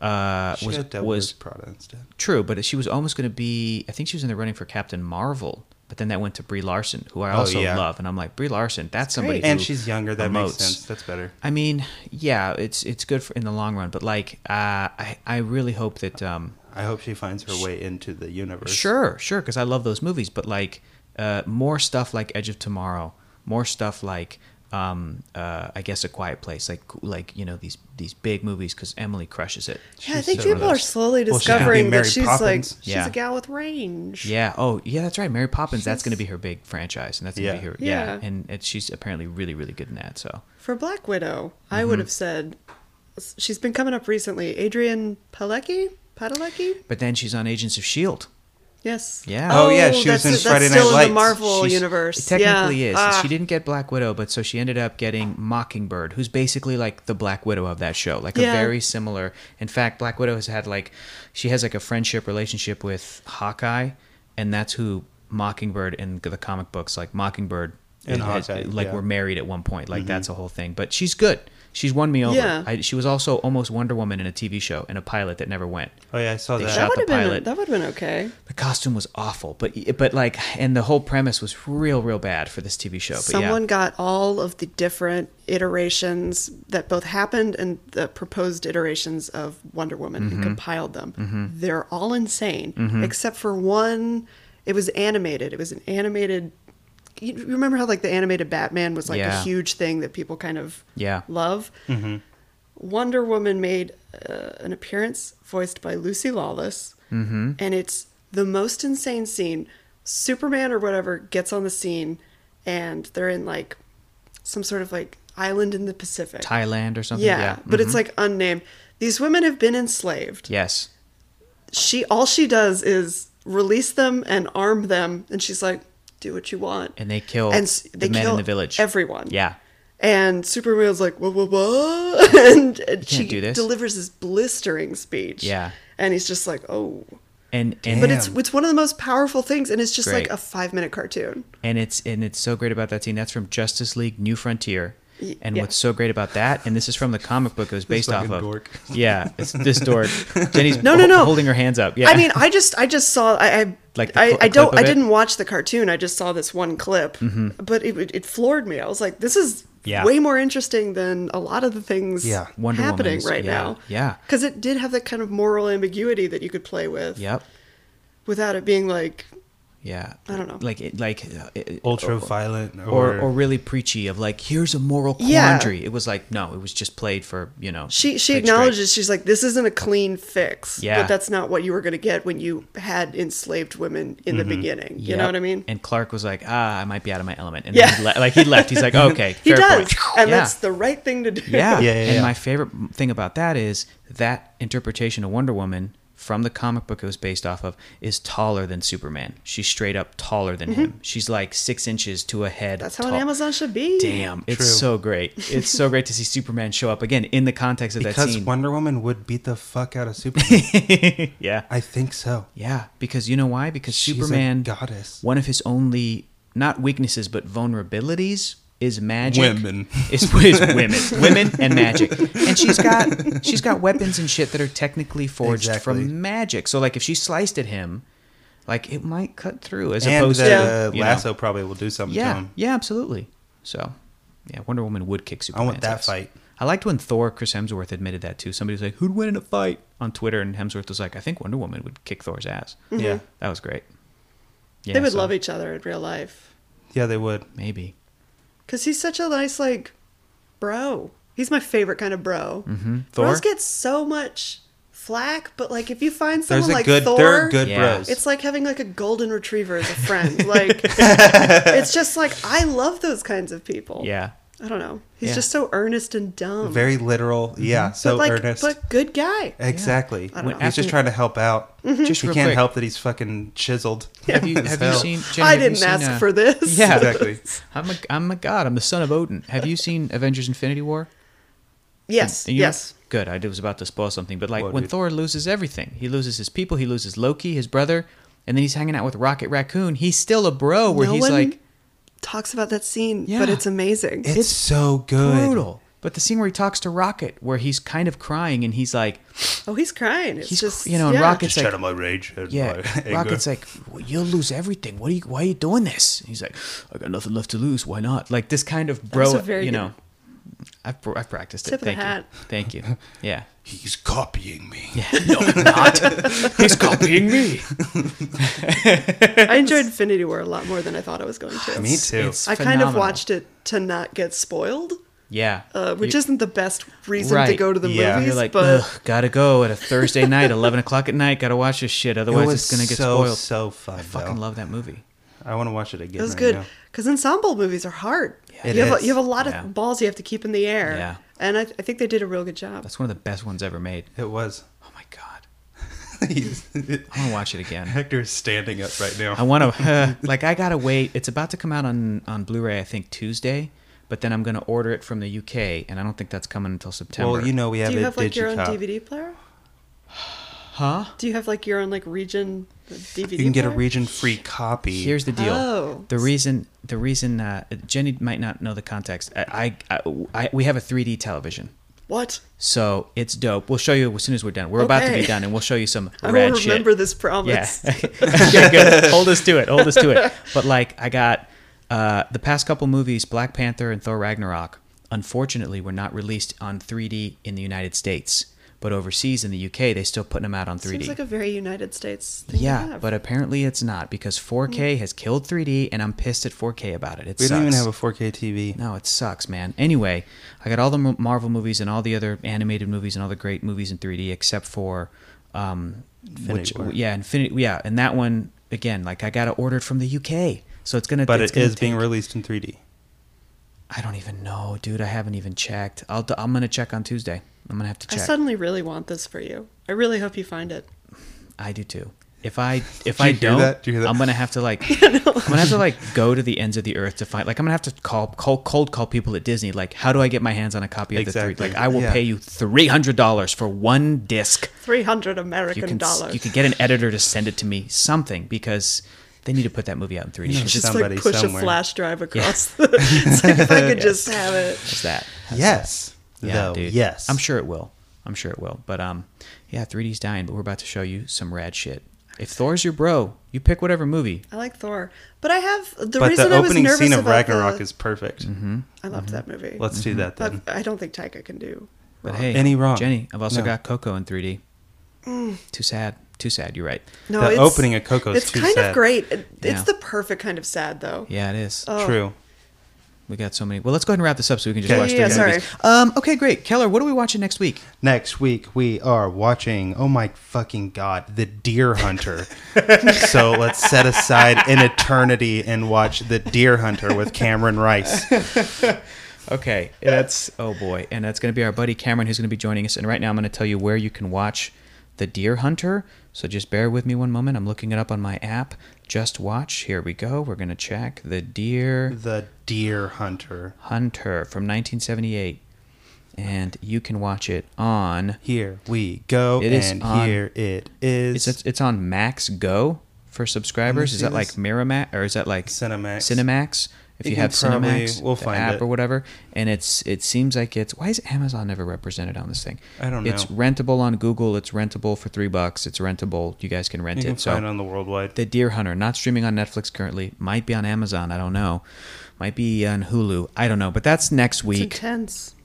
[SPEAKER 1] Uh,
[SPEAKER 2] she
[SPEAKER 1] was
[SPEAKER 2] got double
[SPEAKER 1] was
[SPEAKER 2] product instead.
[SPEAKER 1] True, but she was almost going to be. I think she was in the running for Captain Marvel, but then that went to Brie Larson, who I
[SPEAKER 2] Oh,
[SPEAKER 1] also
[SPEAKER 2] yeah.
[SPEAKER 1] love, and I'm like Brie Larson. That's somebody,
[SPEAKER 3] great.
[SPEAKER 1] who
[SPEAKER 2] And she's younger. That makes
[SPEAKER 1] emotes.
[SPEAKER 2] sense. That's better.
[SPEAKER 1] I mean, yeah, it's it's good for in the long run, but like, uh, I I really hope that. Um,
[SPEAKER 2] I hope she finds her way into the universe.
[SPEAKER 1] sure, sure, because I love those movies, but like, uh, more stuff like Edge of Tomorrow, more stuff like. Um, uh, I guess a quiet place, like like you know these these big movies, because Emily crushes it.
[SPEAKER 3] Yeah, I think
[SPEAKER 2] so
[SPEAKER 3] people are
[SPEAKER 2] nice.
[SPEAKER 3] slowly
[SPEAKER 2] Well, she's gonna be
[SPEAKER 3] discovering
[SPEAKER 2] Mary
[SPEAKER 3] that she's
[SPEAKER 2] Poppins.
[SPEAKER 3] like she's
[SPEAKER 1] Yeah.
[SPEAKER 3] a gal with range.
[SPEAKER 1] Yeah. Oh, yeah. That's right. Mary Poppins. That's going to be her big franchise, and that's going to
[SPEAKER 2] Yeah.
[SPEAKER 1] be her. Yeah.
[SPEAKER 3] Yeah.
[SPEAKER 1] And it, she's apparently really, really good in that. So
[SPEAKER 3] For Black Widow, I
[SPEAKER 2] Mm-hmm.
[SPEAKER 3] would have said she's been coming up recently. Adrian Palecki, Padalecki.
[SPEAKER 1] E But then she's on Agents of Shield.
[SPEAKER 3] Yes.
[SPEAKER 1] Yeah.
[SPEAKER 2] Oh, yeah, she was
[SPEAKER 3] that's-
[SPEAKER 2] in
[SPEAKER 3] that's
[SPEAKER 2] Friday Night
[SPEAKER 3] still in
[SPEAKER 2] Lights.
[SPEAKER 3] the Marvel
[SPEAKER 1] She's-
[SPEAKER 3] universe.
[SPEAKER 1] It technically
[SPEAKER 3] yeah.
[SPEAKER 1] is.
[SPEAKER 3] Ah,
[SPEAKER 1] She didn't get Black Widow, but so she ended up getting Mockingbird, who's basically like the Black Widow of that show. Like a
[SPEAKER 3] Yeah.
[SPEAKER 1] very similar. In fact, Black Widow has had like she has like a friendship relationship with Hawkeye, and that's who Mockingbird in the comic books, like Mockingbird
[SPEAKER 2] And
[SPEAKER 1] had-
[SPEAKER 2] Hawkeye,
[SPEAKER 1] like
[SPEAKER 2] yeah. Mm-hmm.
[SPEAKER 1] were married at one point. Like that's a whole thing. But she's good. She's won me over.
[SPEAKER 3] Yeah.
[SPEAKER 1] I, she was also almost Wonder Woman in a TV show in a pilot that never went.
[SPEAKER 2] Oh yeah, I saw
[SPEAKER 1] They
[SPEAKER 2] that.
[SPEAKER 1] shot
[SPEAKER 3] That would
[SPEAKER 1] the
[SPEAKER 3] have been
[SPEAKER 1] pilot.
[SPEAKER 3] that would have been okay.
[SPEAKER 1] The costume was awful, but but like, and the whole premise was real, real bad for this TV show. But
[SPEAKER 3] Someone
[SPEAKER 1] yeah.
[SPEAKER 3] got all of the different iterations that both happened and the proposed iterations of Wonder Woman
[SPEAKER 1] Mm-hmm.
[SPEAKER 3] and compiled them. They're all insane except for one. It was animated. It was an animated. You you remember how like the animated Batman was like
[SPEAKER 1] Yeah.
[SPEAKER 3] a huge thing that people kind of
[SPEAKER 1] Yeah. Mm-hmm.
[SPEAKER 3] love. Wonder Woman made uh, an appearance voiced by Lucy Lawless, mm-hmm. and it's the most insane scene. Superman or whatever gets on the scene, and they're in like some sort of like island in the Pacific.
[SPEAKER 1] Thailand or something.
[SPEAKER 3] yeah,
[SPEAKER 1] Yeah,
[SPEAKER 3] but
[SPEAKER 1] Mhm.
[SPEAKER 3] it's like unnamed. These women have been enslaved.
[SPEAKER 1] yes,
[SPEAKER 3] She all she does is release them and arm them, and she's like, "Do what you want."
[SPEAKER 1] and they kill
[SPEAKER 3] and s-
[SPEAKER 1] the men in the village.
[SPEAKER 3] Everyone.
[SPEAKER 1] yeah,
[SPEAKER 3] And Superman's like, whoa, whoa, whoa. <laughs> and and she
[SPEAKER 1] do this.
[SPEAKER 3] delivers this blistering speech.
[SPEAKER 1] Yeah.
[SPEAKER 3] And he's just like, oh.
[SPEAKER 1] and and
[SPEAKER 3] But it's
[SPEAKER 2] Damn.
[SPEAKER 3] it's one of the most powerful things, and it's just
[SPEAKER 1] Great.
[SPEAKER 3] like a five minute cartoon.
[SPEAKER 1] and it's and it's so great about that scene. That's from Justice League New Frontier.
[SPEAKER 3] Y-
[SPEAKER 1] And
[SPEAKER 3] yeah.
[SPEAKER 1] what's so great about that? And this is from the comic book it was based off
[SPEAKER 2] fucking
[SPEAKER 1] of.
[SPEAKER 2] dork.
[SPEAKER 1] Yeah, it's this
[SPEAKER 2] <laughs>
[SPEAKER 1] dork. Jenny's
[SPEAKER 3] No, no, no.
[SPEAKER 1] holding her hands up. Yeah,
[SPEAKER 3] I mean, I just I just saw I I
[SPEAKER 1] <laughs> Like the
[SPEAKER 3] I,
[SPEAKER 1] cl-
[SPEAKER 3] I
[SPEAKER 1] a clip
[SPEAKER 3] don't
[SPEAKER 1] of
[SPEAKER 3] I
[SPEAKER 1] it? Mm-hmm.
[SPEAKER 3] didn't watch the cartoon. I just saw this one clip, but it it floored me. I was like, this is
[SPEAKER 1] Yeah.
[SPEAKER 3] way more interesting than a lot of the things
[SPEAKER 2] Yeah.
[SPEAKER 1] Wonder
[SPEAKER 3] happening
[SPEAKER 1] Woman's-
[SPEAKER 3] right
[SPEAKER 1] yeah,
[SPEAKER 3] now.
[SPEAKER 1] yeah.
[SPEAKER 3] because it did have that kind of moral ambiguity that you could play with
[SPEAKER 1] yep,
[SPEAKER 3] without it being like
[SPEAKER 1] yeah.
[SPEAKER 3] I don't know.
[SPEAKER 1] Like it, like uh, it-
[SPEAKER 2] Ultra violent or,
[SPEAKER 1] or, or really preachy of like here's a moral
[SPEAKER 3] Yeah.
[SPEAKER 1] quandary. It was like no, it was just played for you know.
[SPEAKER 3] She she
[SPEAKER 1] played straight.
[SPEAKER 3] acknowledges she's like this isn't a clean fix.
[SPEAKER 1] Yeah.
[SPEAKER 3] But that's not what you were going to get when you had enslaved women in the beginning. You know
[SPEAKER 1] Mm-hmm. Yep.
[SPEAKER 3] what I mean?
[SPEAKER 1] And Clark was like, ah, I might be out of my element, and
[SPEAKER 3] Yeah.
[SPEAKER 1] then he le- like he left.
[SPEAKER 3] <laughs>
[SPEAKER 1] He's like, okay,
[SPEAKER 3] he
[SPEAKER 1] fair
[SPEAKER 3] does,
[SPEAKER 1] point.
[SPEAKER 3] and
[SPEAKER 1] Yeah.
[SPEAKER 3] that's the right thing to do.
[SPEAKER 1] <laughs>
[SPEAKER 2] Yeah,
[SPEAKER 1] Yeah.
[SPEAKER 2] yeah,
[SPEAKER 1] And
[SPEAKER 2] yeah.
[SPEAKER 1] my favorite thing about that is that interpretation of Wonder Woman from the comic book it was based off of is taller than Superman. She's straight up taller than him. She's like six inches to a head.
[SPEAKER 3] <laughs> Mm-hmm. that's how an
[SPEAKER 1] tall.
[SPEAKER 3] Amazon should be.
[SPEAKER 1] Damn, it's
[SPEAKER 2] True.
[SPEAKER 1] so great. It's so great to see Superman show up again in the context of that
[SPEAKER 2] because
[SPEAKER 1] scene.
[SPEAKER 2] Wonder Woman would beat the fuck
[SPEAKER 1] <laughs>
[SPEAKER 2] out of Superman.
[SPEAKER 1] yeah.
[SPEAKER 2] I think so.
[SPEAKER 1] Yeah, because you know why? Because
[SPEAKER 2] She's a
[SPEAKER 1] Superman,
[SPEAKER 2] goddess.
[SPEAKER 1] one of his only not weaknesses but vulnerabilities is magic.
[SPEAKER 2] Women.
[SPEAKER 1] <laughs> is, is women, women and magic, and she's got she's got weapons and shit that are technically forged
[SPEAKER 2] Exactly.
[SPEAKER 1] from magic. So like if she sliced at him, like it might cut through as
[SPEAKER 2] And
[SPEAKER 1] opposed
[SPEAKER 2] the
[SPEAKER 1] to
[SPEAKER 2] uh,
[SPEAKER 1] you know.
[SPEAKER 2] lasso probably will do something to
[SPEAKER 1] Yeah,
[SPEAKER 2] him.
[SPEAKER 1] yeah, absolutely. So yeah, Wonder Woman would kick Superman.
[SPEAKER 2] want that fight.
[SPEAKER 1] I liked when Thor, Chris Hemsworth admitted that too. Somebody was like, "Who'd win in a fight?" on Twitter, and Hemsworth was like, "I think Wonder Woman would kick Thor's ass."
[SPEAKER 2] Yeah.
[SPEAKER 1] That was great. Yeah,
[SPEAKER 3] they would
[SPEAKER 1] so
[SPEAKER 3] love each other in real life
[SPEAKER 2] Yeah, they would.
[SPEAKER 1] Maybe.
[SPEAKER 3] because he's such a nice like bro. He's my favorite kind of bro. Mm-hmm.
[SPEAKER 1] Thor?
[SPEAKER 3] Bros get so much flack, but like if you find someone
[SPEAKER 2] There's a
[SPEAKER 3] like
[SPEAKER 2] good
[SPEAKER 3] Thor,
[SPEAKER 2] there are good
[SPEAKER 1] Yeah.
[SPEAKER 2] bros.
[SPEAKER 3] It's like having like a golden retriever as a
[SPEAKER 1] <laughs>
[SPEAKER 3] friend. Like it's just like I love those kinds of people.
[SPEAKER 1] Yeah.
[SPEAKER 3] I don't know. He's
[SPEAKER 1] Yeah.
[SPEAKER 3] just so earnest and dumb.
[SPEAKER 2] Very literal.
[SPEAKER 1] Mm-hmm.
[SPEAKER 2] Yeah,
[SPEAKER 3] but
[SPEAKER 2] so
[SPEAKER 3] like
[SPEAKER 2] earnest.
[SPEAKER 3] but good guy.
[SPEAKER 2] exactly.
[SPEAKER 1] don't know.
[SPEAKER 2] He's just trying to help out.
[SPEAKER 3] Mm-hmm.
[SPEAKER 1] Just
[SPEAKER 2] he
[SPEAKER 1] real
[SPEAKER 2] can't
[SPEAKER 1] quick.
[SPEAKER 2] help that he's fucking chiseled.
[SPEAKER 1] <laughs> Have
[SPEAKER 2] <laughs>
[SPEAKER 1] you,
[SPEAKER 2] as
[SPEAKER 1] have you
[SPEAKER 2] hell.
[SPEAKER 1] seen? Jenny,
[SPEAKER 3] I
[SPEAKER 1] have you
[SPEAKER 3] didn't
[SPEAKER 1] seen,
[SPEAKER 3] ask
[SPEAKER 1] uh,
[SPEAKER 3] for this.
[SPEAKER 1] <laughs> Yeah,
[SPEAKER 2] Exactly.
[SPEAKER 1] I'm a, I'm a god. I'm the son of Odin. Have you seen Avengers: Infinity War?
[SPEAKER 3] <laughs> Yes.
[SPEAKER 1] And you-
[SPEAKER 3] Yes.
[SPEAKER 1] Good. I was about to spoil something, but like
[SPEAKER 2] What,
[SPEAKER 1] when
[SPEAKER 2] dude?
[SPEAKER 1] Thor loses everything, he loses his people, he loses Loki, his brother, and then he's hanging out with Rocket Raccoon. He's still a bro where
[SPEAKER 3] no
[SPEAKER 1] he's
[SPEAKER 3] one
[SPEAKER 1] like
[SPEAKER 3] talks about that scene,
[SPEAKER 1] Yeah.
[SPEAKER 3] but it's amazing.
[SPEAKER 2] It's, so good.
[SPEAKER 1] brutal. But the scene where he talks to Rocket, where he's kind of crying and he's like,
[SPEAKER 3] oh, he's crying. It's
[SPEAKER 1] he's
[SPEAKER 3] just
[SPEAKER 1] you know, and
[SPEAKER 3] yeah. <laughs>
[SPEAKER 1] Rocket's like,
[SPEAKER 2] my rage. and <laughs>
[SPEAKER 1] Yeah,
[SPEAKER 2] my anger.
[SPEAKER 1] Rocket's like, well, you'll lose everything. What are you? Why are you doing this? And he's like, I got nothing left to lose. Why not? Like this kind of bro,
[SPEAKER 3] was a very
[SPEAKER 1] you
[SPEAKER 3] good-
[SPEAKER 1] know. I've, pr- I've practiced it.
[SPEAKER 3] Tip of the
[SPEAKER 1] Thank
[SPEAKER 3] hat.
[SPEAKER 1] you. Thank you. Yeah.
[SPEAKER 2] He's copying me.
[SPEAKER 1] No, I'm not. He's copying <laughs> me. <laughs>
[SPEAKER 3] I enjoyed Infinity War a lot more than I thought I was going
[SPEAKER 1] <sighs>
[SPEAKER 3] to.
[SPEAKER 2] Me too.
[SPEAKER 1] It's
[SPEAKER 3] I kind of
[SPEAKER 1] phenomenal.
[SPEAKER 3] watched it to not get spoiled,
[SPEAKER 1] Yeah.
[SPEAKER 3] uh, which
[SPEAKER 1] You-
[SPEAKER 3] isn't the best reason to
[SPEAKER 1] Right.
[SPEAKER 3] go to the
[SPEAKER 2] Yeah.
[SPEAKER 3] movies.
[SPEAKER 1] You're like,
[SPEAKER 3] but
[SPEAKER 1] Ugh, gotta go at a Thursday night, eleven o'clock at night. Gotta watch this shit,
[SPEAKER 2] It
[SPEAKER 1] otherwise
[SPEAKER 2] was
[SPEAKER 1] it's gonna get
[SPEAKER 2] so
[SPEAKER 1] spoiled.
[SPEAKER 2] so fun. I
[SPEAKER 1] Fucking love that movie.
[SPEAKER 2] I want to watch it again.
[SPEAKER 3] It was
[SPEAKER 2] right
[SPEAKER 3] good
[SPEAKER 2] now.
[SPEAKER 3] because ensemble movies are hard.
[SPEAKER 2] It
[SPEAKER 3] you, have
[SPEAKER 2] is.
[SPEAKER 3] a, you have a lot of
[SPEAKER 1] Yeah.
[SPEAKER 3] balls you have to keep in the air.
[SPEAKER 1] Yeah.
[SPEAKER 3] And I, I think they did a real good job.
[SPEAKER 1] That's one of the best ones ever made.
[SPEAKER 2] It was.
[SPEAKER 1] Oh my god.
[SPEAKER 2] He's-
[SPEAKER 1] I want to watch it
[SPEAKER 2] <laughs>
[SPEAKER 1] again.
[SPEAKER 2] Hector is standing up right now.
[SPEAKER 1] I want to
[SPEAKER 2] <laughs>
[SPEAKER 1] <laughs> like I gotta wait. It's about to come out on on Blu-ray, I think Tuesday, but then I'm gonna order it from the UK, and I don't think that's coming until September.
[SPEAKER 2] well, you know we have
[SPEAKER 3] Do you
[SPEAKER 2] a
[SPEAKER 3] have like your own
[SPEAKER 2] digicop.
[SPEAKER 3] DVD player?
[SPEAKER 1] huh?
[SPEAKER 3] Do you have like your own like region DVD?
[SPEAKER 2] You can get a
[SPEAKER 3] player?
[SPEAKER 2] region-free copy.
[SPEAKER 1] Here's the deal.
[SPEAKER 3] Oh.
[SPEAKER 1] The reason the reason uh, Jenny might not know the context. I, I, I we have a 3D television.
[SPEAKER 3] What?
[SPEAKER 1] So it's dope. We'll show you as soon as we're done. We're about to be
[SPEAKER 3] Okay.
[SPEAKER 1] done, and we'll show you some
[SPEAKER 3] <laughs> I
[SPEAKER 1] rad
[SPEAKER 3] will
[SPEAKER 1] shit.
[SPEAKER 3] remember this
[SPEAKER 2] <laughs>
[SPEAKER 1] <laughs>
[SPEAKER 3] promise. <laughs>
[SPEAKER 1] Yeah. Okay, good. Hold us to it. Hold us to it. But like, I got uh, the past couple movies, Black Panther and Thor Ragnarok. Unfortunately, were not released on 3D in the United States, but overseas in the UK, they still putting them out on 3D.
[SPEAKER 3] Seems like a very United States thing. to
[SPEAKER 1] yeah,
[SPEAKER 3] have.
[SPEAKER 2] uh,
[SPEAKER 3] Hmm.
[SPEAKER 1] but apparently it's not because 4K has killed 3D, and I'm pissed at 4K about it. It
[SPEAKER 2] we
[SPEAKER 1] sucks.
[SPEAKER 2] don't even have a 4K TV.
[SPEAKER 1] No, it sucks, man. Anyway, I got all the Mar- Marvel movies and all the other animated movies and all the great movies in 3D except for um
[SPEAKER 2] Infinity
[SPEAKER 1] which
[SPEAKER 2] War.
[SPEAKER 1] yeah, Infinity yeah, and that one again, like I got to order it from the UK. So it's going to
[SPEAKER 2] But
[SPEAKER 1] it's
[SPEAKER 2] it
[SPEAKER 1] gonna
[SPEAKER 2] is being
[SPEAKER 1] take-
[SPEAKER 2] released in 3D.
[SPEAKER 1] I don't even know, dude. I haven't even checked. I'll d- I'm going to check on Tuesday. I'm going to have to
[SPEAKER 3] I
[SPEAKER 1] check. I,
[SPEAKER 3] suddenly really want this for you. I really hope you find it.
[SPEAKER 1] do too.
[SPEAKER 2] <laughs>
[SPEAKER 1] If I if
[SPEAKER 2] you
[SPEAKER 1] I
[SPEAKER 2] hear
[SPEAKER 1] don't,
[SPEAKER 2] that? Do you hear that?
[SPEAKER 1] I'm gonna have to like I'm gonna have to like go to the ends of the earth to find like I'm gonna have to call cold, cold call people at Disney like how do I get my hands on a copy of the
[SPEAKER 2] Exactly.
[SPEAKER 1] three like I will
[SPEAKER 2] Yeah.
[SPEAKER 1] pay you three hundred dollars for one disc
[SPEAKER 3] 300
[SPEAKER 1] you
[SPEAKER 3] American
[SPEAKER 1] can s-
[SPEAKER 3] dollars.
[SPEAKER 1] you can get an editor to send it to me something because they need to put that movie out in 3D.
[SPEAKER 2] You know,
[SPEAKER 1] It's
[SPEAKER 3] just
[SPEAKER 2] somebody
[SPEAKER 3] like push
[SPEAKER 2] somewhere.
[SPEAKER 3] a flash
[SPEAKER 2] <laughs>
[SPEAKER 3] drive across the. <laughs> It's like if I could just have it.
[SPEAKER 1] just that.
[SPEAKER 2] Yes.
[SPEAKER 1] Yeah,
[SPEAKER 2] though,
[SPEAKER 1] dude.
[SPEAKER 2] Yes.
[SPEAKER 1] I'm sure it will. I'm sure it will. But um, yeah, 3D's dying. But we're about to show you some rad shit. If Thor's your bro, you pick whatever movie.
[SPEAKER 3] I like Thor, but I have the
[SPEAKER 2] But
[SPEAKER 3] reason
[SPEAKER 2] the
[SPEAKER 3] I was
[SPEAKER 2] opening
[SPEAKER 3] nervous
[SPEAKER 2] scene of
[SPEAKER 3] about the-
[SPEAKER 2] Ragnarok is perfect.
[SPEAKER 1] Mm-hmm.
[SPEAKER 3] I loved that movie.
[SPEAKER 2] Let's do that
[SPEAKER 3] but
[SPEAKER 2] then.
[SPEAKER 3] I don't think Taika can do.
[SPEAKER 1] But hey,
[SPEAKER 2] Any wrong.
[SPEAKER 1] Jenny, I've also
[SPEAKER 2] No.
[SPEAKER 1] got Coco in 3D.
[SPEAKER 3] Mm.
[SPEAKER 1] Too sad. Too sad. You're right.
[SPEAKER 3] No,
[SPEAKER 2] The
[SPEAKER 3] it's,
[SPEAKER 2] opening of Coco is
[SPEAKER 3] It's
[SPEAKER 2] too
[SPEAKER 3] kind
[SPEAKER 2] sad.
[SPEAKER 3] of great. It-
[SPEAKER 1] Yeah.
[SPEAKER 3] It's the perfect kind of sad though.
[SPEAKER 1] Yeah, it is.
[SPEAKER 3] Oh.
[SPEAKER 2] True.
[SPEAKER 1] We got so many. Well, let's go ahead and wrap this up so we can just
[SPEAKER 2] Okay.
[SPEAKER 1] watch
[SPEAKER 3] Yeah,
[SPEAKER 1] the
[SPEAKER 3] yeah,
[SPEAKER 1] movies. Um, okay, great. Keller, what are we watching next week?
[SPEAKER 2] Next week we are watching. Oh my fucking god, The Deer <laughs> Hunter. so let's set aside an eternity and watch The Deer Hunter with Cameron Rice.
[SPEAKER 1] Okay, that's oh boy, and that's going to be our buddy Cameron who's going to be joining us. And right now, I'm going to tell you where you can watch The Deer Hunter. So just bear with me one moment. I'm looking it up on my app. Just watch. Here we go. We're going to check The Deer
[SPEAKER 2] The Deer Hunter
[SPEAKER 1] Hunter from 1978, and you can watch it on.
[SPEAKER 2] Here we go,
[SPEAKER 1] It is
[SPEAKER 2] and
[SPEAKER 1] on-
[SPEAKER 2] here it is.
[SPEAKER 1] It's it's on Max Go for subscribers.
[SPEAKER 2] see
[SPEAKER 1] Is that like
[SPEAKER 2] this.
[SPEAKER 1] Miramax or is that like
[SPEAKER 2] Cinemax.
[SPEAKER 1] Cinemax. If
[SPEAKER 2] You
[SPEAKER 1] you,
[SPEAKER 2] can
[SPEAKER 1] have
[SPEAKER 2] probably-
[SPEAKER 1] Cinemax,
[SPEAKER 2] we'll
[SPEAKER 1] the
[SPEAKER 2] find
[SPEAKER 1] app
[SPEAKER 2] it.
[SPEAKER 1] or whatever, and it's it seems like it's why is Amazon never represented on this thing?
[SPEAKER 2] I don't
[SPEAKER 1] It's
[SPEAKER 2] know.
[SPEAKER 1] rentable on Google. It's rentable for three bucks. It's rentable. You guys can rent
[SPEAKER 2] You can
[SPEAKER 1] it. So
[SPEAKER 2] find it on the worldwide.
[SPEAKER 1] the Deer Hunter, not streaming on Netflix currently, might be on Amazon. I don't know. Might be on Hulu. I don't know. But that's next
[SPEAKER 3] It's
[SPEAKER 1] week.
[SPEAKER 3] intense.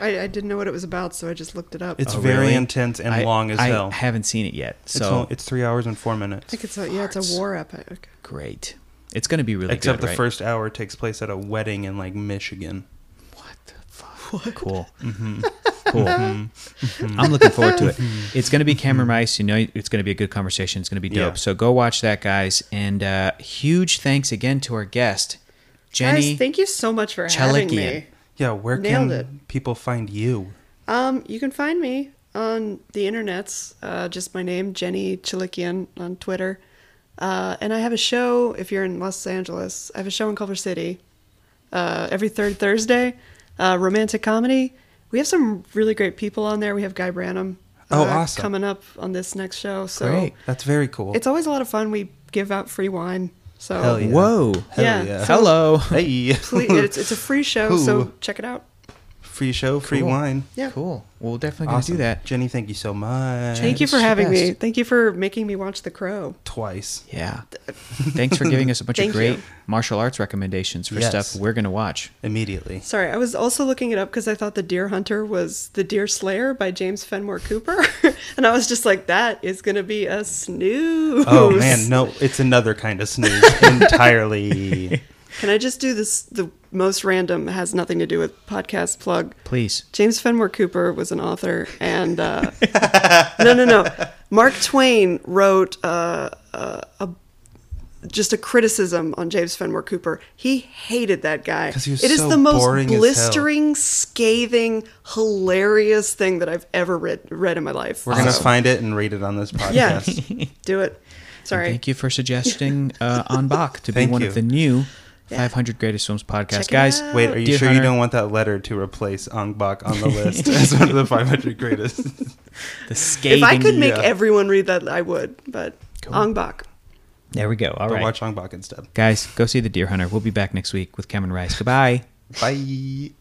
[SPEAKER 3] I, I didn't know what it was about, so I just looked it up.
[SPEAKER 2] It's
[SPEAKER 1] Oh,
[SPEAKER 2] very
[SPEAKER 1] really?
[SPEAKER 2] intense and
[SPEAKER 1] I-
[SPEAKER 2] long as
[SPEAKER 1] I
[SPEAKER 2] hell.
[SPEAKER 1] haven't seen it yet. So
[SPEAKER 2] it's, all, it's three hours and four minutes.
[SPEAKER 3] I think it's a, yeah, it's
[SPEAKER 1] farts.
[SPEAKER 3] a war epic.
[SPEAKER 1] great. It's going to be really
[SPEAKER 2] Except
[SPEAKER 1] good,
[SPEAKER 2] the
[SPEAKER 1] right?
[SPEAKER 2] first hour takes place at a wedding in like Michigan.
[SPEAKER 1] What the fuck? Cool.
[SPEAKER 2] Mm-hmm.
[SPEAKER 1] Cool. Mm-hmm. I'm looking forward to it. It's going to be Cameron Rice. You know, it's going to be a good conversation. It's going to be dope.
[SPEAKER 2] Mm-hmm. Yeah.
[SPEAKER 1] So go watch that, guys. And uh, huge thanks again to our guest, Jenny.
[SPEAKER 3] Guys, thank you so much for having
[SPEAKER 1] Chalakian.
[SPEAKER 3] me.
[SPEAKER 2] Yeah, where can
[SPEAKER 3] Nailed it.
[SPEAKER 2] people find you?
[SPEAKER 3] Um, you can find me on the internets, uh, just my name, Jenny Chilikian on Twitter. Uh, and I have a show if you're in Los Angeles. I have a show in Culver City uh, every third Thursday, uh, romantic comedy. We have some really great people on there. We have Guy Branum
[SPEAKER 2] Oh,
[SPEAKER 3] uh,
[SPEAKER 2] awesome.
[SPEAKER 3] coming up on this next show. So
[SPEAKER 1] Great.
[SPEAKER 2] That's very cool.
[SPEAKER 3] it's always a lot of fun. We give out free wine. So
[SPEAKER 2] Hell yeah.
[SPEAKER 1] Whoa.
[SPEAKER 2] Hell
[SPEAKER 3] Yeah.
[SPEAKER 2] yeah.
[SPEAKER 3] So-
[SPEAKER 1] Hello.
[SPEAKER 2] Hey.
[SPEAKER 3] <laughs> please, it's, it's a free show, so
[SPEAKER 2] Who?
[SPEAKER 3] check it out.
[SPEAKER 2] free show, free
[SPEAKER 1] Cool.
[SPEAKER 2] wine.
[SPEAKER 3] Yeah.
[SPEAKER 1] Cool. Well, we're definitely going to
[SPEAKER 2] Awesome.
[SPEAKER 1] do that.
[SPEAKER 2] Jenny, thank you so much.
[SPEAKER 3] Thank you
[SPEAKER 1] it's
[SPEAKER 3] for
[SPEAKER 1] the
[SPEAKER 3] having me.
[SPEAKER 1] best.
[SPEAKER 3] Thank you for making me watch The Crow.
[SPEAKER 2] Twice.
[SPEAKER 3] <laughs>
[SPEAKER 1] Yeah. Thanks for giving us a bunch of
[SPEAKER 3] Thank
[SPEAKER 1] great
[SPEAKER 3] you.
[SPEAKER 1] martial arts recommendations for
[SPEAKER 2] Yes.
[SPEAKER 1] stuff we're going to watch.
[SPEAKER 2] Immediately.
[SPEAKER 3] Sorry, I was also looking it up because I thought The Deer Hunter was The Deer Slayer by James Fenimore Cooper. <laughs> and I was just like, that is going to be a snooze.
[SPEAKER 2] Oh man, no, it's another kind of snooze entirely.
[SPEAKER 3] Can I just do this? The most random has nothing to do with podcast plug.
[SPEAKER 1] Please.
[SPEAKER 3] James Fenimore Cooper was an author, and uh,
[SPEAKER 2] <laughs>
[SPEAKER 3] no, no, no. Mark Twain wrote uh, uh, a just a criticism on James Fenimore Cooper. He hated that guy.
[SPEAKER 2] 'Cause he was
[SPEAKER 3] It is
[SPEAKER 2] so
[SPEAKER 3] the most
[SPEAKER 2] boring as hell.
[SPEAKER 3] blistering, scathing, hilarious thing that I've ever read read in my life.
[SPEAKER 2] We're gonna
[SPEAKER 3] So,
[SPEAKER 2] find it and read it on this podcast.
[SPEAKER 3] Yeah, do it. Sorry.
[SPEAKER 1] Thank you for suggesting uh, On Bach to be
[SPEAKER 2] Thank
[SPEAKER 1] one
[SPEAKER 2] you.
[SPEAKER 1] of the new
[SPEAKER 3] Yeah.
[SPEAKER 1] 500 Greatest Films podcast.
[SPEAKER 3] it
[SPEAKER 1] Guys,
[SPEAKER 3] out.
[SPEAKER 2] Wait, are you
[SPEAKER 1] Dear
[SPEAKER 2] sure
[SPEAKER 1] Hunter.
[SPEAKER 2] you don't want that letter to replace Ong Bak on the list as one of the 500 greatest?
[SPEAKER 1] the scathing.
[SPEAKER 3] If I could make
[SPEAKER 2] Yeah.
[SPEAKER 3] everyone read that, I would. But
[SPEAKER 1] Cool.
[SPEAKER 3] Ong Bak.
[SPEAKER 1] there we go. All
[SPEAKER 2] But
[SPEAKER 1] right.
[SPEAKER 2] watch Ong Bak instead.
[SPEAKER 1] Guys, go see The Deer Hunter. We'll be back next week with Cameron Rice. Goodbye.
[SPEAKER 2] Bye.